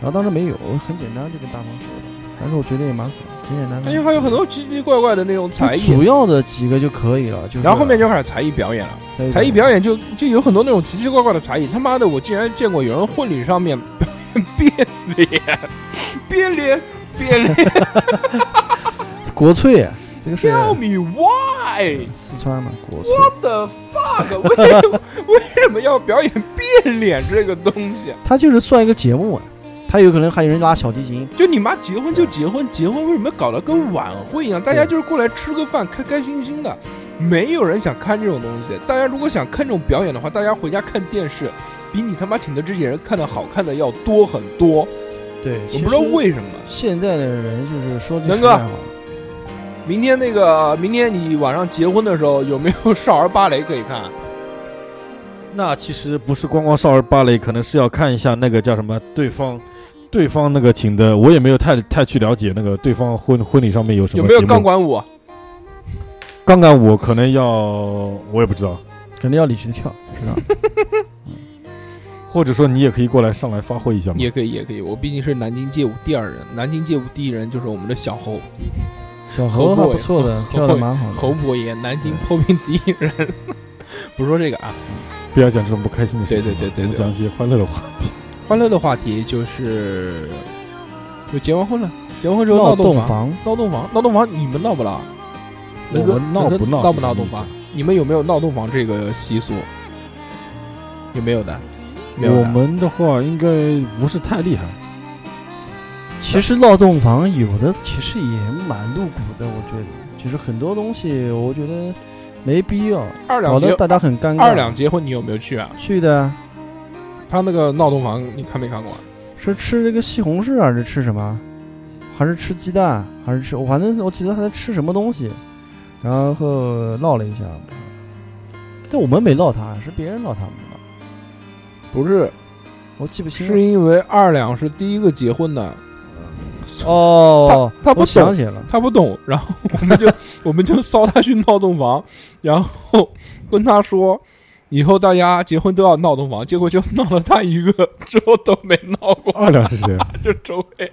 然后当时没有，我很简单就跟大方说的，但是我觉得也蛮好，挺简单的。哎，还有很多奇奇怪怪的那种才就艺主，要的几个就可以了，就是然后后面就开始才艺表演了。才才艺表演就就有很多那种奇奇怪怪的才艺，他妈的，我竟然见过有人婚礼上面 [LAUGHS] 变脸，变脸，变脸国粹，啊这 [LAUGHS] 个是，Tell me why？四川嘛国粹， What the fuck？为为什么 [LAUGHS] 要表演变脸这个东西？啊它就是算一个节目啊，它有可能还有人拉小提琴，就你妈结婚就结婚，结婚为什么搞得跟晚会一样？大家就是过来吃个饭，开开心心的。没有人想看这种东西。大家如果想看这种表演的话，大家回家看电视，比你他妈请的这些人看的好看的要多很多。对，我不知道为什么。现在的人就是说句南实哥在话，明天那个，明天你晚上结婚的时候有没有少儿芭蕾可以看？那其实不是光光少儿芭蕾，可能是要看一下那个叫什么对方。对方那个请的，我也没有太太去了解那个对方婚婚礼上面有什么有没有节目钢管舞？杠杆我可能要，我也不知道，肯定要你去跳，知道吧？ [LAUGHS] 或者说你也可以过来上来发挥一下嘛。也可以，也可以。我毕竟是南京街舞第二人，南京街舞第一人就是我们的小侯小侯猴还伯不错的，侯跳的蛮嗯好的。侯伯爷，南京 popping 第一人。 [LAUGHS] 不说这个啊，不要讲这种不开心的事情嘛，对对对对对我们讲一些欢乐的话。欢乐的话题就是，就结完婚了，结完婚之后闹闹洞嗯洞，房，闹洞房，闹洞房，你们闹不闹？我能哥们闹能不哥闹闹是什不闹么洞意思房？你们有没有闹洞房这个习俗？有没有的？没有我的。们的话应该不是太 [LAUGHS] 厉害，其实闹洞房有的其实也蛮露骨的，我觉得，其实很多东西我觉得没必要，二两搞结得大家很尴尬。二两结婚，你有没有去啊？去的他那个闹洞房，你看没看过啊？是吃这个西红柿啊还是吃什么？还是吃鸡蛋？还是吃？我反正我记得他在吃什么东西，然后闹了一下。但我们没闹他，是别人闹他们的，不是，我记不清是了。因为二两是第一个结婚的，哦，他他不我想懂起来了，他不懂，然后我们就我们就骚他去闹洞房，然后跟他说，以后大家结婚都要闹洞房，结果就闹了他一个，之后都没闹过，二两是谁？就周围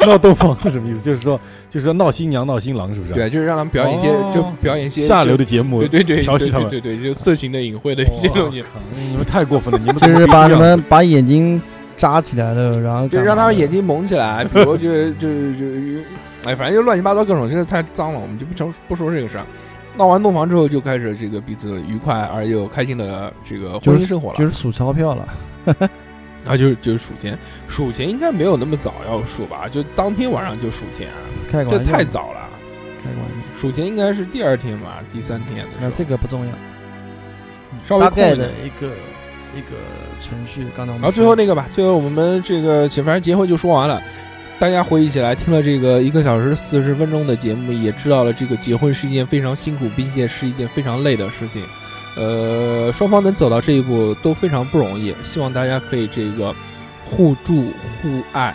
[LAUGHS] 闹洞房是什么意思？就是说，就是说闹新娘、闹新郎，是不是？，对，就是让他们表演一些，哦就表演一些下流的，的节目，对对对，调戏对他们对对对，就色情的、隐晦的一些东西，你们太过分了，你们就怎么可是以这把你样们把眼睛扎起来了，然后就干让嘛他们的眼睛蒙起 [LAUGHS] 来，比如就就就就，哎，反正就乱七八糟各种，真是太脏了，我们就不成不说这个事儿。闹完洞房之后，就开始这个彼此愉快而又开心的这个婚姻生活了。就是数钞票了。啊，就是就是数钱，数钱应该没有那么早要数吧？就当天晚上就数钱啊，开个这玩笑，太早了。开个玩笑。数钱应该是第二天吧，第三天的时那候，这个不重要，稍微大空一概点的一个一个程序。刚才我们然后最后那个吧，最后我们这个反正结婚就说完了。大家回忆起来，听了这个一个小时四十分钟的节目，也知道了这个结婚是一件非常辛苦，并且是一件非常累的事情。呃，双方能走到这一步都非常不容易，希望大家可以这个互助、互爱、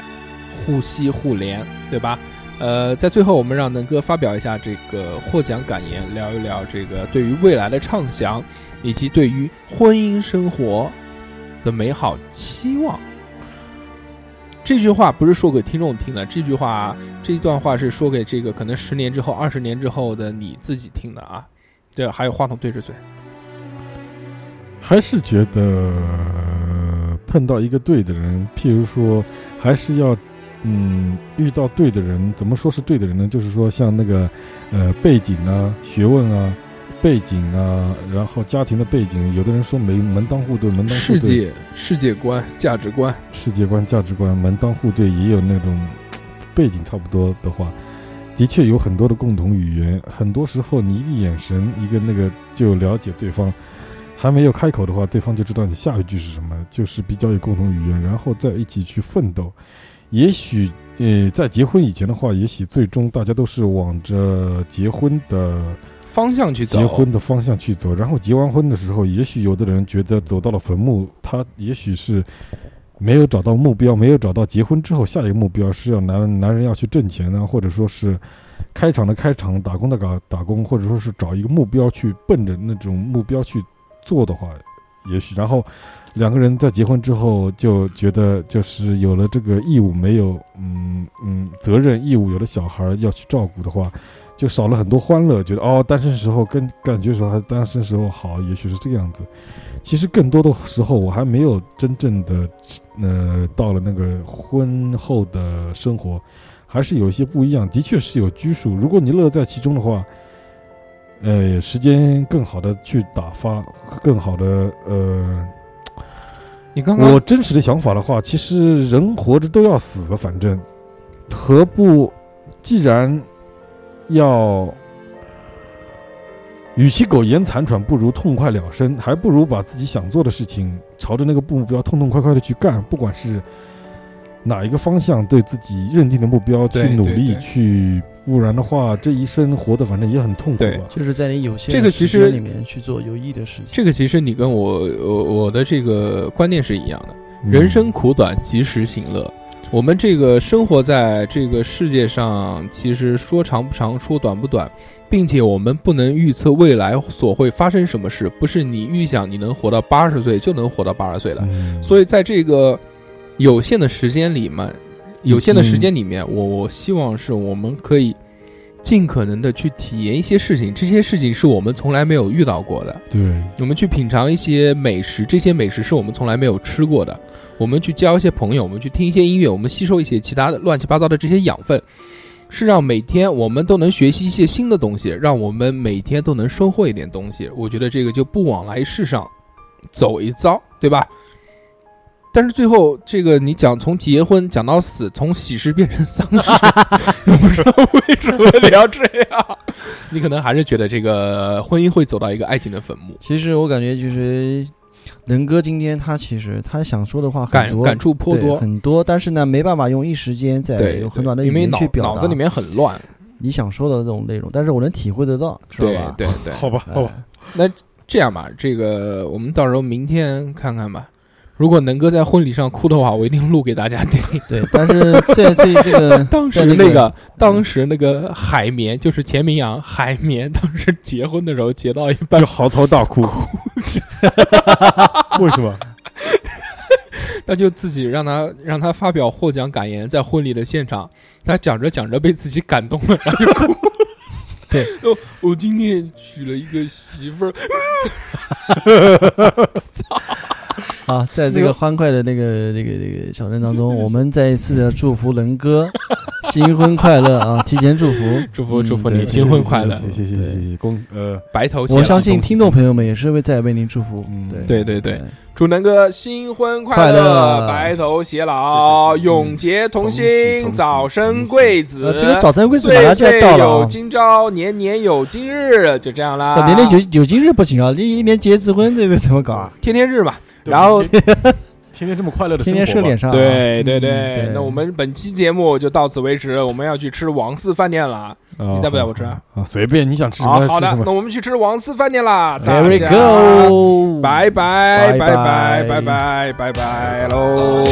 互惜、互怜，对吧？呃，在最后我们让能哥发表一下这个获奖感言，聊一聊这个对于未来的畅想，以及对于婚姻生活的美好期望。这句话不是说给听众听的，这句话这段话是说给这个可能十年之后、二十年之后的你自己听的啊。对，还有话筒对着嘴，还是觉得呃碰到一个对的人，譬如说，还是要嗯遇到对的人。怎么说是对的人呢？就是说像那个呃背景啊、学问啊、背景啊，然后家庭的背景，有的人说没门当户对，门当户世对，界、世界观、价值观，世界观、价值观门当户对，也有那种嘖背景差不多的话，的确有很多的共同语言。很多时候，你一个眼神，一个那个就了解对方，还没有开口的话，对方就知道你下一句是什么，就是比较有共同语言，然后再一起去奋斗。也许，呃，在结婚以前的话，也许最终大家都是往着结婚的方向去走。结婚的方向去走。然后结完婚的时候，也许有的人觉得走到了坟墓，他也许是没有找到目标，没有找到结婚之后下一个目标是要男男人要去挣钱啊呢，或者说是开厂的开厂，打工的打打工，或者说是找一个目标去奔着那种目标去做的话，也许然后。两个人在结婚之后就觉得，就是有了这个义务，没有，嗯嗯，责任义务，有了小孩儿要去照顾的话，就少了很多欢乐，觉得哦，单身时候跟感觉说还单身时候好，也许是这个样子。其实更多的时候，我还没有真正的，呃，到了那个婚后的生活，还是有一些不一样，的确是有拘束。如果你乐在其中的话，呃，时间更好的去打发，更好的呃你刚刚我真实的想法的话，其实人活着都要死的，反正何不既然要与其苟延残喘，不如痛快了生，还不如把自己想做的事情朝着那个目标痛痛快快的去干，不管是哪一个方向，对自己认定的目标去对努对力对去，不然的话，这一生活的反正也很痛苦啊对吧。就是在你有限这的个其时实间里面去做有益的事情。这个其实你跟我我我的这个观念是一样的。嗯人生苦短，及时行乐。我们这个生活在这个世界上，其实说长不长，说短不短，并且我们不能预测未来所会发生什么事，不是你预想你能活到八十岁就能活到八十岁的。嗯所以在这个有限的时间里面，有限的时间里面，我我希望是我们可以尽可能的去体验一些事情，这些事情是我们从来没有遇到过的。对，我们去品尝一些美食，这些美食是我们从来没有吃过的。我们去交一些朋友，我们去听一些音乐，我们吸收一些其他的乱七八糟的这些养分，是让每天我们都能学习一些新的东西，让我们每天都能收获一点东西。我觉得这个就不往来世上走一遭，对吧？但是最后，这个你讲从结婚讲到死，从喜事变成丧事，我不知道 [LAUGHS] 为什么聊这样。你可能还是觉得这个婚姻会走到一个爱情的坟墓。其实我感觉就是能哥今天他其实他想说的话很感多，感触颇对多，很多，但是呢没办法用一时间在对，有很短的对语因为言脑去表达脑子里面很乱，你想说的这种内容，但是我能体会得到，知道对吧？对对。好吧，好吧，这样吧，这个我们到时候明天看看吧。如果能哥在婚礼上哭的话，我一定录给大家 [LAUGHS] 听。对，但是在这这个当时在那那个个，当时那个海绵就是钱明阳，海绵当时结婚的时候结到一 [LAUGHS] 半就，嚎啕大哭， [LAUGHS] 为什么？他就自己让他让他发表获奖感言，在婚礼的现场，他讲着讲着被自己感动了，然后就哭了。 [LAUGHS] 对 [LAUGHS] 哦，我今天娶了一个媳妇儿，啊，在这那个个欢快的那个那个那个小镇当中，我们再一次的祝福能哥新婚快乐啊！提前祝福，祝福嗯祝福对你新婚快乐，谢谢谢谢谢谢，恭呃，白头偕我老。相信听众朋友们也是会在为您祝福嗯。对对对，祝能哥新婚快快乐白头偕是老，嗯是是永结同同喜同心，喜早生贵子呃，。这个早餐柜子岁马上就要岁到了有啊。今朝，年年有今日，就这样啦。啊，年年有有今日不行啊！一一年结一次婚，这个怎么搞啊？天天日嘛。 [LAUGHS] 然后天天天这么快乐的生天活吧，天射脸上啊。对对嗯对，那我们本期节目就到此为止，我们要去吃王四饭店了。啊，你带不带我吃啊啊？随便你想吃什好么好吃的什，么那。我们去吃王四饭店啦。大 There we 家 go，拜拜拜拜拜拜拜拜拜喽。